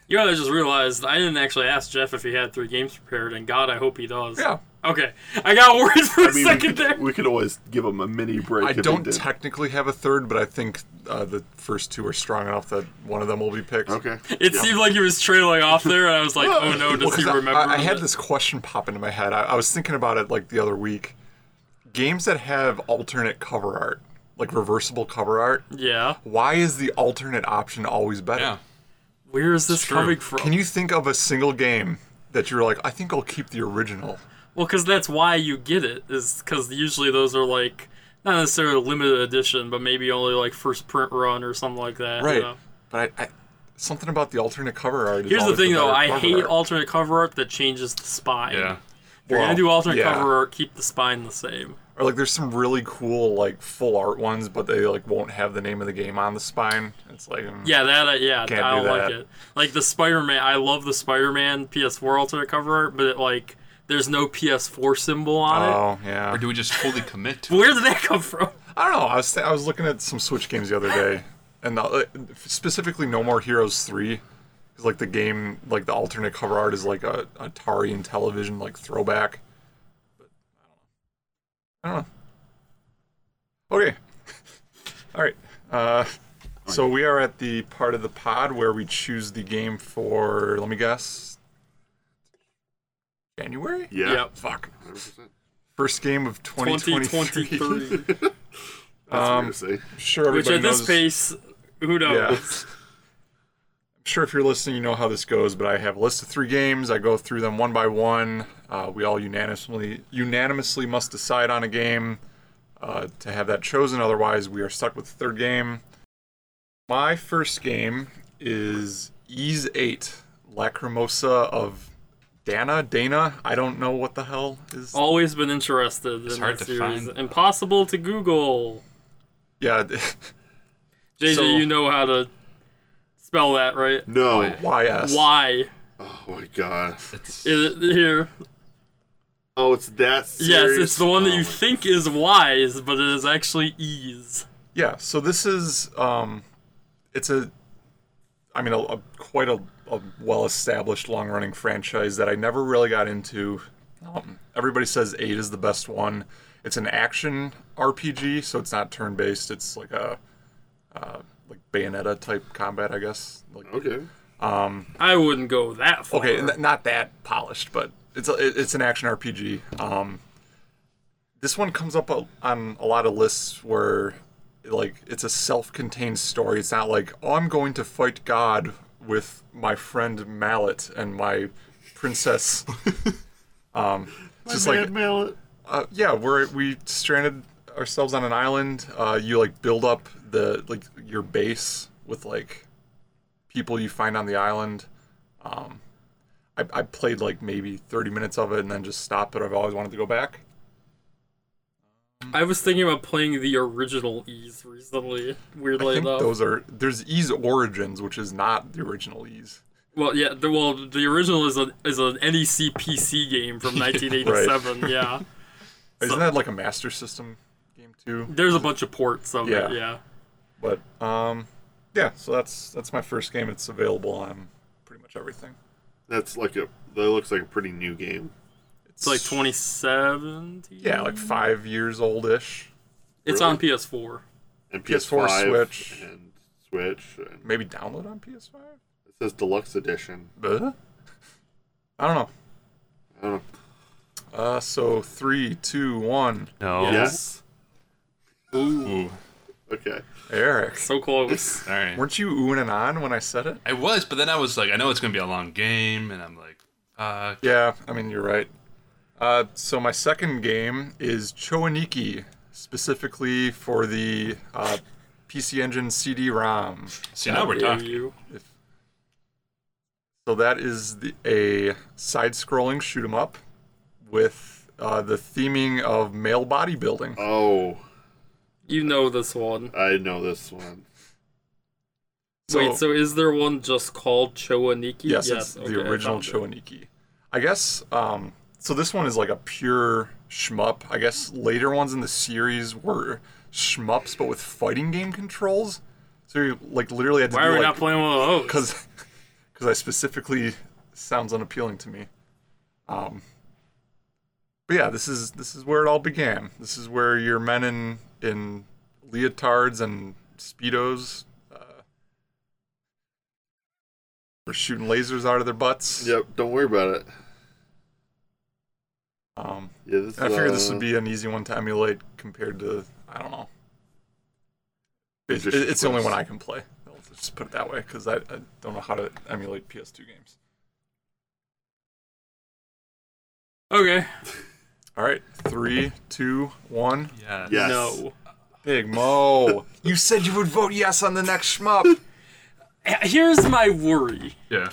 Speaker 2: You know, what I just realized I didn't actually ask Jeff if he had three games prepared, and God, I hope he does.
Speaker 1: Yeah.
Speaker 2: Okay, I got *laughs* worried for a
Speaker 4: I mean, we
Speaker 2: second
Speaker 4: could,
Speaker 2: there.
Speaker 4: we could always give him a mini break.
Speaker 1: I
Speaker 4: if he
Speaker 1: don't
Speaker 4: did.
Speaker 1: technically have a third, but I think uh, the first two are strong enough that one of them will be picked. *laughs*
Speaker 4: Okay.
Speaker 2: It seemed like he was trailing off there, and I was like, "Oh no,
Speaker 1: Well,
Speaker 2: does he
Speaker 1: 'cause I-
Speaker 2: remember?"
Speaker 1: I, I had
Speaker 2: it?
Speaker 1: this question pop into my head. I, I was thinking about it like the other week. Games that have alternate cover art, like reversible cover art,
Speaker 2: Yeah,
Speaker 1: why is the alternate option always better?
Speaker 3: Yeah.
Speaker 2: where is this
Speaker 3: true.
Speaker 2: coming from?
Speaker 1: Can you think of a single game that you're like, I think I'll keep the original?
Speaker 2: Well, because that's why you get it is because usually those are like not necessarily limited edition, but maybe only like first print run or something like that. you
Speaker 1: Right.
Speaker 2: know?
Speaker 1: But I, I something about the alternate cover art. Is
Speaker 2: Here's the
Speaker 1: always
Speaker 2: thing though,
Speaker 1: better
Speaker 2: I
Speaker 1: cover
Speaker 2: hate
Speaker 1: art.
Speaker 2: alternate cover art that changes the spine.
Speaker 3: Yeah.
Speaker 2: If you're gonna do
Speaker 1: Well,
Speaker 2: alternate
Speaker 1: yeah.
Speaker 2: cover art, keep the spine the same.
Speaker 1: Or like, there's some really cool like full art ones, but they like won't have the name of the game on the spine. It's like mm,
Speaker 2: Yeah, that. I yeah,
Speaker 1: Can't
Speaker 2: I
Speaker 1: do
Speaker 2: don't like
Speaker 1: that.
Speaker 2: it. Like the Spider-Man, I love the Spider-Man PS4 alternate cover art, but it, like there's no PS4 symbol on it.
Speaker 1: Oh yeah.
Speaker 3: Or do we just fully commit to
Speaker 2: Where did that come from?
Speaker 1: I don't know. I was th- I was looking at some Switch games the other day, and the, uh, specifically No More Heroes Three, is like the game like the alternate cover art is like a Atari and television like throwback. But I don't know. I don't know. Okay. *laughs* All right. Uh, so we are at the part of the pod where we choose the game for. Let me guess. January.
Speaker 4: Yeah.
Speaker 2: Yep.
Speaker 1: Fuck.
Speaker 4: 100%.
Speaker 1: First game of 2023.
Speaker 2: 2023.
Speaker 1: Um,
Speaker 4: That's what I'm gonna say.
Speaker 1: Sure,
Speaker 2: Which
Speaker 1: everybody
Speaker 2: at this
Speaker 1: knows-
Speaker 2: pace, who
Speaker 1: Yeah.
Speaker 2: knows?
Speaker 1: sure if you're listening, you know how this goes, but I have a list of three games. I go through them one by one. Uh, we all unanimously unanimously must decide on a game uh, to have that chosen. Otherwise, we are stuck with the third game. My first game is Ease Eight Lacrimosa of Dana. Dana. I don't know what the hell is.
Speaker 2: Always been interested in
Speaker 3: hard
Speaker 2: that
Speaker 3: to
Speaker 2: series.
Speaker 3: find.
Speaker 2: Impossible to Google.
Speaker 1: Yeah. *laughs*
Speaker 2: JJ,
Speaker 1: So-
Speaker 2: you know how to spell that, right?
Speaker 1: oh,
Speaker 4: No.
Speaker 1: Y S.
Speaker 2: Why?
Speaker 4: Oh my god.
Speaker 3: It's,
Speaker 2: Is it here?
Speaker 4: Oh, it's that. Series?
Speaker 2: Yes, it's the one that
Speaker 4: Oh
Speaker 2: you
Speaker 4: my-
Speaker 2: think is wise, but it is actually ease.
Speaker 1: Yeah, so this is um, it's a, I mean, a, a quite a, a well-established, long-running franchise that I never really got into. Um, everybody says eight is the best one. It's an action RPG, so it's not turn-based. It's like a, uh, like Bayonetta type combat, I guess. Like,
Speaker 4: Okay.
Speaker 2: I wouldn't go that far.
Speaker 1: Okay, n- not that polished, but it's a, it- it's an action RPG. Um, this one comes up a, on a lot of lists where, like, it's a self-contained story. It's not like oh, I'm going to fight God with my friend Mallet and my princess. um, it's just like
Speaker 4: Mad mallet.
Speaker 1: uh, yeah, we're we stranded ourselves on an island. Uh, you like build up the like your base with like people you find on the island. Um, I, I played like maybe thirty minutes of it and then just stopped, but I've always wanted to go back.
Speaker 2: I was thinking about playing the original ease recently.
Speaker 1: I
Speaker 2: Weirdly
Speaker 1: think
Speaker 2: enough.
Speaker 1: those are there's Ease Origins, which is not the original Ease.
Speaker 2: Well, yeah. The, well, the original is a is an E NEC PC
Speaker 1: *laughs*
Speaker 2: game from 1987. Yeah.
Speaker 1: Isn't that like a Master System game too?
Speaker 2: There's a bunch of ports of
Speaker 1: Yeah.
Speaker 2: it. Yeah.
Speaker 1: But um, yeah, so that's that's my first game. It's available on pretty much everything.
Speaker 4: That's like a. That looks like a pretty new game.
Speaker 2: It's like 2017.
Speaker 1: Yeah, like five years old ish.
Speaker 2: It's
Speaker 4: Really?
Speaker 2: on PS4.
Speaker 4: And
Speaker 1: PS4,
Speaker 4: PS4,
Speaker 1: Switch.
Speaker 4: and Switch. And
Speaker 1: Maybe download on PS5.
Speaker 4: it says deluxe edition.
Speaker 1: Buh. I don't
Speaker 4: I don't know.
Speaker 1: know. Uh, so three, two, one.
Speaker 3: *laughs* no.
Speaker 4: Yes.
Speaker 3: Ooh.
Speaker 4: Okay.
Speaker 1: Eric,
Speaker 2: So close.
Speaker 3: All right.
Speaker 1: weren't you oohing and on when I said it?
Speaker 3: I was, but then I was like, I know it's gonna be a long game, and I'm like, fuck.
Speaker 1: Yeah, I mean you're right. Uh, so my second game is Choaniki, specifically for the uh, PC Engine CD-ROM.
Speaker 3: See, *laughs* now we're
Speaker 2: Dare
Speaker 3: talking.
Speaker 2: you.
Speaker 1: So that is the, a side-scrolling shoot 'em up with uh, the theming of male bodybuilding.
Speaker 4: Oh,
Speaker 2: You know this one.
Speaker 4: I know this one.
Speaker 2: Wait, so is there one just called Choaniki?
Speaker 1: Yes, it's
Speaker 2: okay,
Speaker 1: the
Speaker 2: I
Speaker 1: original
Speaker 2: found it.
Speaker 1: Choaniki. I guess um, so. This one is like a pure shmup. I guess later ones in the series were shmups, but with fighting game controls. So you like literally had to
Speaker 2: Why are
Speaker 1: do
Speaker 2: we
Speaker 1: like
Speaker 2: not playing one of those?
Speaker 1: because because I specifically sounds unappealing to me. Um, but yeah, this is this is where it all began. This is where your men in in leotards and speedos uh, were shooting lasers out of their butts.
Speaker 4: Yep, don't worry about it.
Speaker 1: Um,
Speaker 4: Yeah, this,
Speaker 1: I figured this
Speaker 4: uh,
Speaker 1: would be an easy one to emulate compared to I don't know. It-
Speaker 4: Just
Speaker 1: it- it's the only
Speaker 4: request.
Speaker 1: one I can play. I'll just put it that way because I, I don't know how to emulate PS2 games.
Speaker 2: Okay.
Speaker 1: All right, three, two, one.
Speaker 3: Yeah.
Speaker 4: Yes.
Speaker 2: No.
Speaker 1: Big Mo, you said you would vote yes on the next shmup.
Speaker 2: H- Eh, Here's my worry.
Speaker 3: Yeah.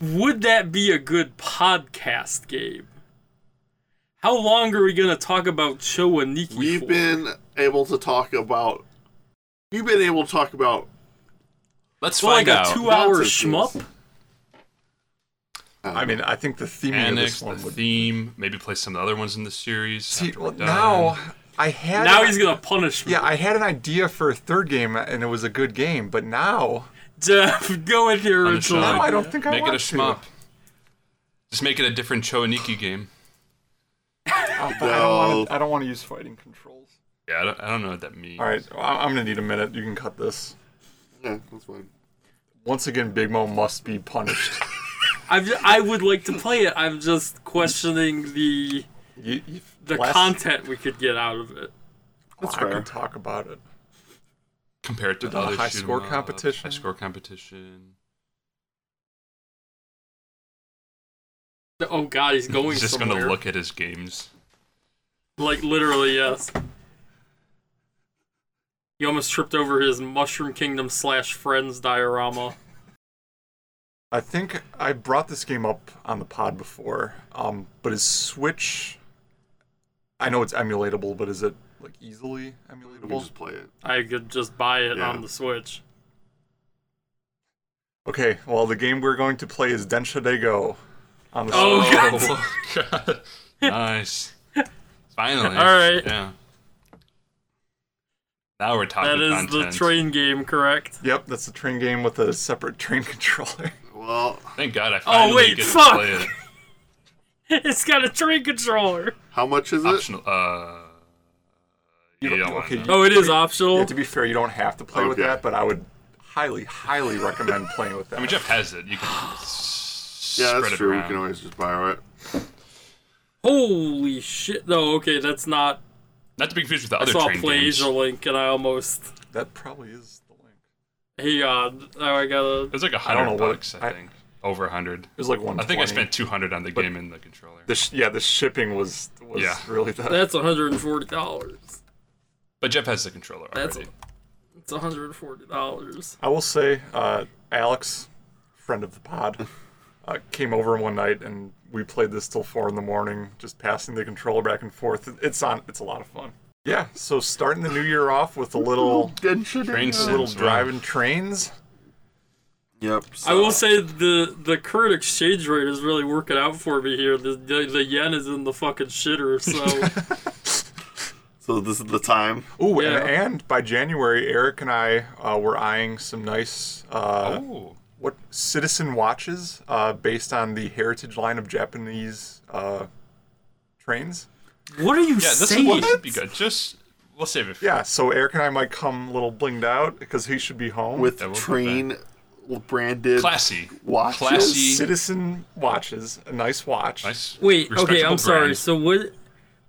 Speaker 2: Would that be a good podcast game? How long are we gonna talk about Chowaniki?
Speaker 4: We've
Speaker 2: for?
Speaker 4: been able to talk about. We've been able to talk about.
Speaker 3: Let's
Speaker 2: Well, like
Speaker 3: find
Speaker 2: a
Speaker 3: out.
Speaker 2: two-hour
Speaker 4: Nonsense games.
Speaker 2: shmup.
Speaker 1: *laughs* I mean, I think the theming
Speaker 3: Annex
Speaker 1: of
Speaker 3: the
Speaker 1: this one would.
Speaker 3: theme. Maybe play some of the other ones in the series.
Speaker 1: See,
Speaker 3: after we're
Speaker 1: well,
Speaker 3: done.
Speaker 1: now I had
Speaker 2: Now
Speaker 1: an-
Speaker 2: he's gonna punish me.
Speaker 1: Yeah, I had an idea for a third game, and it was a good game. But now,
Speaker 2: *laughs* Jeff, go with your
Speaker 3: Punish
Speaker 2: original.
Speaker 3: him.
Speaker 1: now I
Speaker 2: idea.
Speaker 1: don't think I
Speaker 3: make it
Speaker 1: want
Speaker 3: a
Speaker 1: to.
Speaker 3: shmup. Just make it a different Choaniki game.
Speaker 1: Oh, but I don't want
Speaker 4: No.
Speaker 1: to. I don't want to use fighting controls.
Speaker 3: Yeah, I don't, I don't know what that means.
Speaker 1: All right, well, I- I'm gonna need a minute. You can cut this.
Speaker 4: Yeah, that's fine.
Speaker 1: Once again, Big Mo must be
Speaker 3: *laughs*
Speaker 1: punished.
Speaker 2: I've, I would like to play it. I'm just questioning the
Speaker 1: You- you-
Speaker 2: the
Speaker 1: last-
Speaker 2: content we could get out of it.
Speaker 1: I
Speaker 4: fair.
Speaker 1: could talk about it.
Speaker 3: Compare it to the
Speaker 1: Uh,
Speaker 3: other
Speaker 1: high
Speaker 3: shoot 'em
Speaker 1: score
Speaker 3: up,
Speaker 1: competition.
Speaker 3: High score competition.
Speaker 2: Oh God, he's going
Speaker 3: He's just
Speaker 2: somewhere.
Speaker 3: gonna look at his
Speaker 1: *laughs*
Speaker 3: games.
Speaker 2: Like literally, yes. He almost tripped over his Mushroom Kingdom slash Friends diorama.
Speaker 1: I think I brought this game up on the pod before, um, but is Switch? I know it's emulatable, but is it like easily
Speaker 4: We
Speaker 1: emulatable?
Speaker 4: can just play it.
Speaker 2: I could just buy it
Speaker 4: Yeah.
Speaker 2: on the Switch.
Speaker 1: Okay, well, the game we're going to play is Densha Dego on the
Speaker 2: Oh,
Speaker 1: Switch.
Speaker 2: God.
Speaker 3: God. Oh, *laughs* nice. Finally.
Speaker 2: All right.
Speaker 3: Yeah. Now we're talking
Speaker 2: That is the
Speaker 3: content.
Speaker 2: train game, correct? *laughs*
Speaker 1: Yep, that's a train game with a separate *laughs* train controller.
Speaker 4: Well,
Speaker 3: Thank God I finally
Speaker 2: Oh, wait,
Speaker 3: get
Speaker 2: fuck.
Speaker 3: to play it.
Speaker 2: it's got a train controller.
Speaker 4: how much is it?
Speaker 3: Optional. Uh,
Speaker 1: You
Speaker 3: yeah,
Speaker 1: don't-
Speaker 3: why
Speaker 1: okay,
Speaker 3: not?
Speaker 1: you-
Speaker 2: Oh, it is optional.
Speaker 1: Yeah, to be fair, you don't have to play with
Speaker 4: Okay.
Speaker 1: that, but I would highly, highly recommend playing with that.
Speaker 3: *laughs* I mean, Jeff has it. You
Speaker 4: *sighs*
Speaker 3: can s-
Speaker 4: Yeah,
Speaker 3: spread
Speaker 4: that's
Speaker 3: it
Speaker 4: true. We
Speaker 3: around.
Speaker 4: can always just borrow it.
Speaker 2: Holy shit! No, okay, that's not.
Speaker 3: Not to be confused with the
Speaker 2: I
Speaker 3: other
Speaker 2: saw
Speaker 3: train
Speaker 2: Play
Speaker 3: games.
Speaker 2: Asia
Speaker 3: It
Speaker 2: Link, and I almost.
Speaker 1: that probably is the link.
Speaker 2: Hey, God! Now I gotta.
Speaker 3: was like a
Speaker 1: I don't know
Speaker 3: hundred
Speaker 1: what-
Speaker 3: bucks,
Speaker 1: I-
Speaker 3: I think. Over a hundred.
Speaker 1: It was like one.
Speaker 3: I think I spent two hundred on the game and the controller.
Speaker 1: The sh- yeah, the shipping was was
Speaker 3: Yeah.
Speaker 1: really the.
Speaker 2: That's one hundred and forty dollars.
Speaker 3: But Jeff has the controller
Speaker 2: That's-
Speaker 3: already.
Speaker 2: It's one hundred and forty dollars.
Speaker 1: I will say, uh, Alex, friend of the pod, uh, came over one night and we played this till four in the morning, just passing the controller back and forth. It's on. It's a lot of fun. Yeah. So starting the new year off with a little
Speaker 3: Train
Speaker 4: Densha.
Speaker 3: sim.
Speaker 1: little
Speaker 3: Sounds
Speaker 1: driving trains.
Speaker 4: Yep.
Speaker 2: I will say the the current exchange rate is really working out for me here. The the, the yen is in the fucking shitter. So
Speaker 4: So this is the time.
Speaker 1: Ooh,
Speaker 2: Yeah.
Speaker 1: and, and by January, Eric and I uh, were eyeing some nice uh,
Speaker 3: Oh,
Speaker 1: what citizen watches uh, based on the heritage line of Japanese uh, trains.
Speaker 2: *laughs* what are you
Speaker 3: yeah. This is
Speaker 2: saying?
Speaker 3: what would be good. Just we'll save it. For
Speaker 1: Yeah, so Eric and I might come a little blinged out because he should be home
Speaker 4: with
Speaker 3: Yeah, we'll put
Speaker 4: train branded
Speaker 3: classy.
Speaker 4: watches.
Speaker 3: Classy.
Speaker 1: Citizen watches, a nice watch.
Speaker 3: Nice.
Speaker 2: Wait, okay,
Speaker 3: respectable
Speaker 2: I'm sorry.
Speaker 3: brand.
Speaker 2: So what?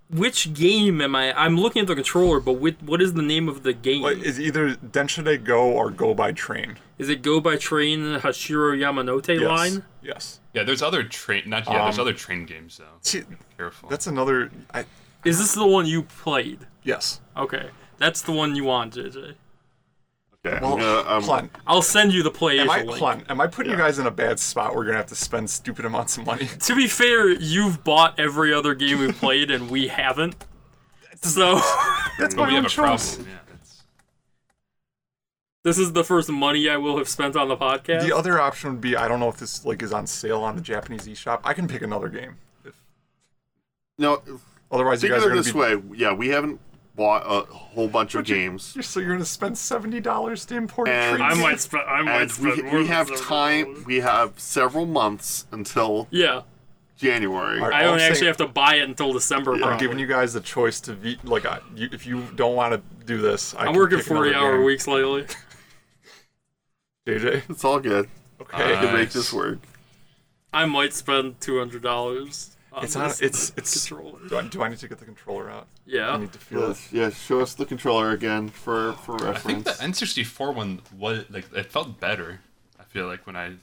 Speaker 2: Which game am I? I'm looking at the controller, but with, what is the name of the game?
Speaker 1: But it's either Denshide Go or Go by Train.
Speaker 2: Is it Go by Train Hashiro Yamanote
Speaker 1: Yes.
Speaker 2: line?
Speaker 1: Yes.
Speaker 3: Yeah, there's other train. Not yeah. there's
Speaker 1: Um,
Speaker 3: other train games though.
Speaker 1: See,
Speaker 3: Careful.
Speaker 1: that's another. I,
Speaker 2: Is this the one you played?
Speaker 1: yes.
Speaker 2: Okay, that's the one you want, JJ.
Speaker 4: Okay,
Speaker 1: Well,
Speaker 4: I'm gonna, um,
Speaker 1: hold on.
Speaker 2: I'll send you the play.
Speaker 1: Am
Speaker 2: Asia
Speaker 1: I,
Speaker 2: link.
Speaker 1: hold on. Am I putting you guys in a bad spot? We're gonna have to spend stupid amounts of money.
Speaker 2: To be fair, you've bought every other game we played, and we haven't. So
Speaker 1: *laughs*
Speaker 2: *laughs*
Speaker 1: That's
Speaker 3: But
Speaker 1: my
Speaker 3: we
Speaker 1: own
Speaker 3: have a
Speaker 1: choice.
Speaker 3: problem. Yeah, that's-
Speaker 2: this is the first money I will have spent on the podcast.
Speaker 1: The other option would be I don't know if this like is on sale on the Japanese eShop. I can pick another game. If,
Speaker 4: No,
Speaker 1: otherwise, you
Speaker 4: think of
Speaker 1: guys are
Speaker 4: it
Speaker 1: gonna
Speaker 4: this
Speaker 1: be
Speaker 4: way. Yeah, we haven't bought a whole bunch of games.
Speaker 1: So you're gonna spend seventy dollars to import
Speaker 4: And-
Speaker 1: a tree?
Speaker 5: I might spend. I might
Speaker 4: And
Speaker 5: spend
Speaker 4: we,
Speaker 5: more
Speaker 4: we
Speaker 5: than
Speaker 4: have
Speaker 5: several
Speaker 4: time.
Speaker 5: dollars.
Speaker 4: We have several months until
Speaker 2: Yeah.
Speaker 4: January.
Speaker 1: All right.
Speaker 2: I
Speaker 1: All
Speaker 2: don't
Speaker 1: I'm saying-
Speaker 2: actually have to buy it until December.
Speaker 1: I'm
Speaker 2: probably.
Speaker 1: giving you guys the choice to ve- like I, you, if you don't want to do this. I
Speaker 2: I'm
Speaker 1: can
Speaker 2: working
Speaker 1: pick
Speaker 2: 40
Speaker 1: another
Speaker 2: hour Uh,
Speaker 1: game.
Speaker 2: weeks lately.
Speaker 1: JJ.
Speaker 4: It's all good.
Speaker 1: Okay.
Speaker 4: We can make
Speaker 3: Nice.
Speaker 4: this work.
Speaker 2: I might spend $200 on
Speaker 1: it's on.
Speaker 2: this
Speaker 1: It's it's.
Speaker 2: controller.
Speaker 1: Do I, do I need to get the controller out? I
Speaker 2: Yeah.
Speaker 1: need to feel it.
Speaker 4: Yes, yes. Show us the controller again for for
Speaker 3: I think
Speaker 4: reference.
Speaker 3: the N64 one was like it felt better. I feel like when I,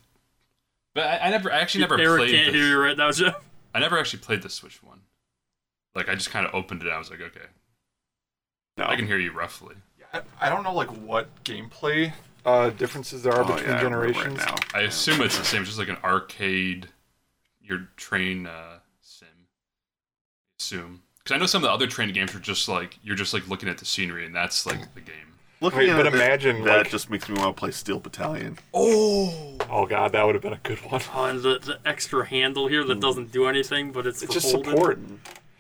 Speaker 3: but I, I never I actually never
Speaker 2: Eric
Speaker 3: played.
Speaker 2: can't
Speaker 3: the-
Speaker 2: hear you right now, Jeff.
Speaker 3: I never actually played the Switch one. Like I just kind of opened it. and I was like, okay,
Speaker 4: No.
Speaker 3: I can hear you roughly.
Speaker 1: I, I don't know like what gameplay uh, differences there are
Speaker 4: Oh,
Speaker 1: between
Speaker 4: yeah, I remember it
Speaker 1: generations.
Speaker 4: now.
Speaker 3: I assume it's the same, just like an arcade, your train uh, sim. Assume because I know some of the other train games are just like you're just like looking at the scenery and that's like the game.
Speaker 4: Looking
Speaker 1: Wait,
Speaker 4: at
Speaker 1: but
Speaker 4: it,
Speaker 1: imagine,
Speaker 4: that
Speaker 1: like-
Speaker 4: just makes me want to play Steel Battalion.
Speaker 1: Oh. Oh god, that would have been a good one.
Speaker 2: Oh, and the, the extra handle here that doesn't do anything, but
Speaker 1: *laughs*
Speaker 2: it's,
Speaker 1: It's Hmm. just
Speaker 2: holding.
Speaker 1: support.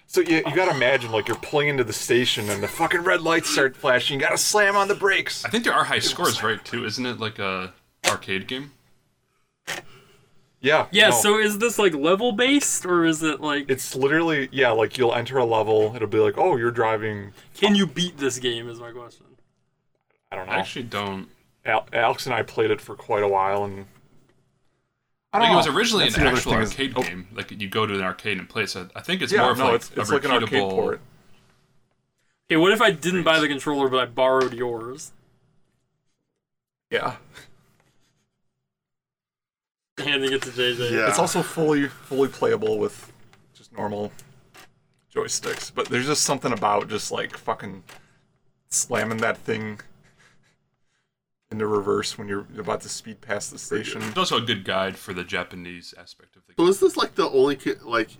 Speaker 1: So yeah, you gotta imagine like you're pulling into the station and the fucking red lights start flashing. You gotta slam on the brakes.
Speaker 3: I think there are high scores, right? Too isn't it like a arcade game?
Speaker 1: Yeah.
Speaker 2: Yeah,
Speaker 1: no.
Speaker 2: so is this like level based or is it like
Speaker 1: it's literally yeah, like you'll enter a level. It'll be like, oh, you're driving.
Speaker 2: can you beat this game? Is my question.
Speaker 1: I don't know.
Speaker 3: I actually don't.
Speaker 1: Al- Alex and I played it for quite a while, and I
Speaker 3: I
Speaker 1: don't
Speaker 3: think it
Speaker 1: know.
Speaker 3: was originally
Speaker 1: That's
Speaker 3: an
Speaker 1: the other
Speaker 3: actual
Speaker 1: thing is-
Speaker 3: arcade
Speaker 1: oh,
Speaker 3: game. Like you go to an arcade and play it. So I think it's
Speaker 1: Yeah,
Speaker 3: more of
Speaker 1: no,
Speaker 3: like
Speaker 1: it's, it's
Speaker 3: a
Speaker 1: like an arcade
Speaker 3: repeatable.
Speaker 1: port.
Speaker 2: Hey, what if I didn't buy the controller but I borrowed yours? *laughs*
Speaker 1: Yeah,
Speaker 2: Handing it to JJ.
Speaker 4: Yeah.
Speaker 1: it's also fully fully playable with just normal joysticks. But there's just something about just like fucking slamming that thing into reverse when you're about to speed past the station.
Speaker 3: It's also a good guide for the Japanese aspect of the
Speaker 4: So
Speaker 3: game.
Speaker 4: is this like the only ki- like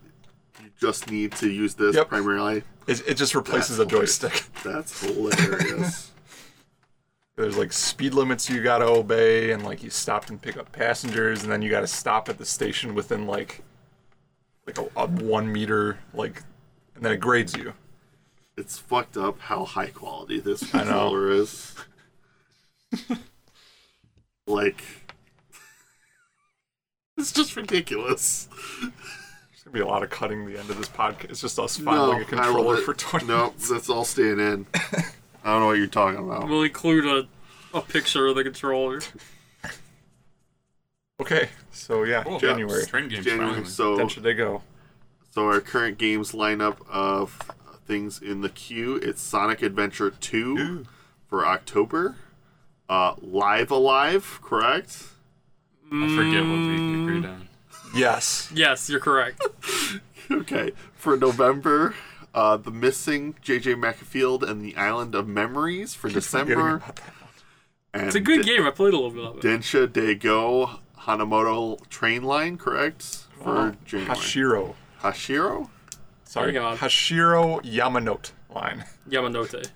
Speaker 4: you just need to use this
Speaker 1: Yep.
Speaker 4: primarily?
Speaker 1: It, it just replaces a
Speaker 4: That's
Speaker 1: joystick.
Speaker 4: That's hilarious. *laughs*
Speaker 1: There's like speed limits you gotta obey, and like you stop and pick up passengers, and then you gotta stop at the station within like like a, a one meter like, and then it grades you.
Speaker 4: it's fucked up how high quality this
Speaker 1: I know. *laughs*
Speaker 4: controller is. like *laughs* it's just ridiculous.
Speaker 1: There's gonna be a lot of cutting the end of this podcast. It's just us fondling a controller for twenty.
Speaker 4: No, that's all
Speaker 1: *laughs*
Speaker 4: staying in. I don't know what you're talking about.
Speaker 2: We'll include a, a picture of the controller. *laughs*
Speaker 1: Okay, so yeah,
Speaker 3: Cool.
Speaker 1: January.
Speaker 3: Train Oh, games
Speaker 4: January,
Speaker 3: finally.
Speaker 4: so
Speaker 1: Then should they go?
Speaker 4: so our current games lineup of things in the queue. It's Sonic Adventure 2 for October. Uh, Live Alive,
Speaker 2: *laughs*
Speaker 4: correct?
Speaker 3: I forget what we agreed
Speaker 1: Mm.
Speaker 3: on.
Speaker 1: Yes.
Speaker 2: Yes, you're correct.
Speaker 4: Okay, for November, uh, the missing J.J. McAfield and the Island of Memories for December. And
Speaker 2: It's a good game. I played a little bit of it.
Speaker 4: Densha Daigo Hanamoto Train Line, correct? For January.
Speaker 1: Hashiro.
Speaker 4: Hashiro?
Speaker 1: Sorry,
Speaker 2: Hang on.
Speaker 1: Hashiro Yamanote line.
Speaker 2: Yamanote.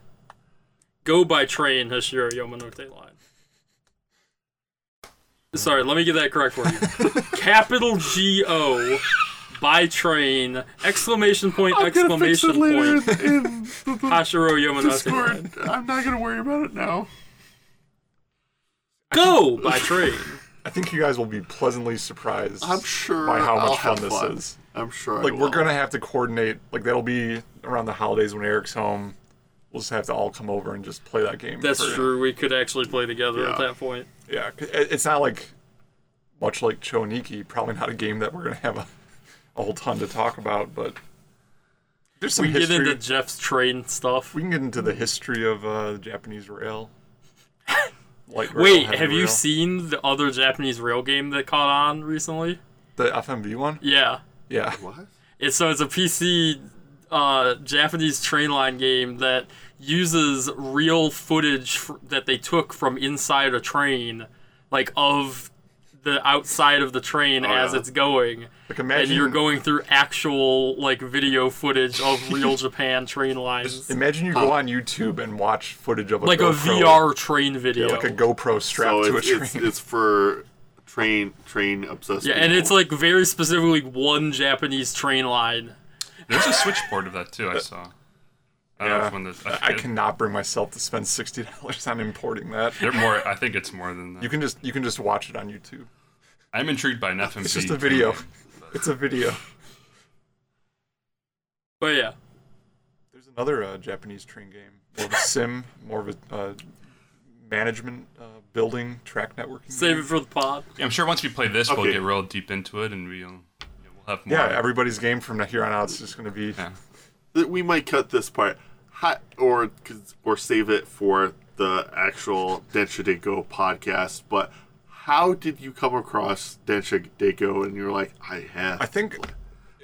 Speaker 2: Go by train, Hashira Yamanote line. Sorry, let me get that correct for you. Capital G O by train, exclamation point, exclamation point,
Speaker 4: in, in the
Speaker 2: *laughs* Hashiro Yamanote line.
Speaker 4: I'm not gonna worry about it now.
Speaker 2: Go by train.
Speaker 1: I think you guys will be pleasantly surprised.
Speaker 4: I'm sure
Speaker 1: by how much
Speaker 4: I'll
Speaker 1: fun
Speaker 4: have
Speaker 1: this
Speaker 4: fun.
Speaker 1: is.
Speaker 4: I'm sure. I
Speaker 1: like we're
Speaker 4: will.
Speaker 1: gonna have to coordinate like that'll be around the holidays when eric's home we'll just have to all come over and just play that game
Speaker 2: That's
Speaker 1: for-
Speaker 2: true. We could actually play together at
Speaker 4: Yeah.
Speaker 2: that point.
Speaker 1: yeah 'cause it- it's not like much like choniki probably not a game that we're gonna have a, a whole ton to talk about but there's some
Speaker 2: We get
Speaker 1: history
Speaker 2: into Jeff's train stuff.
Speaker 1: we can get into the history of uh the japanese
Speaker 2: *laughs*
Speaker 1: rail Light rail,
Speaker 2: Wait,
Speaker 1: heavy
Speaker 2: have you
Speaker 1: rail.
Speaker 2: seen the other Japanese rail game that caught on recently?
Speaker 1: the fmv one
Speaker 2: Yeah.
Speaker 1: yeah
Speaker 4: What?
Speaker 2: It's so it's a PC uh, Japanese train line game that uses real footage f- that they took from inside a train, like of the outside of the train as
Speaker 4: yeah.
Speaker 2: it's going.
Speaker 1: like
Speaker 2: And
Speaker 1: imagine
Speaker 2: you're going through actual like video footage of real Japan train lines,
Speaker 1: imagine you go on youtube and watch footage of a
Speaker 2: like a
Speaker 1: GoPro,
Speaker 2: VR train video.
Speaker 1: like a gopro
Speaker 4: So
Speaker 1: strapped to a
Speaker 4: it's,
Speaker 1: train
Speaker 4: it's it's for train train obsessed.
Speaker 2: yeah, and
Speaker 4: people.
Speaker 2: it's like very specifically one Japanese train line.
Speaker 3: There's a Switch port of that too. I saw. I I don't know if when the
Speaker 1: Uh, I, I cannot bring myself to spend sixty dollars on importing that.
Speaker 3: They're more. I think it's more than that.
Speaker 1: You can just you can just watch it on YouTube.
Speaker 3: I'm intrigued by an FMV.
Speaker 1: It's just a video.
Speaker 3: campaign,
Speaker 1: *laughs*
Speaker 3: but-
Speaker 1: It's a video.
Speaker 2: But yeah,
Speaker 1: There's another uh, Japanese train game, more of a sim, more of a uh, management, uh, building, track networking.
Speaker 2: save
Speaker 1: game.
Speaker 2: it for the pod.
Speaker 3: I'm sure once we play this, we'll
Speaker 4: Okay.
Speaker 3: get real deep into it, and we'll you know, we'll have more.
Speaker 1: Yeah, everybody's game from here on out is just going to be.
Speaker 3: Yeah.
Speaker 4: Th- we might cut this part, Hi- or 'cause- or save it for the actual Densha Denko podcast. But how did you come across Densha Denko? And you're like, I have.
Speaker 1: I think.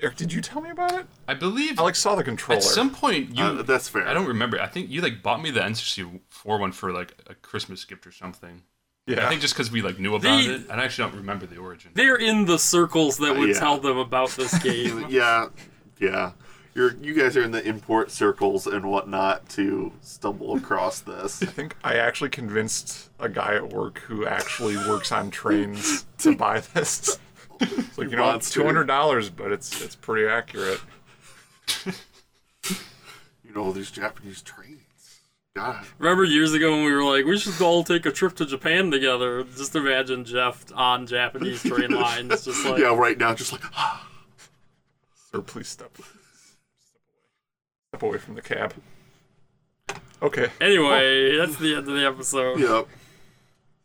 Speaker 1: Eric, did you tell me about it?
Speaker 3: I believe
Speaker 1: I like saw the controller.
Speaker 3: at some point you.
Speaker 4: Uh, that's fair.
Speaker 3: I don't remember. I think you like bought me the N64 one for like a Christmas gift or something.
Speaker 1: yeah,
Speaker 3: I think just because we like knew about
Speaker 2: The-
Speaker 3: it, and I actually don't remember the origin.
Speaker 2: They're in the circles that would
Speaker 4: Yeah.
Speaker 2: tell them about this game.
Speaker 4: *laughs* yeah, yeah. You're you guys are in the import circles and whatnot to stumble across this.
Speaker 1: I think I actually convinced a guy at work who actually works on trains to buy this. It's like you know, it's
Speaker 4: Monster.
Speaker 1: two hundred dollars, but it's it's pretty accurate.
Speaker 4: You know these Japanese trains. God,
Speaker 2: Remember years ago when we were like, we should all take a trip to Japan together. Just imagine Jeff on Japanese train lines, just like
Speaker 4: yeah. Right now, just like *sighs*
Speaker 1: Sir, please step step away. Step away from the cab. Okay.
Speaker 2: Anyway, that's the end of the episode.
Speaker 4: yep.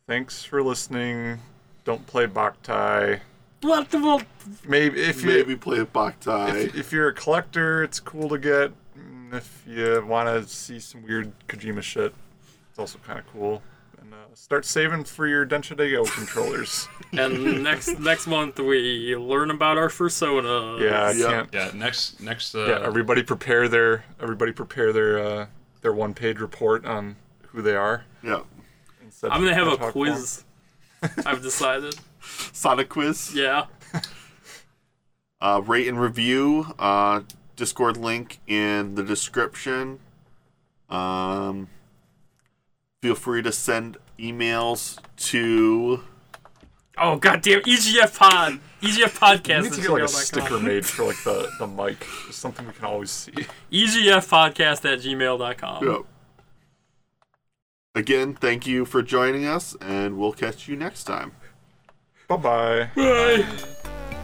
Speaker 1: Thanks for listening. Don't play Boktai.
Speaker 2: What the well,
Speaker 1: Maybe if you
Speaker 4: Maybe play a Boktai.
Speaker 1: if, if you're a collector, it's cool to get. Mm, If you want to see some weird Kojima shit, it's also kind of cool. And uh, start saving for your Denshadego controllers.
Speaker 2: And next next month we learn about our fursona.
Speaker 1: *laughs* Yeah, I
Speaker 4: Yeah.
Speaker 1: can't.
Speaker 3: Yeah, next next uh,
Speaker 1: Yeah, everybody prepare their everybody prepare their uh, their one page report on who they are.
Speaker 4: Yeah.
Speaker 1: instead
Speaker 2: I'm gonna
Speaker 1: of
Speaker 2: have a
Speaker 1: talk
Speaker 2: quiz. I've decided.
Speaker 4: Sonic quiz.
Speaker 2: Yeah.
Speaker 4: uh, rate and review uh, discord link in the description um, feel free to send emails to
Speaker 2: Oh goddamn EGF pod. EGF podcast.
Speaker 1: form. We need to get like a sticker made for like the the mic, just something we can always see.
Speaker 2: EGF E podcast at gmail.com.
Speaker 4: Yep. again thank you for joining us and we'll catch you next time
Speaker 1: Bye bye.
Speaker 2: Bye.